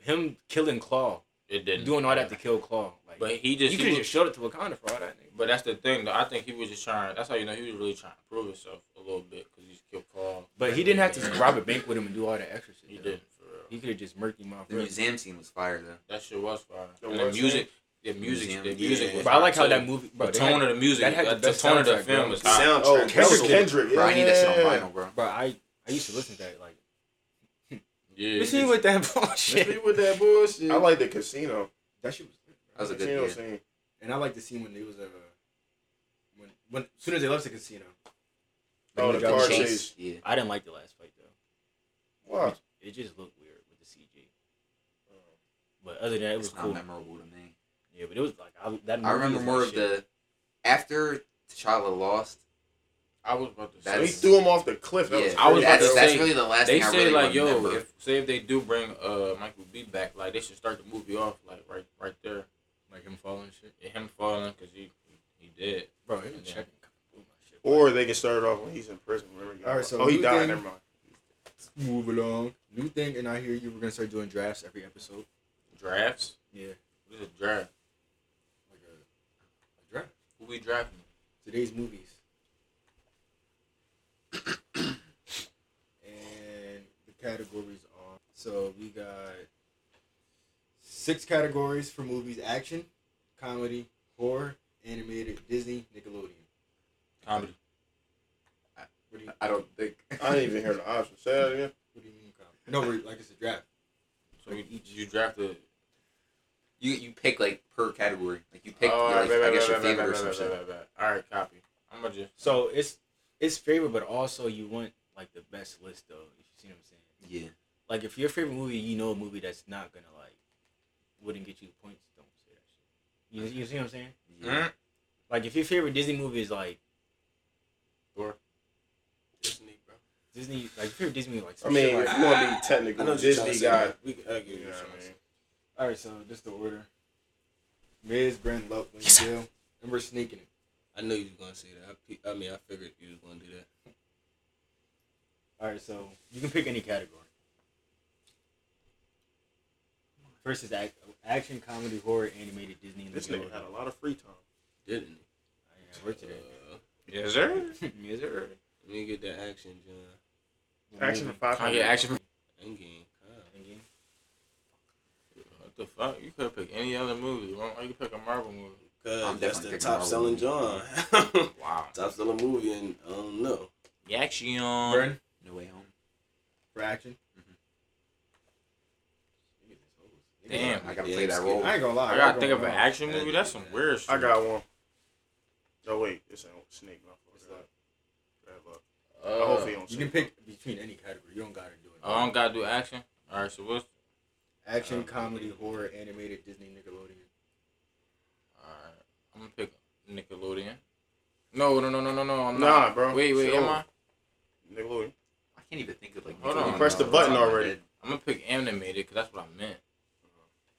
A: him killing Claw,
B: It didn't.
A: doing all that to kill Claw. Like,
B: But he just.
A: you
B: he
A: could
B: was-
A: just showed it to Wakanda for all that. Nigga.
B: But that's the thing, though. I think he was just trying. That's how you know he was really trying to prove himself a little bit because he's killed Paul.
A: But he didn't have to rob a bank with him and do all that extra shit.
B: He
A: though.
B: didn't for real.
A: He could have just murked him off.
C: The museum scene was fire though.
B: that shit was fire.
D: The
B: and the
D: what,
B: music, the music,
C: Museum.
B: the music.
E: Yeah.
B: Was
A: But I like how
B: fire, too.
A: that movie, bro.
B: the
A: they
B: tone
A: had-
B: of the music, uh,
A: that had
B: the,
A: the best
B: tone of the
A: soundtrack,
B: film
A: bro.
B: was hot.
E: Soundtrack.
D: Oh,
E: was
D: Kendrick,
E: so-
D: Kendrick.
C: Bro, I need that shit on vinyl, bro.
A: bro, I I used to listen to that. Like,
B: Yeah,
A: listen with that bullshit.
D: with that bullshit. I like the casino.
A: That shit was lit, bro.
C: That was a good
D: Casino
C: year.
D: scene.
F: And I like the scene when they was uh, when when as soon as they left the casino,
D: Oh,
C: Like,
D: the
C: we
D: car
C: got
D: chase.
C: chased. Yeah.
A: I didn't like the last fight though.
D: Wow.
A: It just looked weird with the CG.
F: Oh.
A: But other than that, it was
C: It's
A: cool.
C: not memorable to me.
A: Yeah, but it was like I, that.
C: I
A: movie
C: remember
A: was
C: more
A: my
C: of
A: shit.
C: the after T'Challa lost.
B: I was about to
D: So
C: That's-
D: he threw him off the cliff. That
C: yeah,
D: was
B: I was about
C: that's,
B: to
C: that's
B: say,
C: really the last
B: They
C: thing I
B: say
C: really
B: like,
C: remember.
B: yo, if say if they do bring uh Michael B back, like they should start the movie off like right right there,
A: like him falling shit,
B: Yeah, him falling because he he did.
A: bro. It was
B: Yeah.
A: checking. blew my shit.
D: Or they can start it off when he's in prison. Remember, he got-
F: All right, so
D: oh, he
F: you
D: died.
F: think-
D: Never mind.
F: move along. New thing, and I hear you were gonna start doing drafts every episode.
B: Drafts.
F: Yeah, like
B: What is a draft?
E: uh,
F: a, a draft.
B: Who we drafting?
F: Today's movies. and the categories are so we got six categories for movies: action, comedy, horror, animated, Disney, Nickelodeon.
B: Comedy.
F: What do you
C: I don't think.
D: I didn't even hear the option. Say that again.
F: What do you mean comedy? No, we're, like it's a draft.
B: So you, you drafted.
C: You you pick like per category. Like you pick
B: Oh,
C: your, like,
B: right, right,
C: I guess
B: right,
C: your
B: right,
C: favorite
B: right,
C: or some
B: right,
C: shit.
B: right, right, right. All right, copy. I'm gonna just.
A: So it's it's favorite, but also you want like the best list though. If you see what I'm saying.
C: Yeah.
A: Like if your favorite movie, you know a movie that's not gonna like wouldn't get you points. Don't say that shit. You, you see what I'm saying?
C: yeah.
B: Mm.
A: Like if your favorite Disney movie is like
E: Disney, bro.
A: Disney, like your favorite Disney movie, like
D: I
A: some
D: mean,
A: shit like.
D: if you want to be
E: I know
D: technical,
E: what you're
D: Disney
E: trying to say,
D: guy.
E: man. We, I'll give
D: You
E: you
D: know
E: a
D: what
E: chance.
D: I mean?
F: All right, so just the order: Miz, Brand, Love, Wayne
A: Yes, sir.
F: Gill, and we're sneaking it.
E: I knew you was gonna say that. I, pe- I mean, I figured you was gonna do that.
A: All right, so you can pick any category. First is act, action, comedy, horror, animated, Disney. and
D: This
A: Nickelodeon.
D: nigga had a lot of free time.
E: Didn't he?
A: I worked today.
E: Uh,
B: Yes, sir.
A: Is it early?
E: let me get that action, John.
D: Action for five
B: Kanye
D: hundred.
B: action.
E: Endgame. God.
A: Again?
B: What the fuck? You could pick any other movie. Why don't you pick a Marvel movie?
E: Cause
C: I'm
E: that's
C: definitely
E: the
C: picking
E: top
C: Marvel
E: selling
C: movie.
E: John.
B: Wow.
E: top selling movie, and I don't know.
B: The action. All
F: Brand
C: No way home.
F: for action.
B: Damn.
C: I gotta
E: Yeah,
C: play that
E: it's
C: role.
F: I ain't gonna lie.
B: I
F: I'm
B: gotta
F: not
B: think of
F: gonna
B: an
F: lie.
B: action movie. That's some weird shit.
D: I got one. No wait, this ain't snake. No,
F: It's
D: fuck that. Bad luck.
B: Uh,
D: I hope he don't.
F: You
D: say
F: can pick between any category. You don't gotta do it.
B: Oh, I don't gotta do action. All right, so what's
F: action,
B: um,
F: comedy, horror, animated, Disney, Nickelodeon.
B: All right, I'm gonna pick Nickelodeon. No, no, no, no, no, no. I'm
D: Nah,
B: not.
D: bro.
B: Wait, wait.
D: Sure.
B: Am I?
D: Nickelodeon.
C: I can't even think of like.
B: Hold on.
C: Nickelodeon
B: You pressed the
C: off top
D: button
C: of my
D: already.
C: head.
B: I'm gonna pick animated because that's what I meant.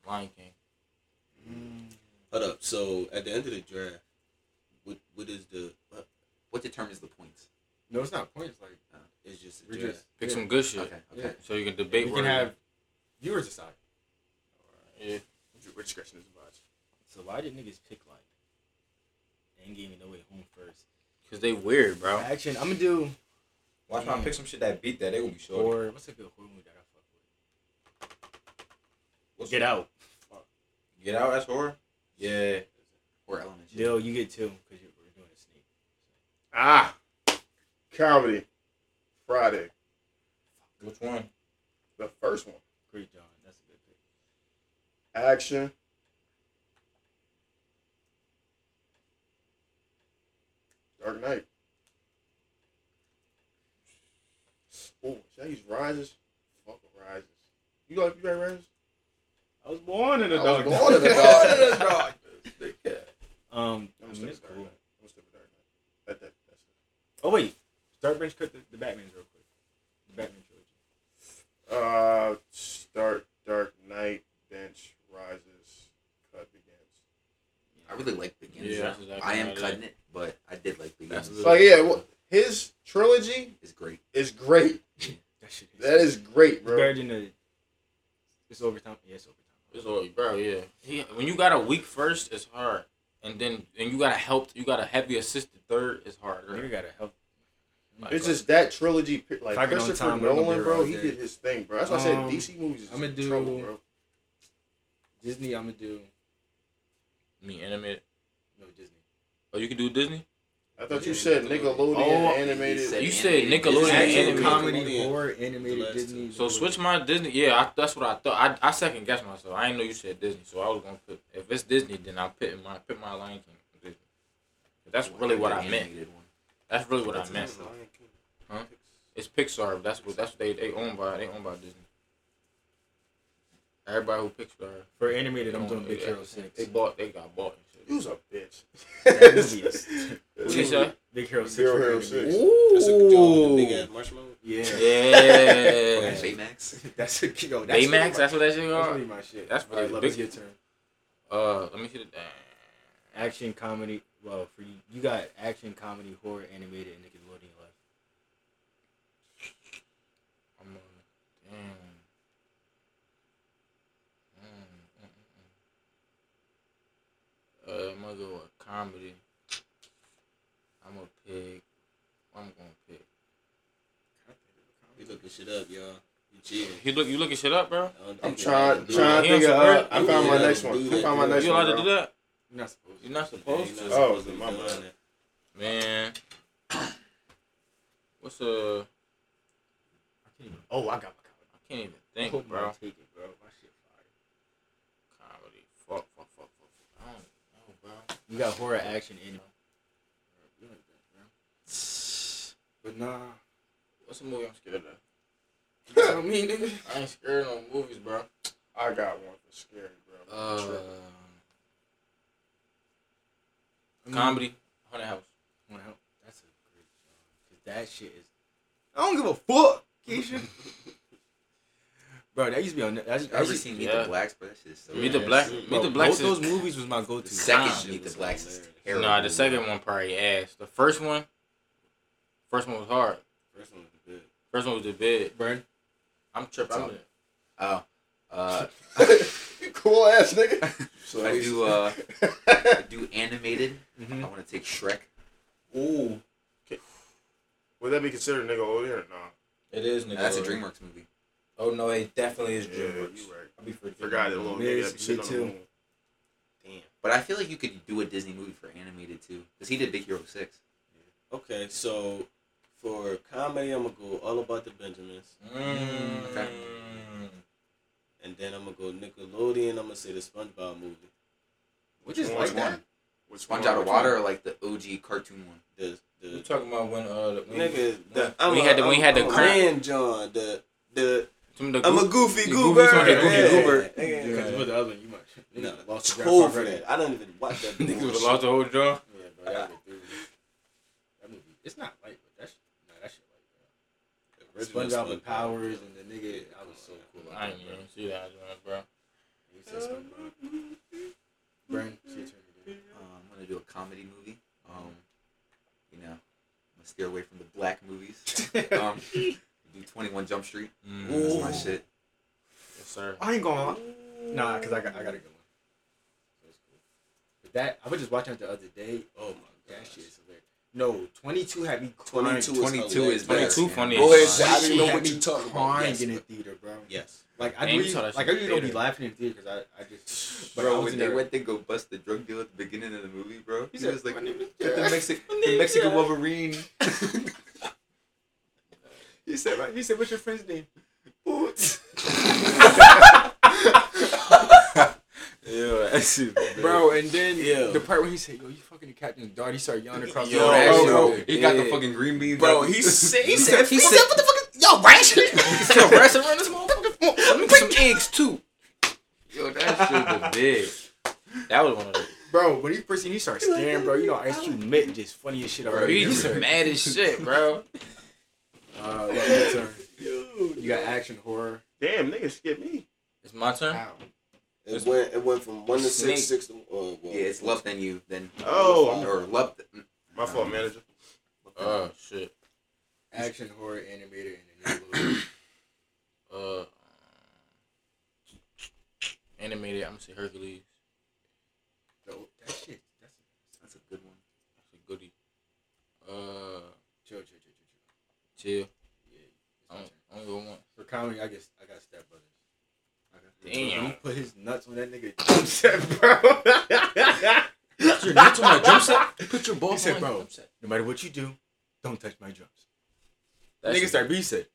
B: Lion King.
F: Mm.
E: Hold up. So at the end of the draft, what what is the? What,
C: What determines the points?
F: No, it's not points. Like
E: it's just a
F: we're
E: draft.
F: just
B: Pick
F: yeah.
B: some good shit.
C: Okay. Okay.
B: So you can
F: We
B: debate.
F: can
B: where-
F: have viewers decide.
B: Yeah.
D: We're scratching his box.
A: So why did niggas pick like Endgame and No Way Home first?
B: Cause they weird, bro.
A: Action. I'm gonna do
C: Watch
A: my pick
C: some shit that beat that. They will be
A: horror. What's a good horror movie that I fuck with? Get Out.
C: Get out. That's horror.
B: Yeah.
C: Or element. shit.
A: Yo, you get two because you're we're doing a sneak.
D: Ah, comedy. Friday,
B: Which one?
D: the first one.
A: Great John. That's a good pick.
D: Action. Dark Knight. Oh, should I use Rises? Fuck with Rises. You like you like Rises?
A: I was born in a
D: I
A: dark.
D: was born in the
A: night.
D: dark.
A: um,
D: I'm
A: I
D: gonna
A: mean,
D: stick
A: it's
D: with Dark Knight.
A: cool.
D: I'm gonna stick with Dark Knight. That, that, that's it.
A: Oh wait, Dark Bench cut the, the Batman's real quick. The Batman trilogy.
D: Uh, start Dark Knight, bench rises, cut begins.
C: I really like Begins.
B: Yeah, that's exactly
C: I am
B: what I
C: cutting it, but I did like Begins.
B: That's-
D: Like yeah, well, his trilogy
C: It's great.
D: is great.
A: That shit. Is,
D: That is great,
A: It's better
D: bro.
A: than the. It's overtime. Yeah, it's overtime.
B: It's all, bro. Yeah. He, when you got a weak first, it's hard. And then and you got a help. You got a heavy assisted third. It's
A: Nigga
B: harder.
A: gotta help.
B: Like,
D: It's just that trilogy, pi- like
A: If I get on
D: Christopher
A: time, we're gonna
D: Nolan,
A: be
D: bro.
A: right
D: He
A: there.
D: did his thing, bro. That's why I said
F: Um,
D: DC movies is
F: I'ma
D: in
F: do-
D: trouble, bro.
F: Disney, I'm gonna do
B: me animated.
F: no Disney.
B: Oh, you can do Disney.
D: I thought you said Nickelodeon
B: Oh,
D: animated.
B: You said Nickelodeon
F: Action,
B: animated.
F: comedy,
E: Nickelodeon.
F: horror,
E: The
F: animated,
E: last
F: Disney.
B: So switch my Disney. Yeah, I, that's what I thought. I, I second guessed myself. I didn't know you said Disney, so I was gonna put. If it's Disney, then I'll put my put my Lion King. on Disney. But That's really what I meant. That's really what I meant. Huh? It's Pixar. That's what that's what they they own by. They own by Disney. Everybody who Pixar,
A: For animated,
B: they
A: I'm
B: own-
A: doing Big
B: they-
A: Hero
B: They
A: Six.
B: bought. They got bought.
D: You was a bitch.
A: That movie is-
B: What you say?
A: Big Hero Six.
D: Big
A: for
D: Hero
A: animated.
D: Six.
E: That's a good job. Big ass marshmallow.
A: Yeah.
B: Yeah.
C: Baymax.
F: That's a yo. That's really
B: Baymax.
F: My,
B: That's what that shit
F: that's
B: are.
F: really my shit.
B: That's
A: All right,
B: really
A: love it's
B: big.
A: your turn.
B: Uh, let me see the.
A: Action comedy. Well, for you, you got action comedy, horror, animated, and Nickelodeon left.
B: I'm on it. Damn. Mm, mm, mm, mm. Uh, I'm gonna go with comedy. I'm gonna pick. I'm gonna pick.
E: You looking shit up, y'all. You cheating.
B: You look. You looking shit up, bro?
E: I don't
D: I'm
E: think
D: trying,
E: y'all-
D: trying to
B: he
D: think of.
B: ain't
D: Uh,
B: supposed
D: I found my
E: to
D: next
E: do
D: one. I
E: that.
D: found my next
B: you allowed
D: one.
B: to do
D: bro.
B: that?
F: You're not supposed to.
B: You're not
E: Yeah,
B: supposed to,
E: you're not
D: Oh,
E: supposed to be
D: my
E: doing
D: bad.
E: that.
B: man. What's uh?
A: I can't even. Oh, I got my
B: I can't even
A: comedy.
B: think,
A: Hope
B: bro.
A: I take it, bro. My shit fire.
B: Comedy. Fuck. Fuck. Fuck. Fuck. I don't know, bro.
A: You got horror, action, and
F: You like that, bro. But nah,
B: What's a movie I'm scared of?
F: tell me, nigga.
B: I ain't scared of no movies, bro.
D: I got one for scary, bro.
B: Uh,
A: I mean,
B: comedy. Haunted house.
A: Wanna help? That's a great job. Cause that shit is.
F: I don't give a fuck, Keisha.
A: Bro, that used to be on. That, that
C: Ever
A: used
C: seen
A: to
C: Meet
B: yeah.
C: the Blacks, bro? That shit is so
B: Meet the
C: badass.
B: Black.
A: Bro,
B: Meet the Blacks.
A: Both those
B: Is,
A: movies was my go-to.
C: The second
B: Ah,
C: Meet the
E: it's
C: Blacks is
E: hilarious.
C: terrible.
B: nah, the second one probably ass. The first one, first one was hard.
E: First one was good.
B: First one was the bed.
A: Burn.
B: I'm tripping. I'm,
C: Oh. Uh,
D: cool ass nigga. So
C: I do, uh, I do animated. I
A: Mm-hmm.
C: want to take Shrek.
D: Ooh. Would that be considered Nickelodeon or not?
B: it is.
C: No, that's a DreamWorks movie.
B: Oh no, it definitely is
D: Yeah, you right.
B: I'll be forgetting.
D: Forgot that little
A: Mary's
D: nigga that be sitting on the
A: too.
D: moon.
C: But I feel like you could do a Disney movie for animated too, because he did Big Hero Six.
E: Okay, so for comedy, I'm gonna go all about the Benjamins,
B: Mm.
E: and then I'm gonna go Nickelodeon. I'm gonna say the SpongeBob movie.
C: Which is
D: one?
C: like one.
D: Which
C: Sponge
D: one?
C: Out of
D: Which
C: Water
D: one?
C: or like the OG cartoon one.
E: The
B: You
E: the
B: talking about when uh the- when
E: nigga. The,
B: when
E: I'm
B: we
E: a-
B: had the- when
E: I'm-
B: we had the
E: I'm a
B: cramp.
E: man, John. The the
B: some of the
E: I'm a
B: goof-
E: goofy
B: the
E: goober.
B: goofies on the goofy
E: yeah.
B: goober.
E: nigga.
A: Because with the other one, you might. you
E: No,
A: lost your grasp
E: cold for
A: already.
E: that. I don't even watch that.
B: Niggas
E: bullshit.
B: would've lost the whole jaw.
A: Yeah, bro, that would do. That movie, it's not light, but that shit, nah, that shit light, bro.
E: Original
A: SpongeBob with
E: SpongeBob.
A: powers and the nigga, I was so cool.
B: I didn't even see that, bro.
A: You said SpongeBob. Burn, it's your turn to do it.
C: Um, I'm gonna do a comedy movie. Um, you know, I'm gonna steer away from the black movies. um, do Twenty One Jump Street.
B: Mm.
C: That's my shit.
B: Yes, sir.
A: I ain't going. Nah, cause I got I got a good one. So it's cool. But that I was just watching it the other day. Oh my god, that shit is hilarious. No, twenty two had me crying.
E: 22 is
C: Twenty Two is
E: hilarious.
C: better.
B: 22 funny
E: Boy,
B: as
E: I
A: She
E: didn't know
A: had
E: what
A: me
E: you talking about.
A: crying
E: Yes.
A: in the theater, bro.
E: Yes.
A: Like I
B: Man, you
A: really,
B: saw that
A: like I
B: shit in
A: usually don't be
B: theater.
A: laughing in theater because I, I just. But I
C: bro,
A: was
C: when
A: in
C: they
A: there.
C: went to go bust the drug deal at the beginning of the movie, bro, he,
A: said,
C: was like,
A: "My
C: "Put
A: name
C: the,
A: is
C: Mexi- the
A: name is
C: Mexican
A: Jack."
C: Wolverine."
A: he said, right, he said, what's your friend's name?
C: Boots.
B: Yeah, that shit.
A: Bro, and then
E: Yeah.
A: the part where he said, "Yo, you fucking the captain's daughter," he started yelling across
C: Yo,
A: the
C: that
A: room.
C: shit
E: bro,
C: was- he got the
A: yeah.
C: fucking green beans.
E: Bro,
C: out the-
E: he said, he
C: said-
E: said,
C: he
E: he
C: said-
E: said, what the fuck is, yo, ration?
C: He said, "Wrestling around this motherfucker." Let me put some eggs too.
B: Yo, that shit was big. That was one of the.
A: Bro, when he first seen, he started staring, bro. You know, Ice Cube Mitt just funny as shit
B: Bro,
A: already.
B: he just mad as shit, bro.
A: Uh, yeah, your turn. You got action horror.
D: Damn, nigga, skip me.
B: It's my turn.
A: Wow.
E: It went, it went from one to
B: Snake.
E: six, six to, uh, well,
C: Yeah, it's love then you then.
D: Oh,
E: I'm-
C: or love. th-
D: My fault, manager.
B: Oh shit.
F: Action horror animated and then
B: Uh, animated. I'm gonna say Hercules.
F: no, that shit. That's
C: That's a good one.
B: That's a goodie. Uh,
F: chill, chill, chill, chill, chill.
B: chill.
F: Yeah, it's
B: I
F: my
B: don't,
F: turn.
B: I don't go one.
F: For comedy, I guess I got Step Brothers. I got Step
B: Damn.
F: Brothers. He put his nuts on that nigga. bro.
B: That's your new to my jump set.
C: put your ball
G: He said,
C: on.
G: bro, no matter what you do, don't touch my drums.
B: That's-
G: Nigga start B said,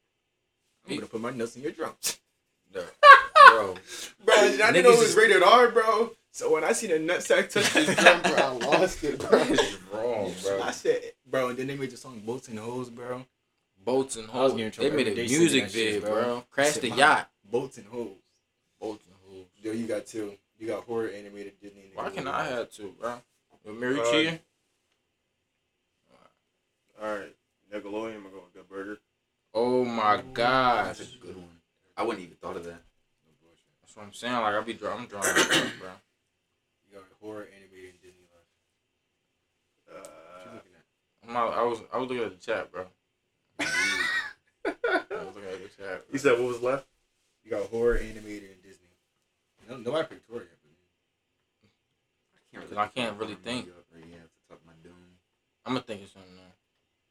G: I'm
B: He-
G: gonna put my nuts in your drums.
B: bro.
G: Bro, I didn't
B: Niggas
G: know it was
B: is-
G: rated R, bro. So when I seen a nutsack touch his drum,
A: Remember, I lost it, bro.
B: That is wrong, bro.
G: I said, bro, and then they made the song Boats and Hoes, bro.
B: Boats and
G: I was
B: hoes.
G: getting in
B: They
G: trouble
B: made a
G: every day
B: music
G: singing that
B: video,
G: shit,
B: bro.
G: bro.
B: Crash
G: Shit,
B: the
G: my-
B: yacht.
G: Boats and Hoes.
B: Boats and hoes.
A: Yo, you got two. You got horror animated Disney.
B: Why
A: Nickelodeon.
B: can I have two, bro? Yo, Mary
D: Uh,
B: Chia.
D: All right, Nickelodeon. I'm gonna go with Good Burger.
B: Oh my
G: mm.
B: gosh.
C: That's a good one. I wouldn't even thought of that.
B: That's what I'm saying. Like I be drawing, I'm drawing, like, bro.
A: You got horror animated Disney. Life. What you
D: Uh,
A: looking at?
B: I'm not, I was I was looking at the chat, bro. I was looking at the chat. Bro.
D: you said what was left?
A: You got horror animated and Disney. No, nobody picked horror.
C: I can't
B: I can't really think.
C: Yeah, off the top of my dome.
B: I'm gonna think of something. Now.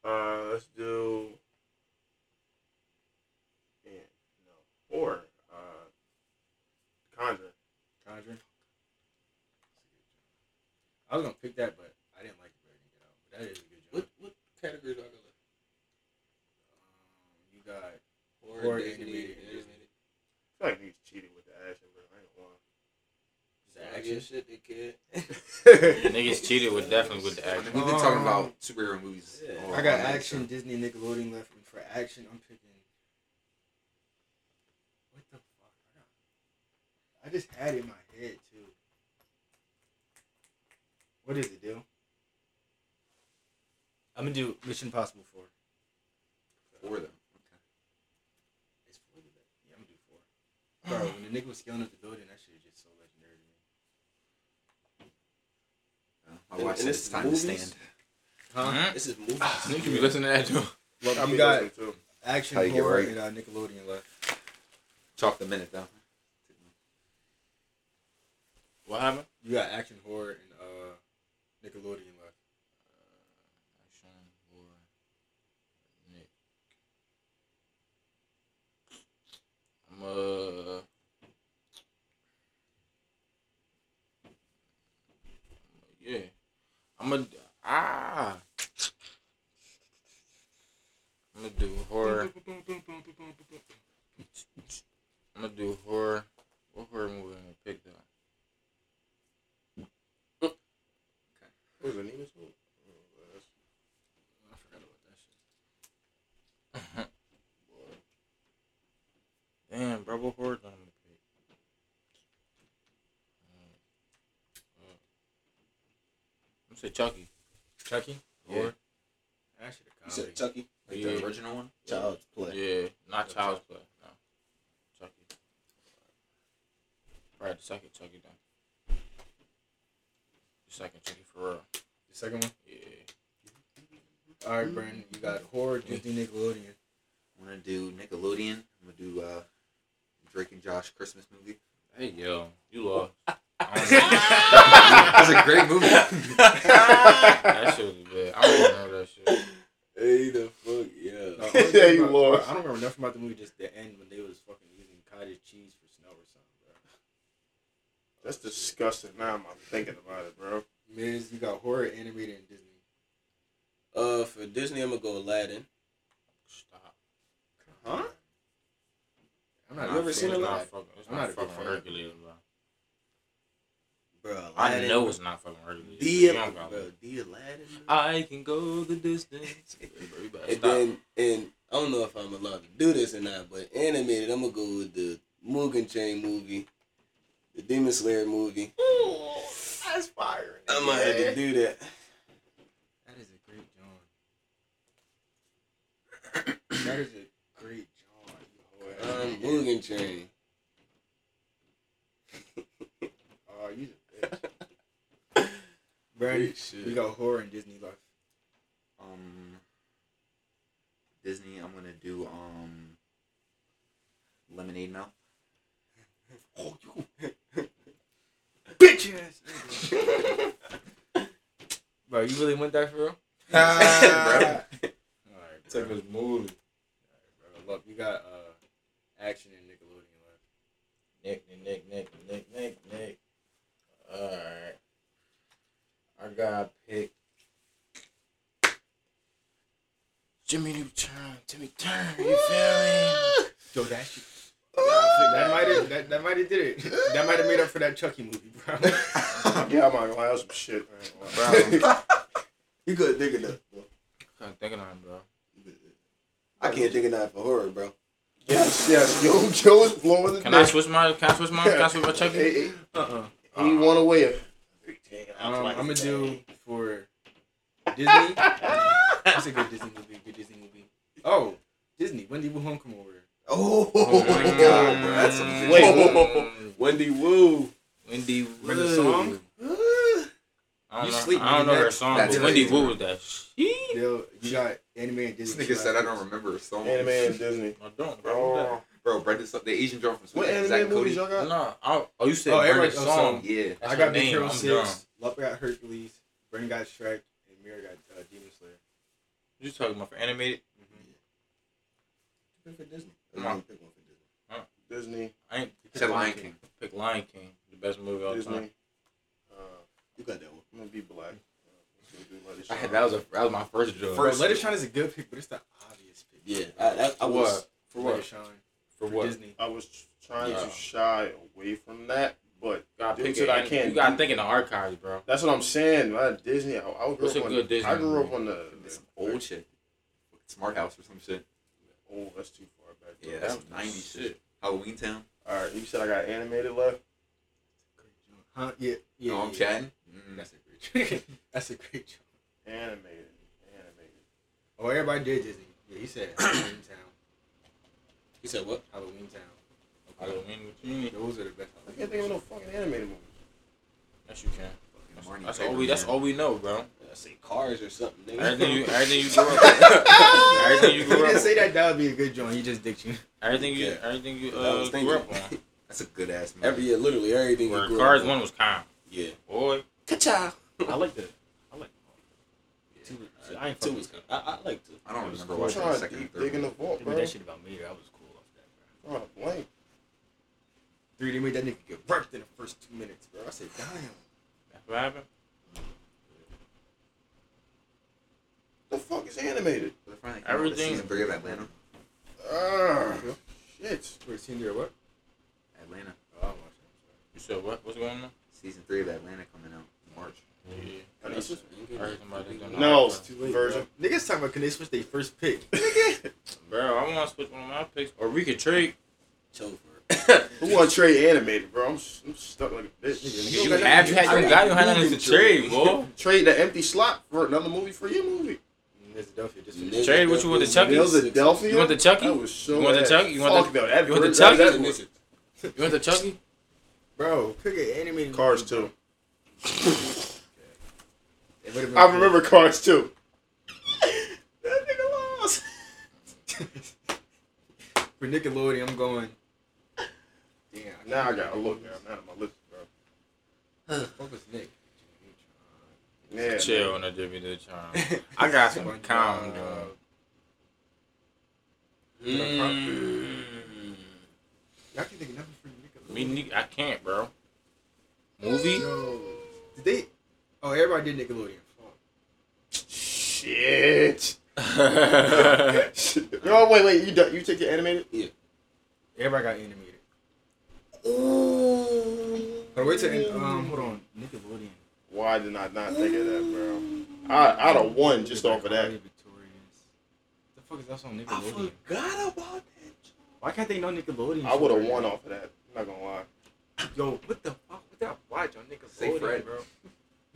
D: Uh, let's do. Yeah, no. Or uh, Conjuring.
A: Conjuring. I was gonna pick that, but I didn't like it. Better Get Out. But that is a good job.
E: what categories are there?
A: Um, you got
E: Horror,
A: Horror
E: Disney,
A: animated.
E: animated.
D: I feel like niggas cheated with the action, bro. I ain't gonna
E: Some
A: action.
E: good shit, they kid.
B: Niggas cheated with definitely with the
C: We've
B: action.
C: been talking about superhero movies.
E: Yeah.
C: all-
A: I got
C: all night,
A: action
C: so-
A: Disney Nickelodeon left, and for action, I'm picking. What the fuck? I, got... I just had it in my head too. What is it, Dill?
G: I'm gonna do Mission Impossible 4.
C: Four though.
A: It's four. of that. Yeah, I'm gonna do four. Bro, when the nigga was scaling up the building, that shit is just so legendary to me.
C: Okay. Uh, I
E: And-
C: watched
E: and
C: it.
E: it's
C: It's time
E: movies?
C: to stand.
B: Mhm.
E: This is movies.
B: Niggas be listening to that too.
A: Well,
D: lie.
A: you got
D: listening to.
A: action
C: How you get
A: horror
C: right.
A: and uh, Nickelodeon left.
C: Chalk the minute though.
B: What happened?
A: You got action horror and uh, Nickelodeon left.
B: Action or Nick. I'm uh. Yeah, I'm a ah. I'm gonna do horror. I'm gonna do horror. What horror movie am I gonna pick though?
D: What was the name of this movie? Oh, that's-
B: I forgot about that shit. Damn, bro, what horror genre am I pick? Uh, uh, I'm say Chucky.
G: Chucky?
B: Yeah.
G: Or
A: That shit a
E: You
A: comedy.
E: said Chucky?
C: Like
B: Yeah.
C: the original one.
E: Child's Play.
B: Yeah, not Child's Play. No, Chucky. Right, the second Chucky then. The second Chucky for real.
A: The second one.
B: Yeah.
A: All right, Brandon. You got horror Disney Nickelodeon.
C: I'm gonna do Nickelodeon. I'm gonna do uh, Drake and Josh Christmas movie.
B: Hey yo, you lost. I don't know.
C: That's a great movie.
B: that shit was bad. I don't remember that shit.
E: Hey, the fuck, yeah.
A: Uh, I don't
D: Yeah, you
A: remember-
D: lost.
A: I don't remember nothing about the movie. Just the end when they was fucking using cottage cheese for snow or something, bro.
D: That's disgusting. Now I'm thinking about it, bro.
A: Miz, you got horror animated and Disney.
E: Uh, for Disney, I'm gonna go Aladdin.
B: Stop.
D: Huh?
A: I'm not.
E: You ever seen
B: it's
E: it
B: not
A: live?
B: fucking- It's
A: I'm
B: not
A: not a big
B: fucking
A: fan.
B: Hercules, bro.
E: Bro,
B: I
E: Aladdin.
B: know it's not fucking Hercules.
E: The,
B: You don't
E: bro,
B: gotta look.
E: the Aladdin. Bro.
B: I can go the distance. Bro, you better
E: And
B: stop.
E: then, and I don't know if I'm allowed to do this or not, but animated, I'm gonna go with the Mugen Train movie, the Demon Slayer movie.
D: That's fire.
E: I might have to do that.
A: That is a great John. that is a great John. you whore.
E: Um, Mugen Train.
A: Oh, you a bitch. Brandon, you got horror and Disney life.
C: um, Disney. I'm gonna do um, Lemonade Mouth.
A: Oh, you bitch ass.
G: Bro, you really went there for real?
C: Ah.
A: Alright,
B: Take
A: bro.
B: this movie.
A: bro. Look, you got uh, action and Nickelodeon life.
B: Nick, Nick, Nick, Nick, Nick, Nick. All right. I gotta pick. Jimmy Neutron, Timmy Turner, you feel me?
A: Yo, that shit. That might have that, that might have did it. That might have made up for that Chucky movie, bro.
D: Yeah, I'm not gonna lie, that was some shit. I ain't gonna lie.
E: You couldn't think of that, bro.
B: I'm thinking on it, bro.
E: I can't think of that for horror, bro.
D: Yes, yes. Yo, Joe is blowing the
B: Can I
D: dick.
B: switch my? Can I switch my? Can I switch my check?
D: Hey, hey,
A: Uh-uh.
D: he won
B: Uh,
D: away.
A: Um, I'm gonna do for Disney. That's a good Disney movie. Good Disney movie. Oh, Disney. Wendy Wu Homecoming Warrior.
E: Oh,
B: my
E: my God, bro. That's some
D: Wait.
E: Wendy Woo.
B: mm. Wendy Wu.
A: Remember the song?
B: I
A: You
B: don't,
A: sleep
B: know, I don't know
A: when
B: her
A: that-
B: song,
C: that's
B: but Wendy
C: amazing.
B: Wu was that. She.
A: Yo, you got anime and
C: This
A: Disney.
C: nigga said I don't remember his song.
D: Anime and Disney.
B: I don't, bro.
D: Oh,
C: Bro, Brendan, the Asian girl from
D: what
C: Sweden, Zach
D: anime movies
C: Cody.
D: y'all got?
B: No, I, oh, you said
A: Oh,
B: oh,
A: everybody- oh,
B: song.
C: Yeah.
B: That's
A: I got
B: her
A: Big
B: name,
A: Hero
B: I'm dumb.
A: Six. Love got Hercules. Bren got Shrek. And Mira got uh, Demon Slayer.
B: You talking about for animated?
C: Mm-hmm.
A: Pick
E: Mm.
A: for Disney.
B: Come on.
A: Pick one for Disney.
D: Disney,
B: I ain't
C: He said Lion King.
B: Pick Lion King, the best movie of all
D: Disney.
B: time.
D: Uh,
A: You got that one.
D: I'm gonna be black. Uh, let's do Lady
B: I
D: Song.
B: had, that was a that was my first joke.
A: Bro, Let It Shine is a good pick, but it's the obvious pick.
E: Yeah, I, that, I
B: For
E: was.
B: what?
A: For
B: what?
A: Let It Shine.
B: for what?
A: Disney.
D: I was trying
B: Yeah.
D: to shy away from that, but
B: Got
D: Dude,
B: pick
D: said
B: it.
D: I
B: I
D: can't
B: can't. You got
D: do-
B: to think in the archives, bro.
D: that's what I'm saying. I, Disney, I, I grew
B: What's
D: up
B: a
D: on.
B: good Disney
D: I grew up
B: movie?
D: on the,
C: It's some old shit. Smart House or some shit.
D: Oh, that's too far back.
C: Yeah,
D: bro.
C: that's 90s shit. Halloween Town.
D: All right, you said I got animated left.
A: Huh? Yeah. Yeah.
C: no, I'm
A: yeah.
C: chatting. Mm.
A: That's a great. joke. That's a great joke.
D: Animated, animated.
A: Oh, everybody did Disney. Yeah, he said Halloween Town.
E: You said what?
A: Halloween Town.
B: Halloween, what you mean?
A: Those are the best.
D: I can't think of no fucking animated movies.
B: Yes, you can.
C: Fucking Marnie
B: That's all
C: Paperman.
B: we. That's all we know, bro.
E: I say cars or something,
B: Everything you.
E: nigga.
B: Everything you grew up. everything you
A: He
B: grew
A: didn't
B: up.
A: say that. That would be a good joint. He just dicked you.
B: Everything you.
E: Yeah.
B: Everything you
E: I was
B: uh, grew up on.
E: thinking.
C: That's a good ass movie.
E: Every year, literally everything. you
B: Where
E: grew
B: Cars
E: up
B: One was calm.
E: Yeah.
B: Boy,
E: Ka-cha.
H: I like the. I like. Two, I ain't
E: Two
H: fucking
E: was good. I, I like two.
C: I don't
H: It was
C: remember
H: cool.
D: I'm
C: watching the
D: trying to
C: second and
D: deep
C: third
D: dig in
C: one.
D: the vault,
H: They
D: bro.
H: made that shit about me. I was cool off that, bro.
D: Bro, blank.
A: Three. They made that nigga get wrecked in the first two minutes, bro. I said, damn.
B: that's what happened.
D: The fuck is animated?
C: They're finally coming out with
B: Everything-
C: Season three of Atlanta.
D: Ah, shit.
A: Wait, senior what?
C: Atlanta.
A: Oh, I'm watching.
B: You said what? What's going on?
C: Season three of Atlanta coming out in March.
B: Yeah.
D: I need some-
B: I heard somebody doing
D: No,
B: that,
A: Too late.
D: Virgin.
A: bro. Niggas talking about can they switch their first pick?
B: bro. Bro, I want to switch one of my picks, or we could trade.
E: Chofer.
D: Who want to trade animated, bro? I'm, s- I'm stuck like a bitch.
B: You
D: don't
B: have
D: got
B: had you got you had nothing to trade, boy.
D: nothing. trade the empty slot for another movie for your movie.
A: Philadelphia just
E: Nigga,
B: Trade what you want to
E: that
B: Chucky?
E: was-
D: Philadelphia.
B: You want the Chucky?
D: That was so
B: You want the
D: ass.
B: Chucky? You want
D: Fuck, the, no, that
B: you want the
D: Vir-
B: Chucky?
D: that- that-
B: You went to Chucky?
A: Bro, pick an animated.
D: Cars too.
A: It would've been
D: I
A: cool.
D: remember Cars too.
A: That nigga lost. For Nickelodeon, I'm going. Damn. I
D: Now I gotta look now. Now my list, bro.
A: What was Nick?
D: Yeah.
B: Chill on the Jimmy the Charm. I got some calm, dog.
A: Y'all can think of nothing for Nickelodeon.
B: Me, ne- I can't, bro. Movie?
A: Yo. Did they? Oh, everybody did Nickelodeon. Fuck.
D: Shit.
B: I
D: no, wait, wait. You done- you take your animated?
A: Everybody got animated. Oh, wait till um, hold on, Nickelodeon.
D: Why did I not think of that, bro? I I'd have won just off of that.
A: Victorious. The fuck is that on
E: I
A: Nickelodeon?
E: forgot about that.
A: Why can't they know Nickelodeon?
D: I would have
A: shit?
D: won off of that. I'm not gonna lie.
A: Yo, what the fuck? What did I watch on Nickelodeon,
C: Say Fred.
A: bro?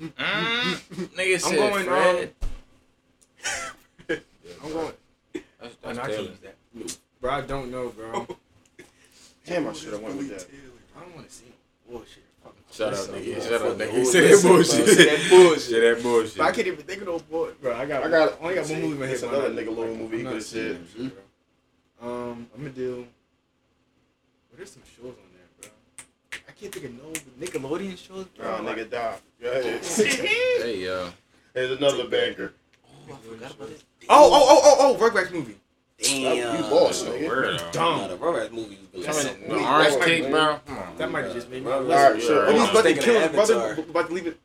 B: Mm, nigga
A: I'm
B: said
A: going.
B: Fred.
A: Um, I'm going.
B: That's,
A: Oh,
B: that's
A: no, I can't
B: Taylor.
A: use that. Bro, I don't know, bro.
D: Damn, I should have went with that.
A: I don't want to see no bullshit. Fuck.
B: Shut up,
E: That's
B: nigga.
E: some
B: Shut up,
E: bullshit.
B: nigga. Say that bullshit.
E: Say that bullshit.
B: Say that bullshit.
A: But I can't even think of no boy, bro. I got.
D: I got-
A: only got one movie in my head.
D: it's
A: but
D: another
A: I'm not-
D: Nickelodeon movie
A: I'm
D: you
A: not
D: could've
A: seeing
D: said.
A: that shit, bro. Um, I'm gonna do. Well, there's some shows on there, bro. I can't think of no Nickelodeon shows, bro.
D: Nah,
A: Like,
D: nigga, die. Go ahead.
B: Hey, yo.
D: There's another banker.
E: Oh, I forgot about that.
A: Oh, oh, oh, oh, oh, Rugrats movie.
E: Damn.
D: You lost,
B: So
D: nigga.
B: weird, though.
E: Nah, the Rugrats movie was good.
B: Tell
E: So,
B: me,
D: Something
B: the
D: weak.
B: orange
D: That's
B: cake,
D: my-
B: bro.
A: That might have just made me.
E: All
D: All right,
A: Alright,
D: sure.
B: Oh,
D: I'm
B: he's
D: just about to
E: thinking
D: kill
E: of
D: his brother.
E: Avatar.
D: About to leave it.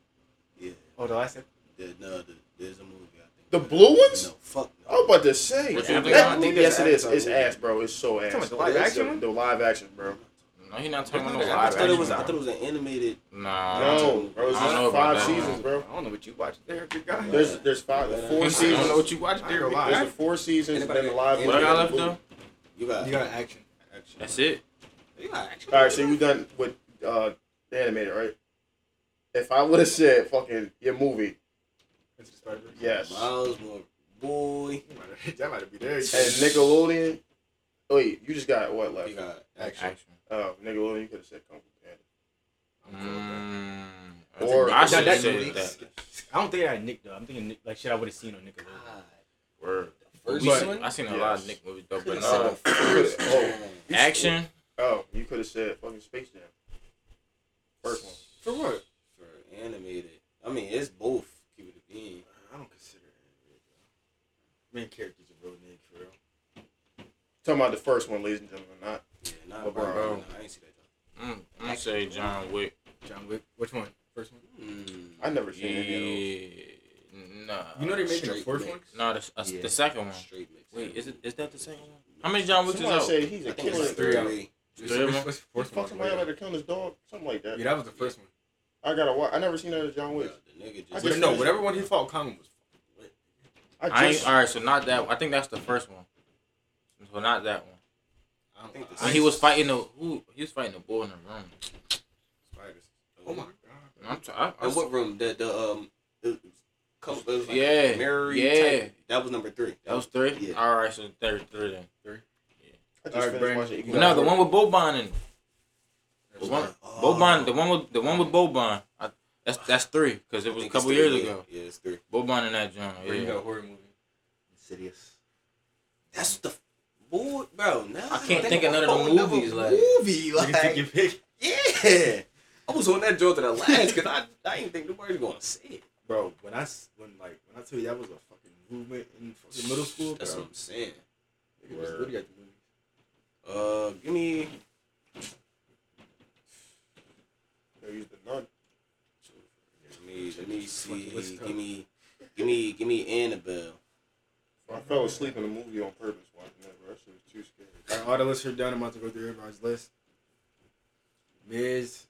E: yeah.
A: Oh, the last.
E: The, no, the, there's a movie I think
D: The blue ones? Oh,
E: No, fuck
D: I was about to say.
B: Which one?
D: That,
E: I think
D: yes, it
E: that's
D: is. It's
E: Avatar.
D: ass, bro. It's so ass.
I: about the live
D: It's
I: action
D: the-
I: one?
D: The live action, bro.
B: No, he not talking about no
I: I
B: live
E: I thought it was.
B: action,
E: I thought it was an animated.
B: bro. Nah.
D: No, bro. It's
B: I don't know
D: just
B: about
D: five
B: that.
D: seasons, bro.
A: I don't know what you watch there, good guy.
D: There's there's five,
E: Yeah.
D: four
B: I don't know
D: seasons.
B: what you watch there.
A: Anybody
D: There's the
B: What
D: four seasons and then the live.
E: Anybody
D: action.
B: y'all left though?
E: You got.
A: You got action.
B: That's it.
A: You got action.
D: All right, so we done with uh, the animated, right? If I would have said fucking your movie,
A: Into the Spider-Verse.
D: yes, and
E: Miles Moore, boy.
A: You might have- That might be there.
D: Nickelodeon. Wait, you just got what left?
E: You got
B: Action.
E: action.
D: Oh, Nickelodeon, you could have said Kung Fu Panda.
B: Mm,
D: Or-
B: I
D: That-
B: should
D: that-
B: have said that.
I: I don't think I had Nick though. I'm thinking Nick, like shit I would have seen on Nickelodeon.
A: Ah,
D: Word.
E: First
B: We
D: But-
B: seen- I seen a lot of Nick movies though, but
E: Could've
B: no.
E: said the first
D: Oh.
E: one.
D: You-
B: Action.
D: Oh, you could have said fucking Space Jam. First one.
A: For what?
E: for animated. I mean, it's both. Keep it a bean.
A: I don't consider it. Main character's a real name for real.
D: Talking about the first one, ladies and gentlemen, not
E: Yeah, nah,
D: LeBron.
E: bro, bro, nah, I ain't see that.
B: Mm, I'm gonna say John Wick.
A: John Wick. Which one? First one.
E: Though. Mm.
D: I never seen any of
B: Yeah. Nah.
A: You know they're making a
E: Straight
A: fourth
E: mix.
A: one.
B: No, the, uh,
E: Yeah.
B: the second one.
E: Hmm. Straight mix.
B: Wait, is it is that the second one? How many John
D: those.
B: Wicks is
D: Somebody
B: out?
D: said he's a
E: I think it's
D: killer.
E: like
A: Three out.
E: three.
B: Three of them?
A: What's the
D: He
A: fourth
D: fucked
A: one?
D: somebody up at killing his dog, something like that.
A: Yeah, that was the first one.
D: I gotta watch. I never seen that of John
E: Bro,
D: Wick.
E: the nigga
D: I
E: just.
A: Whatever- no, whatever one he fought Common was.
B: I
D: I
B: ain't,
D: just
B: all right, so not that. I think that's the first one. So not that one.
A: I don't
E: think the
B: When he was fighting the who? He was fighting the bull in the room.
A: Spiders. Oh my god.
B: I'm t- I, I,
E: And what room? The the um. The, couple, it was like
B: Yeah,
E: Mary
B: yeah.
E: Type. That was number three.
B: that was three.
E: Yeah.
B: All right, so there's three then.
D: I just
A: All right,
D: finished
A: Brandon,
D: watching
A: you
D: Equalizer.
B: No, the one with Boban and the
E: There's
B: one
E: one- oh.
B: Boban, the one with the one with Boban. I, that's that's three because it
E: I
B: was a
E: think
B: couple
E: it's three,
B: years
E: yeah.
B: ago.
E: Yeah, it's three.
B: Boban in that joint.
A: Bro, you got
B: Yeah.
A: a horror movie.
C: Insidious.
E: That's the boy, bro. Now
B: I can't think of none of the
E: whole nother
B: movies, like-
E: movie,
A: You can take
E: like
A: your pick.
E: yeah. I was on that joint to the last because I I didn't think nobody was gonna say it.
A: Bro, when I s- when like when I tell you that was a fucking movement in fucking middle school,
E: That's
A: bro.
E: what I'm saying.
A: Nigga just literally got the movie.
E: Uh, give me
D: They used the nun.
E: Let me, let me see.
A: Fucking West Coast.
E: Give me, give me, give me Annabelle.
D: I fell asleep in the movie on purpose watching that, bro. That shit was too
A: All
D: scary.
A: right, all the lists are done. I'm about to go through everybody's list. Miz,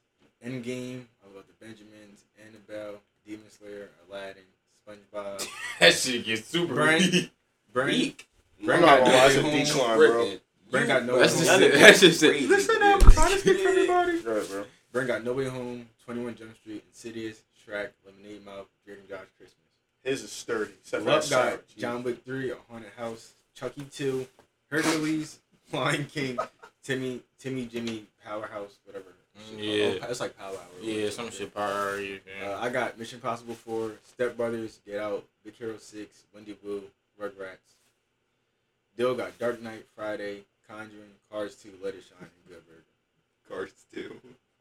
A: Endgame. I was about the Benjamins, Annabelle, Demon Slayer, Aladdin, SpongeBob,
B: That shit gets super.
A: Brent, Brent,
E: Eek.
A: Brent
D: I'm not
A: got
D: gonna lie, it's a
A: no way home.
D: decline, bro.
E: Frickin'
A: Brent got no way
B: That's just
A: home.
B: it. That's just it.
E: Crazy,
A: Listen
E: dude.
A: up, try to speak for everybody.
D: Go ahead, bro.
A: Brent got No Way Home, 21 Jump Street, Insidious, Shrek, Lemonade Mouth, Dragon Josh Christmas.
D: His is sturdy. Except for that
A: Love God,
D: savage.
A: John Wick 3, A Haunted House, Chucky 2, Hercules, Lion King, Timmy, Timmy, Jimmy, Powerhouse, whatever.
B: Mm, yeah.
A: Oh, it's like Power Hour.
B: Yeah, some shit priority.
A: Uh, I got Mission Possible 4, Step Brothers, Get Out, Big Hero 6, Wendy Woo, Rugrats. Dill got Dark Knight, Friday, Conjuring, Cars 2, Let It Shine, and Good Burger.
C: Cards too.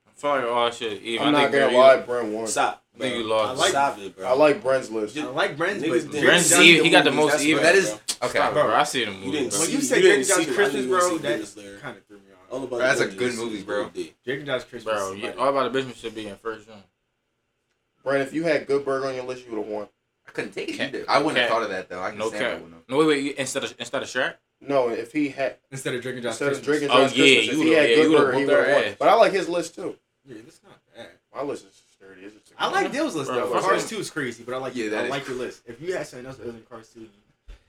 B: I feel like all that oh, shit even.
D: I'm
B: I
D: not
B: think
D: gonna
B: you-
D: lie, Brent won.
E: Stop.
B: I think you
E: I
B: lost.
E: like Stop it, bro.
D: I like Brent's list.
A: I like Brent's,
E: Niggas
A: but
E: didn't
B: Brent's
E: see
B: even- he got the most
E: movies, that's
B: even.
E: what-
C: That is okay.
B: Stop, bro. I see the
E: You
B: movie.
E: didn't
B: Bro.
A: When
E: see.
A: you
E: You
A: said
E: didn't
A: Drake
E: see.
A: Josh
E: I
A: Christmas,
E: didn't even
A: bro,
E: see
A: that
E: Dennis Leary.
A: kind of threw me off.
E: All about
C: That's
E: the
C: a
E: Avengers
C: good
E: is
C: movie, bro.
E: good.
A: Drake and Josh Christmas.
B: Bro,
A: is
B: yeah,
A: like-
B: all about the business should be in first round.
D: Brent, if you had Good Burger on your list, you would have won.
C: I couldn't take it.
B: Cat.
C: either. I wouldn't have
B: Cat.
C: thought of that though. I can
B: No
C: no
B: cat.
C: stand that one.
B: No, wait, wait. you- Instead of instead of Shrek,
D: No, if he had
A: Instead of Drake and Josh
D: instead of
A: Christmas.
D: drinking
B: Oh,
D: Josh
B: yeah,
D: Christmas,
B: you
D: if he
B: would've-
D: had
B: yeah,
D: Good
B: you would've
D: Burger, he
B: whooped
D: would
B: their
D: have won.
B: ass.
D: But I like his list too.
A: Yeah, that's not bad.
D: My list is sturdy. It's just-
A: I like Dill's list
B: Bro,
A: though.
B: fuck
A: Cars
B: it.
A: two is crazy, but I like
C: Yeah,
A: yeah,
C: that
A: I
C: is-
A: like your list. If you had something else other than Cars two,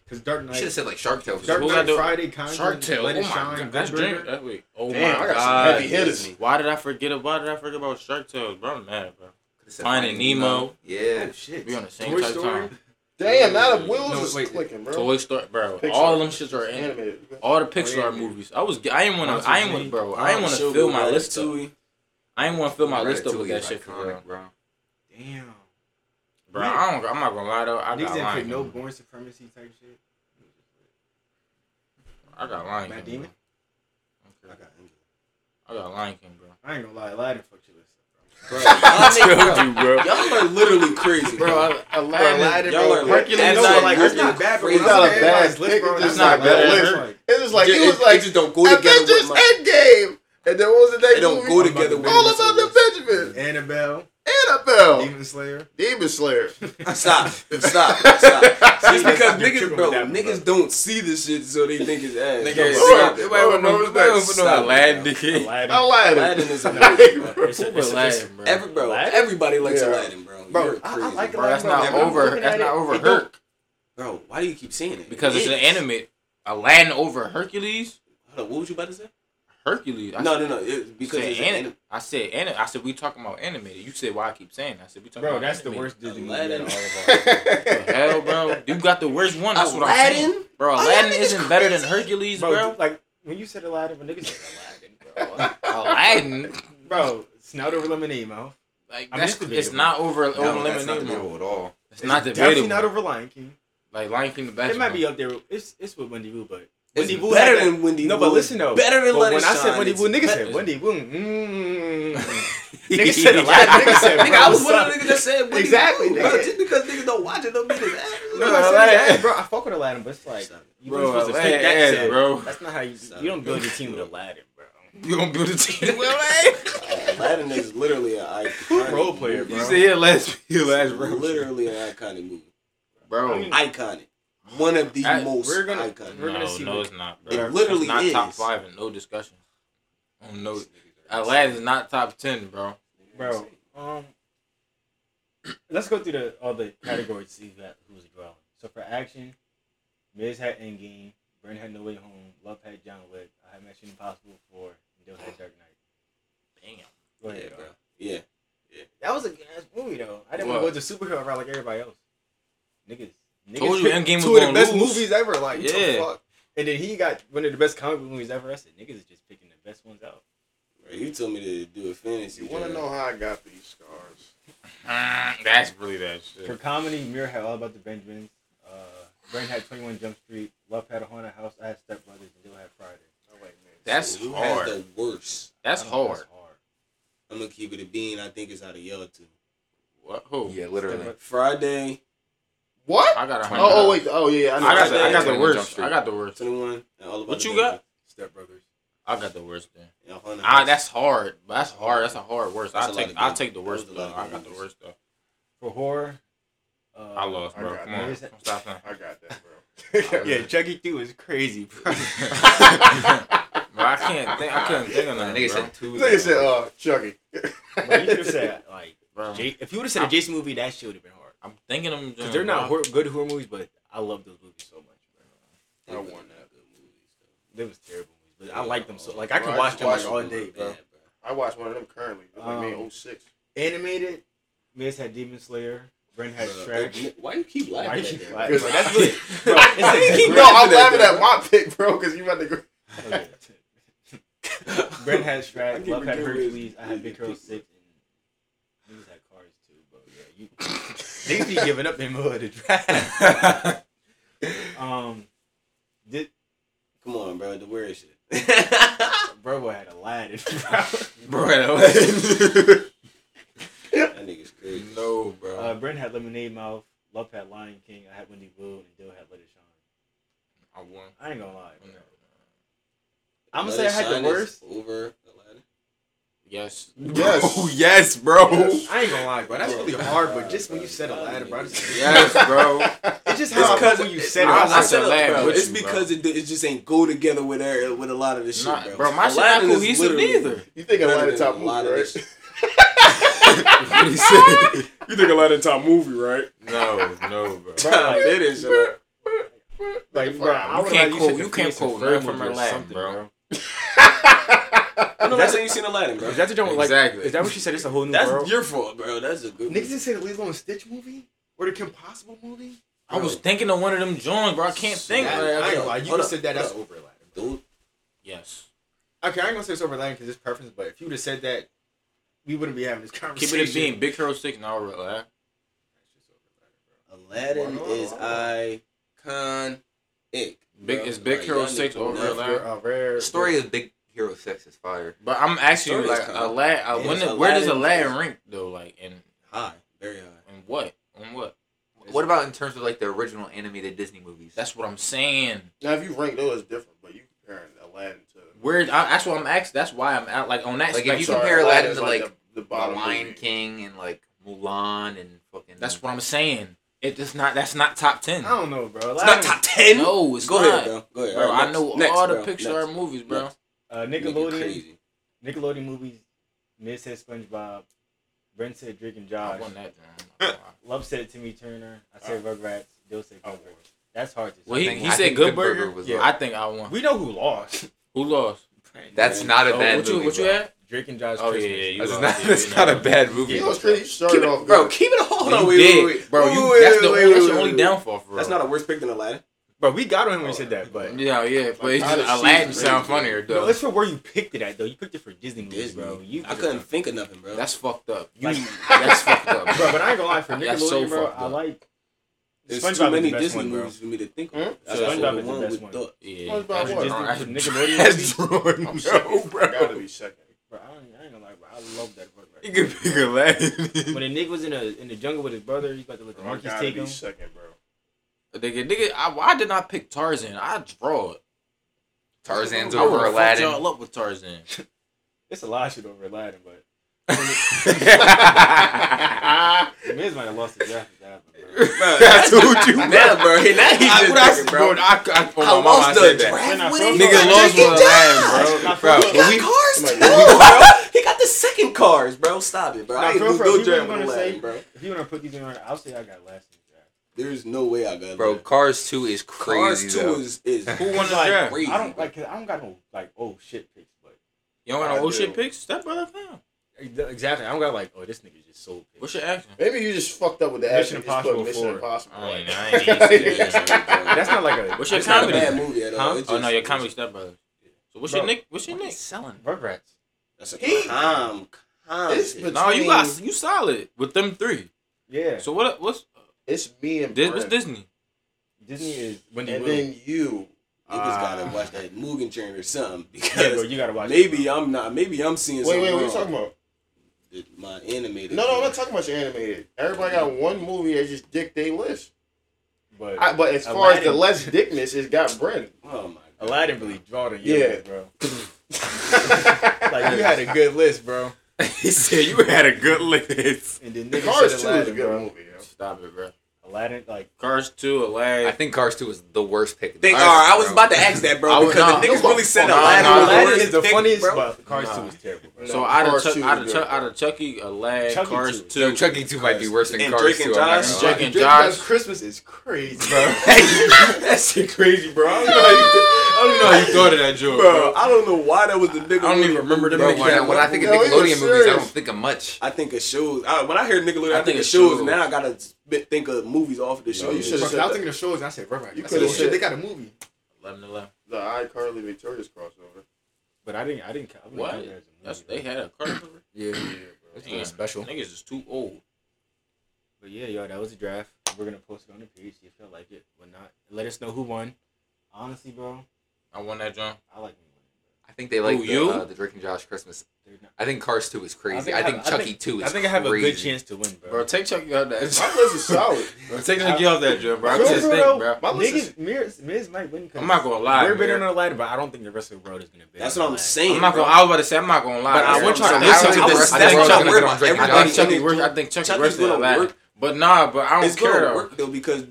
A: because Dark
C: You should
A: Knight,
C: have said like Shark Tale. or
A: Dark
C: something.
B: What was I
A: Knight
B: doing?
A: Friday, Conjuring,
B: Shark Tale.
A: Let
B: Oh
A: It
B: my
A: Shine,
B: god,
A: Good
B: that's
A: Burger.
B: drink. That wait. Oh
D: Damn,
B: my
D: I got some heavy
B: god.
D: hitters.
B: Why did I forget? about? Why did I forget about Shark Tales, bro? I'm mad, bro.
C: Coulda said
B: Finding Nemo.
C: Yeah.
A: Oh shit!
B: We on the same
A: Toy
B: type of
A: Story?
B: time.
D: Damn, now the
A: No,
D: wheels is
A: wait.
D: clicking, bro.
B: Toy Story, bro.
D: Pixar.
B: All them shits are in.
D: Animated.
B: All the Pixar
A: Animated.
B: movies. I was. I ain't wanna.
A: Monsters,
B: I ain't wanna,
A: Inc.
B: bro. I ain't wanna
E: Ratatouille,
B: fill my list up.
E: Ratatouille.
B: I ain't wanna fill my list up
C: Ratatouille
B: with that
C: is
B: shit, for real.
C: iconic, bro.
A: Damn.
B: Bro, I don't. I'm not gonna lie though. I
A: Niggas
B: got
A: didn't pick
B: lying.
A: no born supremacy type shit.
B: I got Lion
A: Matt
B: King.
A: Damon.
B: bro. Okay. I got Lion King, bro.
A: I ain't gonna lie, Aladdin fucked your list up,
E: Bro, y'all niggas-
B: you, bro.
E: Y'all are literally crazy,
D: Bro,
E: bro.
D: I- I like it,
E: Y'all
D: bro.
E: are
D: Hercules,
E: like-
D: no,
E: that's
D: like,
E: not-
D: it's
E: that's
D: not
E: not bad, bro.
D: It's
E: It's not
D: not a
E: bad.
D: bad
A: Everybody's list,
D: pick.
A: bro.
D: It's
A: That's
D: just not
B: not
D: a bad
B: bad.
D: list. It was like
E: Ju-
D: it was
E: they
D: like
E: just don't go together with
D: Avengers
E: my.
D: Endgame, and then what was the name?
E: They don't go
A: I'm about
E: together
A: to
E: with
D: All
E: my
D: about the
E: list.
D: Stupid.
A: Annabelle,
D: Annabelle.
A: Demon Slayer.
D: Demon Slayer.
E: Stop. Stop. Stop. Just because
A: Stop your
E: niggas,
A: tripping
E: bro,
A: with that one,
E: niggas
A: bro.
E: don't see this shit, so they think it's ass.
C: Nigga,
E: Bro,
C: it's
E: stop
C: not-
E: it,
C: nobody
E: bro.
C: wanna know what's
E: Nobody
C: next.
E: wanna know
C: Stop,
E: Aladdin.
C: nigga.
J: Aladdin.
D: Aladdin.
E: Aladdin is
D: Like, bro.
J: It's a- it's a- it's a-
B: Aladdin, bro.
E: Every bro,
J: Aladdin?
E: everybody likes
D: Yeah.
E: Aladdin, bro.
D: Bro,
E: You're
D: I- I
E: crazy,
D: like
E: bro.
C: Bro, that's not
D: Bro, I'm
C: over.
D: looking
C: That's
D: at
C: not
D: it,
C: over.
D: it don't-
C: Herc
E: Bro, why do you keep saying it?
B: Because it's an
E: is.
B: anime. Aladdin over Hercules?
E: Hold on, what was you about to say?
B: Hercules. I
E: no,
B: said-
E: no, no. It, because
B: said
E: it's an
B: anim-
E: anime.
B: I said anime. I said we talking about animated. You said why I keep saying. that. I said we talking
A: Bro,
B: about
A: that's the
B: anime.
A: worst Disney movie out
E: Aladdin.
A: of all of ours.
B: The hell, bro. You got the worst one. That's what I'm saying.
E: Aladdin?
B: Bro,
E: Oh, that
B: Aladdin
E: nigga's
B: isn't better than
E: crazy.
B: Hercules,
A: bro,
B: bro.
A: like when you said Aladdin, but niggas said Aladdin, bro.
B: Aladdin.
A: bro, snout over lemonade mouth.
B: Like
A: I'm
B: that's,
A: used to
B: it's
A: debatable.
B: not over
C: No,
B: over
C: that's
B: Lemonade.
C: not
B: Mouth.
C: debatable at all.
B: It's not
A: It's
B: debatable.
A: Definitely not over Lion King.
B: like Lion King the best.
A: It might
B: one.
A: be up there. It's it's with Wendy Wu, but
E: It's
A: Wendy Wu
E: better
A: had that-
E: than Wendy
A: no,
E: Wu.
A: but listen though.
E: Better than
A: But
E: Let It
A: When I said
E: Shine,
A: Wendy
E: it's
A: Wu, niggas
E: better.
A: said Wendy Wu. Mm. niggas said Aladdin. Niggas said
E: Nigga,
A: bro,
E: I was
A: what's
E: one
A: up?
E: of the niggas that said Wendy
A: Exactly,
E: Wu. Bro,
A: nigga.
E: just because niggas don't watch it, don't mean it's ass.
A: No,
E: Bro,
A: I said
E: Aladdin.
A: Aladdin, bro. I fuck with Aladdin, but it's like you
B: Bro,
A: weren't supposed to
B: Aladdin
A: pick that
B: ass,
A: shit,
B: bro.
A: That's not how you. You don't build your team with Aladdin, bro.
B: You don't build a team with Aladdin.
E: Aladdin is literally an iconic
A: Role player,
E: movie.
B: You
A: Bro.
B: see here last year last
E: It's
B: round.
E: Literally an iconic movie.
B: Bro.
A: I mean,
E: Iconic. One of the
B: I-
E: most
A: we're gonna-
E: iconic.
A: we're gonna
B: no,
A: see
B: no,
A: what-
B: it's not. Bro.
E: It literally
B: it's not top
E: is.
B: five and no discussion. Oh, no, Aladdin is not top ten, bro.
A: bro. Um, let's go through the all the categories. to See that who's drawing. So for action, Miz had Endgame, Brent had No Way Home, Love had John Wick, I had Mission Impossible Four, and Dill had Dark Knight.
B: Damn.
A: Go
E: Yeah,
A: ahead,
E: bro.
A: bro.
E: Yeah.
A: That was a good ass movie though. I didn't want
B: What?
A: to go to superhero route like everybody else. Niggas, niggas
B: Told you
A: picked
B: Endgame was
A: two of the
B: gonna
A: best
B: lose.
A: movies ever. Like what the
B: Yeah.
A: fuck? And then he got one of the best comic book movies ever. I said niggas is just picking the best ones out.
E: Bro, you told me to do a fantasy.
D: You want to
E: draft.
D: know how I got these scars?
B: Mm, That's really that
A: For
B: shit.
A: comedy, Mir had All About the Benjamins. Uh, Brent had 21 Jump Street. Love had a Haunted House. I had Step Brothers. And Dill had Friday.
D: I'm like, man,
B: That's
E: Who
B: hard.
E: has the worst?
B: That's
A: I don't know,
B: hard.
E: I'm gonna keep it a bean. I think it's how to yell it to.
B: What? Who?
C: Yeah, literally.
A: Step
E: Friday
D: What?
B: I got a
D: Oh,
B: hundred.
D: oh, wait. Oh, yeah. I, know.
B: I got the, I got
C: Jump
B: the worst.
C: Street.
B: I got the worst.
E: 21 and all about
B: What
E: the
B: you
E: Baby.
B: got?
A: Step Brothers.
B: I got the worst. Then.
E: And Hunter
B: Ah,
E: House.
B: that's hard. But that's hard. That's a hard worst.
E: That's
B: I
E: a lot
B: take.
E: of
B: I
E: good-
B: take the
E: that was
B: worst
E: a lot
B: though.
E: of
B: I
E: good
B: got the
E: movies.
B: worst though.
A: For horror. Uh,
B: I lost,
D: I
B: bro.
D: got
B: Come on.
A: that.
B: Stop saying.
D: I got that, bro.
A: yeah, Chucky 2 is crazy, bro.
B: Bro, I can't think. I couldn't think of
C: Nah,
B: nothing.
C: Nigga
B: bro.
C: said two.
D: Nigga said, uh, Chucky.
A: Bro, you could have said, like,
B: Bro,
A: J- if you would have said a Jason movie, that shit would have been hard.
B: I'm thinking I'm.
A: Because they're not horror, good horror movies, but I love those movies so much, bro.
E: They
D: I
E: were
D: want
E: not good movies, though.
A: They was terrible movies, but I like them so. Like, I
D: Bro,
A: can
D: I
A: watch
D: just
A: them like,
D: watched
A: all
D: them,
A: day,
E: Bad,
A: bro.
E: bro.
D: I watched one of them currently. It was like
A: Um,
D: me in 06.
A: Animated. Miz had Demon Slayer. Brent had
E: Bro,
A: Shrek.
E: it- Why you keep
A: Why
E: laughing?
A: you keep
E: at that?
A: laughing?
D: Bro,
A: that's really- bro,
D: Why
A: it's
D: you
A: a
D: keep-
A: great-
D: no, I'm laughing at my pick, bro, because you about to go.
A: Okay. Brent had
E: I
A: Shrek,
E: keep
A: Love had
E: forgetting where
A: Hercules,
E: it's-
A: I had Big Hero 6, and niggas had Cars too, but yeah, you niggas be giving up in the middle of the draft. um, did,
E: Come on, bro. The weird shit.
A: Bro had Aladdin, bro.
B: Bro,
E: That nigga's crazy.
B: no, bro.
A: Uh, Brent had Lemonade Mouth, Love had Lion King, I had Wendy Wu, and Dill had Let It Shine.
B: I won.
A: I ain't gonna lie. Bro.
B: No.
A: I'm gonna
E: Let
A: say I
E: It
A: had
E: Shine
A: the
E: is
A: worst.
E: Over Aladdin.
B: Yes.
D: Yes.
C: Bro, yes, bro.
D: Yes.
A: I ain't gonna lie, bro. That's really hard, but just when you said Aladdin, bro, I just-
C: Yes, bro.
A: it's just
E: It's
A: how
E: because-
A: when you said it.
E: I
A: I
B: I'm
A: was
B: not
A: like,
E: said,
B: Aladdin
E: bro,
B: with
E: it's
B: you, bro.
E: because it, it just ain't go together with her, with a lot of this shit,
B: Not-
E: bro.
B: bro, my shit not
E: Aladdin is
B: cohesive
E: literally-
B: neither.
D: You think a lot
E: Better
D: of
E: than
D: top
E: a lot
D: movie,
E: of
D: right?
E: this
C: What he said.
D: You think a lot of top movie, right?
B: No, no, bro.
E: Bro, that is bro.
A: Like, bro, I
B: You
A: would
B: can't
A: have
B: quote-
A: used
B: you
A: the
B: can't
A: Phoenix and
B: quote
A: Ferb
B: none from
A: movie or
B: Aladdin,
A: something,
B: bro.
E: I don't know why I
A: That's-
E: say you seen Aladdin, bro.
A: Is that the joint with, like?
B: Exactly.
A: Is that what she said? It's a whole new
E: That's
A: world.
E: your fault, bro. That's a good.
A: Niggas didn't say the Lilo and Stitch movie or the Kim Possible movie.
B: I was thinking of one of them joints, bro. I can't think.
E: That-
B: bro.
E: I ain't gonna lie, you
A: You
E: Hold
A: just
E: just up,
A: said that.
E: hold that's
A: That's
E: up.
A: over Aladdin.
E: Dude,
B: Yes.
A: Okay, I ain't gonna say it's over Aladdin because it's preference, but if you would have said that, we wouldn't be having this
B: Keep
A: conversation.
B: it a being Big Hero Six and all relax.
D: Why
E: Aladdin
D: not?
E: is iconic.
B: Big
E: bro.
B: is Big
E: Like,
B: Hero
E: y'all
B: Six
E: niggas
B: over
E: know.
B: Aladdin.
A: uh,
C: The story of Big Hero Six is fire.
B: But I'm asking you,
E: Story's
B: like,
E: kinda-
B: Aladdin. Uh,
E: Yeah,
B: when
E: it's
B: the- where does
E: Aladdin.
B: Aladdin rank though? Like, and
E: High, very high.
B: and what? On what?
C: What about in terms of like the original animated Disney movies?
B: That's what I'm saying.
D: Now, if you rank those, it's different, but you comparing Aladdin to.
B: Where? I, that's what I'm asking. That's why I'm out. Like on that.
C: like if
B: spectrum.
C: you
D: Sorry,
C: compare Aladdin
D: Aladdin's
C: to
D: like
C: like
D: the the
C: The
D: bottom
C: Lion
D: movie.
C: King and like Mulan and fucking.
B: That's what I'm saying. It is not. That's not top ten.
A: I don't know, bro.
B: It's
A: Like,
B: not top ten. No, it's
E: Go
B: not.
E: ahead, bro. Go ahead.
B: Bro,
E: All right,
B: I
E: next-
B: know
E: next,
B: all the
E: bro.
B: Pixar
E: Next.
B: movies, bro.
E: Next.
A: uh,
E: Nigga
A: Nickelodeon,
E: crazy.
A: Nickelodeon movies. Miz said SpongeBob. Brent said Drake and
B: I
A: Josh.
B: want that. Man.
A: Love said Timmy Turner. I said Rugrats. Dill said
D: I
A: Good
D: won.
A: Burger. That's hard to say.
B: Oh. Well, he,
C: I think-
B: he
C: I
B: said
C: think
B: Good
C: Good Burger
B: Burger.
C: was
B: yeah.
C: up.
B: I think I won.
A: we know who lost.
B: Who lost?
C: That's not a
B: Oh,
C: bad
B: what you
C: movie.
B: what you
C: bro.
B: had?
A: Drake and Josh.
B: Oh, yeah,
A: Christmas.
B: yeah, you
C: That's
B: lost.
C: not,
B: Yeah,
C: that's
B: you
C: not a
B: lost.
C: bad movie.
D: You
C: bro.
D: know, it's crazy. You started
E: Keep it,
D: off
E: bro,
D: good.
E: keep it. Hold on,
B: You
E: wait,
B: did.
E: wait, wait,
B: bro.
E: Wait,
B: You,
E: wait,
B: that's the
E: wait,
B: only, that's
E: wait,
B: your
E: wait,
B: only
E: wait.
B: downfall for real.
E: That's not a worst pick than Aladdin.
A: Bro, we got him when we said that, but
B: Yeah, yeah, but it's
D: How
B: just
D: does she
B: Aladdin
D: rate
B: sound
D: it?
B: funnier
A: no,
B: though.
A: it's for where you picked it at though. You picked it for Disney movies,
E: Disney.
A: bro. You
E: I couldn't think of nothing, bro.
B: That's fucked up. You,
A: Like-
B: that's fucked up.
A: bro, but I ain't gonna lie for Nickelodeon,
B: That's so
A: bro.
B: fucked
A: I
B: up.
A: like
E: There's
A: SpongeBob
E: too
A: is
E: many
A: the best
E: Disney
A: one, bro.
E: movies for me to think of.
D: Hmm?
E: That's
B: So
E: the
A: SpongeBob is the
E: one
A: best
E: with
A: one.
E: thought.
B: Yeah,
D: SpongeBob
B: that's
A: After
D: what?
B: wrong.
A: Disney, for Nickelodeon
B: That's-
A: movies,
C: That's
B: Oh,
C: wrong,
D: I'm
C: no,
D: second.
C: bro.
D: Gotta be second.
A: bro. I ain't, I ain't gonna lie, bro. I love that Rugrats.
C: You can pick Aladdin.
A: When a nigga was in a in the jungle with his brother, you got to let the
D: Bro, I
A: monkeys
D: gotta
A: take
D: Oh, be
A: him.
D: second, bro.
B: Nigga, nigga, I, why did I pick Tarzan? I draw it.
C: Tarzan's
B: I
C: over
B: would have fucked
C: Aladdin.
B: y'all up with Tarzan.
A: It's a lot of shit over Aladdin, but
D: Ah.
A: Miz might have lost the draft. with that one, bro.
C: That's what you
E: Now, bro, hey, now he's
C: I,
E: just
C: what I,
E: thinking,
C: said,
E: bro.
C: bro, I, I, oh,
E: I
C: my mama, I
E: lost the
C: said that.
E: draft with
A: Nigga
E: it.
C: Nigga lost with
E: Drake and Josh.
C: Aladdin, bro. Bro,
E: He got
C: we,
E: cars
D: Somebody-
E: too, bro. He got the second cars, bro. Stop it, bro.
A: Nah,
E: I ain't
A: bro,
E: do
A: bro,
E: no
A: if you
E: draft
A: were
E: with
A: gonna
E: Aladdin,
A: say-
E: bro.
A: If you want to put these in order, I'll say I got last in the draft.
E: There's no way I got
C: bro,
E: that.
C: Cars 2 is crazy,
E: Cars
C: though.
E: two is is
B: Who won the
A: Like,
B: draft?
E: crazy.
A: I don't like. 'cause I don't got no like oh shit picks, but
B: You don't got
D: I
B: no old
D: do.
B: shit picks? That brother found.
A: exactly. I don't got like oh this nigga just sold picks.
B: What's your action?
D: Maybe you just fucked up with the
A: Mission
D: action. You just
A: Impossible
D: put Mission
A: four.
D: Impossible.
B: I ain't-
D: Like,
B: I ain't even see that.
E: bro.
A: That's not like a
B: What's your
E: It's not a
B: comedy?
E: bad movie at all.
A: Huh?
E: It's
B: Oh no,
E: just-
B: your comedy step brother. So what's your
A: Bro.
B: nick? What's your nick? Selling.
A: Rugrats.
E: That's a
D: He-
E: calm, calm.
D: It's
E: shit.
D: been-
B: No, you got you solid with them three.
A: Yeah,
B: So what? What's
D: it's me and
B: this?
D: Brent,
B: What's Disney?
A: Disney is Wendy
D: and
A: Williams.
D: then you.
E: You just gotta
D: Ah.
E: watch that Mugen Train or something
A: Yeah, bro,
E: because
A: you gotta watch.
E: maybe
A: it,
E: I'm not. Maybe I'm seeing
D: Wait,
E: something
D: wait, what are you
E: wrong.
D: talking about?
E: It- My animated.
D: No, no, I'm not talking about your animated. Everybody got one movie that just dictate list.
A: bro. but
D: I, but as far as the
A: Aladdin.
D: less dickness, it's got Brent.
E: Oh my god.
A: Aladdin really drawed a
D: Yeah.
A: yeah, bro. Like you had a good list, bro.
C: he said you had a good list.
A: And then
D: The
A: nigga
D: Cars
A: said
D: Two
A: Aladdin,
D: is a good
A: bro.
D: movie. Yo.
B: Stop it, bro.
A: Aladdin, like
B: Cars two,
C: I
B: Aladdin.
C: think Cars 2 was the worst pick. of the
E: Think, all
C: draft,
E: right, I was
C: bro.
E: about to ask that,
B: I
E: bro,
B: was-
E: because
B: nah,
E: the niggas
B: you
E: really said
B: fuck-
E: Aladdin.
B: nah,
E: was
B: nah,
A: Aladdin
E: worst
A: is the
E: pick,
A: funniest,
E: bro.
A: but Cars
B: Nah.
A: Two is terrible, bro.
B: So
D: No,
B: out of
D: Cars
B: Chuck,
D: two
B: out
D: is
B: of
D: good,
B: Chuck,
D: bro.
B: out of Chucky, Aladdin,
A: Chucky
B: Cars
A: two.
C: Yo,
B: two.
C: Chucky 2 might be worse than
E: And
C: Cars
E: Drake
C: 2.
E: and
C: I'm not
E: Josh.
C: gonna lie.
B: Chuck and
D: Drake
B: Josh.
D: Does Christmas is crazy, bro.
E: that shit crazy, bro. I don't, know how you do-
C: I don't even know how you thought of that joke,
E: bro. I don't know why that was the nigga.
C: I don't even
E: movie.
C: remember them.
E: Bro,
C: When, I- when I think of
D: No, he was
C: Nickelodeon movies, I
D: serious.
C: don't think of much.
E: I think of shows. I, when I hear Nickelodeon, I,
B: I
E: think,
B: think
E: of
B: of
E: shows.
B: shows.
E: Now I gotta spit- think of movies off of the show.
D: Oh, you should've
A: Bro, 'cause
D: said
A: I
D: that.
A: was thinking of shows and I said Rugrats.
D: You
A: I said,
D: could've
A: oh, shit,
D: said-
A: they got a movie.
B: Eleven, eleven.
D: The iCarly Victorious crossover.
A: But I didn't. I didn't. I wouldn't
B: What?
A: count that as a movie,
B: That's
A: bro.
B: they had a Cars over.
K: Yeah,
D: Yeah,
B: That's
K: yeah. special.
B: Niggas is too old.
A: But yeah, yo, that was a draft. We're gonna post it on the page. See if y'all like it or not. Let us know who won. Honestly, bro,
B: I won that John.
A: I like me winning.
C: I think they like
B: Who,
C: the,
B: you?
C: uh, the Drake and Josh Christmas.
A: They're not-
C: I think Cars 2 is crazy.
A: think
C: I
A: I-
C: think,
A: I
C: Chucky
A: think-
C: 2 is
A: I think I have
C: crazy.
A: a good chance to win, bro.
B: Bro, take Chucky out that.
D: My list is solid.
B: Bro, take Chucky off that John, bro. I
A: Bro,
B: just
A: bro,
B: think,
A: bro.
B: bro.
D: My list is
A: Niggas, Miz, Miz might win. 'cause
B: I'm not gonna lie.
A: We're better
B: man.
A: than Aladdin, but I don't think the rest of the world is gonna be.
E: That's what I'm saying.
B: I'm not
E: bro.
B: gonna. I was about to say I'm not gonna lie.
E: But I
B: bro.
E: want y'all to
B: I
E: listen
B: think
E: to
B: Chucky-
E: this.
B: I
E: That's
B: think
E: what
B: Chucky
E: I'm
B: worse-
E: worried about.
B: I
E: Everybody-
B: think Chucky worse. I think Chucky
E: Chucky's
B: worse than
E: gonna
B: Aladdin.
E: work.
B: But nah, but I don't
E: It's gonna
B: care though.
E: work though because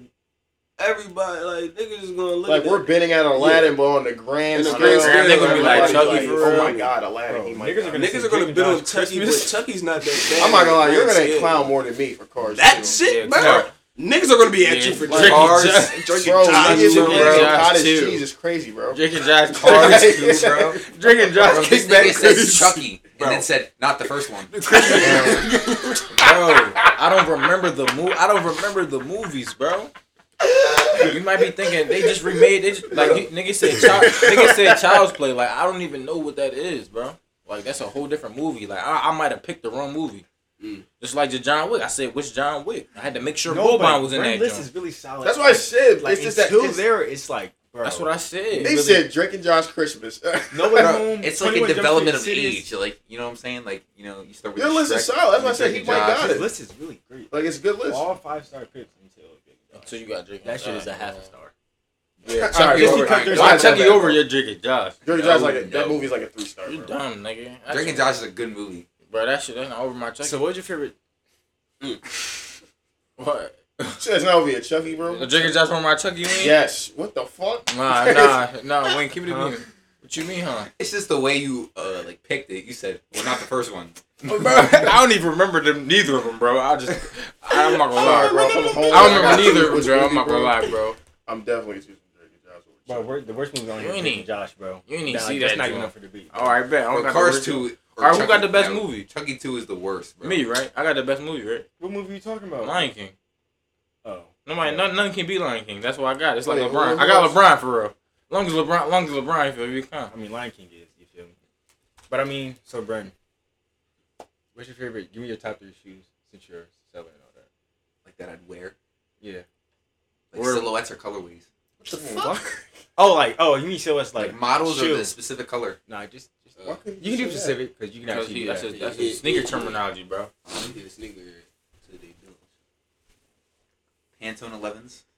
E: everybody like niggas is gonna look
D: Like
E: at
D: we're
E: that.
D: bidding at Aladdin, but on the grand
E: In the
D: scale,
E: grand scale,
D: everybody
E: gonna be like,
D: like,
E: Chucky, for
D: oh my
E: real.
D: god, Aladdin,
A: Bro,
D: he might
A: niggas are
D: die.
A: gonna-
E: Niggas are gonna
A: Jake and
E: bid on
A: Josh
E: Chucky, but
A: Christmas.
E: Chucky's not that bad.
D: I'm not gonna lie, you're gonna
E: Yeah.
D: clown more than me for Cars.
E: That
D: too.
E: shit,
B: Yeah,
E: bro. Niggas are gonna be at
B: Yeah,
E: you for
B: like,
E: cars.
B: Cars,
E: Drake
D: bro,
E: and Josh,
D: niggas
E: too,
D: are
E: bro.
D: bro. Cottage
B: too.
D: cheese is crazy, bro.
B: Drake and Josh
C: Cars
B: Cars.
C: 2, bro.
B: Drake and Josh
C: bro this
B: kickback
C: nigga says
B: is-
C: Chucky
E: Bro.
C: and then said, not the first one.
B: bro. I don't remember the mo- I don't remember the movies, bro. You might be thinking they just remade. They just, like you, nigga said, child, nigga said Child's Play. Like I don't even know what that is, bro. Like that's a whole different movie. Like I, I might have picked the wrong movie.
E: Mm.
B: Just like the John Wick, I said which John Wick. I had to make sure
A: No, but
B: Bobon was in
A: Brent
B: that.
A: list
B: joint.
A: is really solid.
D: That's what I said.
A: Like
D: it's just that
A: until
D: it's-
A: there, it's like, bro.
B: That's what I said.
D: they
B: Really- uh,
D: said Drake and Josh Christmas.
A: No way
C: bro
A: home.
C: it's like
A: 21
C: a
A: Jump
C: development of
A: Street Cities.
C: age. Like, you know what I'm saying? Like, you know, you start with
D: Your list
C: Shrek,
D: is solid. That's why I said
C: Drake
D: he
C: and
D: might
C: Josh.
D: got
A: His
D: it.
A: list is really great.
D: Like it's a good list.
A: All five star picks until Big Dog.
B: So you got Drake.
K: that shit is a half a
B: star.
K: star.
D: Yeah,
B: Chucky
A: just
B: over.
A: because there's
B: Why
A: not
B: Chucky
D: that bad.
B: over your Drake and Josh?
D: Drake and Josh
B: No,
D: like a,
B: no.
D: that movie's like a three star.
B: You
D: Bro.
B: dumb nigga.
C: Drake and Josh is a good movie.
B: Bro, that shit ain't over my check.
L: So, what was your favorite?
B: what?
D: Shit, it's not over here, Chucky, bro.
B: A drinking just from my Chucky, you mean?
D: Yes. What the fuck?
B: Nah, nah, nah, Wayne, keep it
L: Huh?
B: huh? What you mean, huh?
C: It's just the way you uh like picked it. You said, well, not the first one.
B: I don't even remember them, neither of them, bro. I just, I'm not gonna
D: Sorry,
B: lie,
D: bro.
B: bro.
D: I'm home.
B: I don't remember neither of
D: What's
B: them, bro. I'm
D: really,
B: not gonna lie, bro.
D: I'm definitely choosing Drake and Josh. over
A: Bro,
D: Chucky.
A: wor- the worst movie on
B: You
A: here
B: ain't
A: is
B: e-
A: Josh, bro.
B: You ain't
A: Nah,
B: even see
A: that's
B: that.
A: not
B: joint.
A: even up for debate.
B: All right, bet. I
C: Bro,
B: don't got
C: Cars
B: the worst-
C: two. or
B: All right, who got
C: Chucky-
B: the best
C: that-
B: movie?
C: Chucky two is the worst, bro.
B: Me, right? I got the best movie, right?
A: What movie you talking about?
B: Lion King.
A: Oh,
B: Nobody, none, none can beat Lion King. That's what I got. It's like
D: Wait,
B: LeBron.
D: who-
B: I
D: who
B: got
D: else?
B: LeBron for real. Long as LeBron, long as LeBron, feel you can.
A: I mean Lion King is. You feel me? But I mean, so Brendan, what's your favorite? Give me your top three shoes since you're selling and all that.
C: Like that, I'd wear.
A: Yeah.
C: Like
B: Where-
C: silhouettes or colorways.
D: What the fuck?
A: Oh, like oh, you mean so it's
C: Like,
A: like
C: models
A: shoe.
C: of the specific color.
A: nah, just, just
D: Why couldn't
A: you can do
D: say that?
A: specific because you can
B: Because
A: actually
B: he,
A: do
B: that's
A: that.
B: his, that's his sneaker terminology, bro.
E: I don't get a sneaker to the
C: Pantone 11s.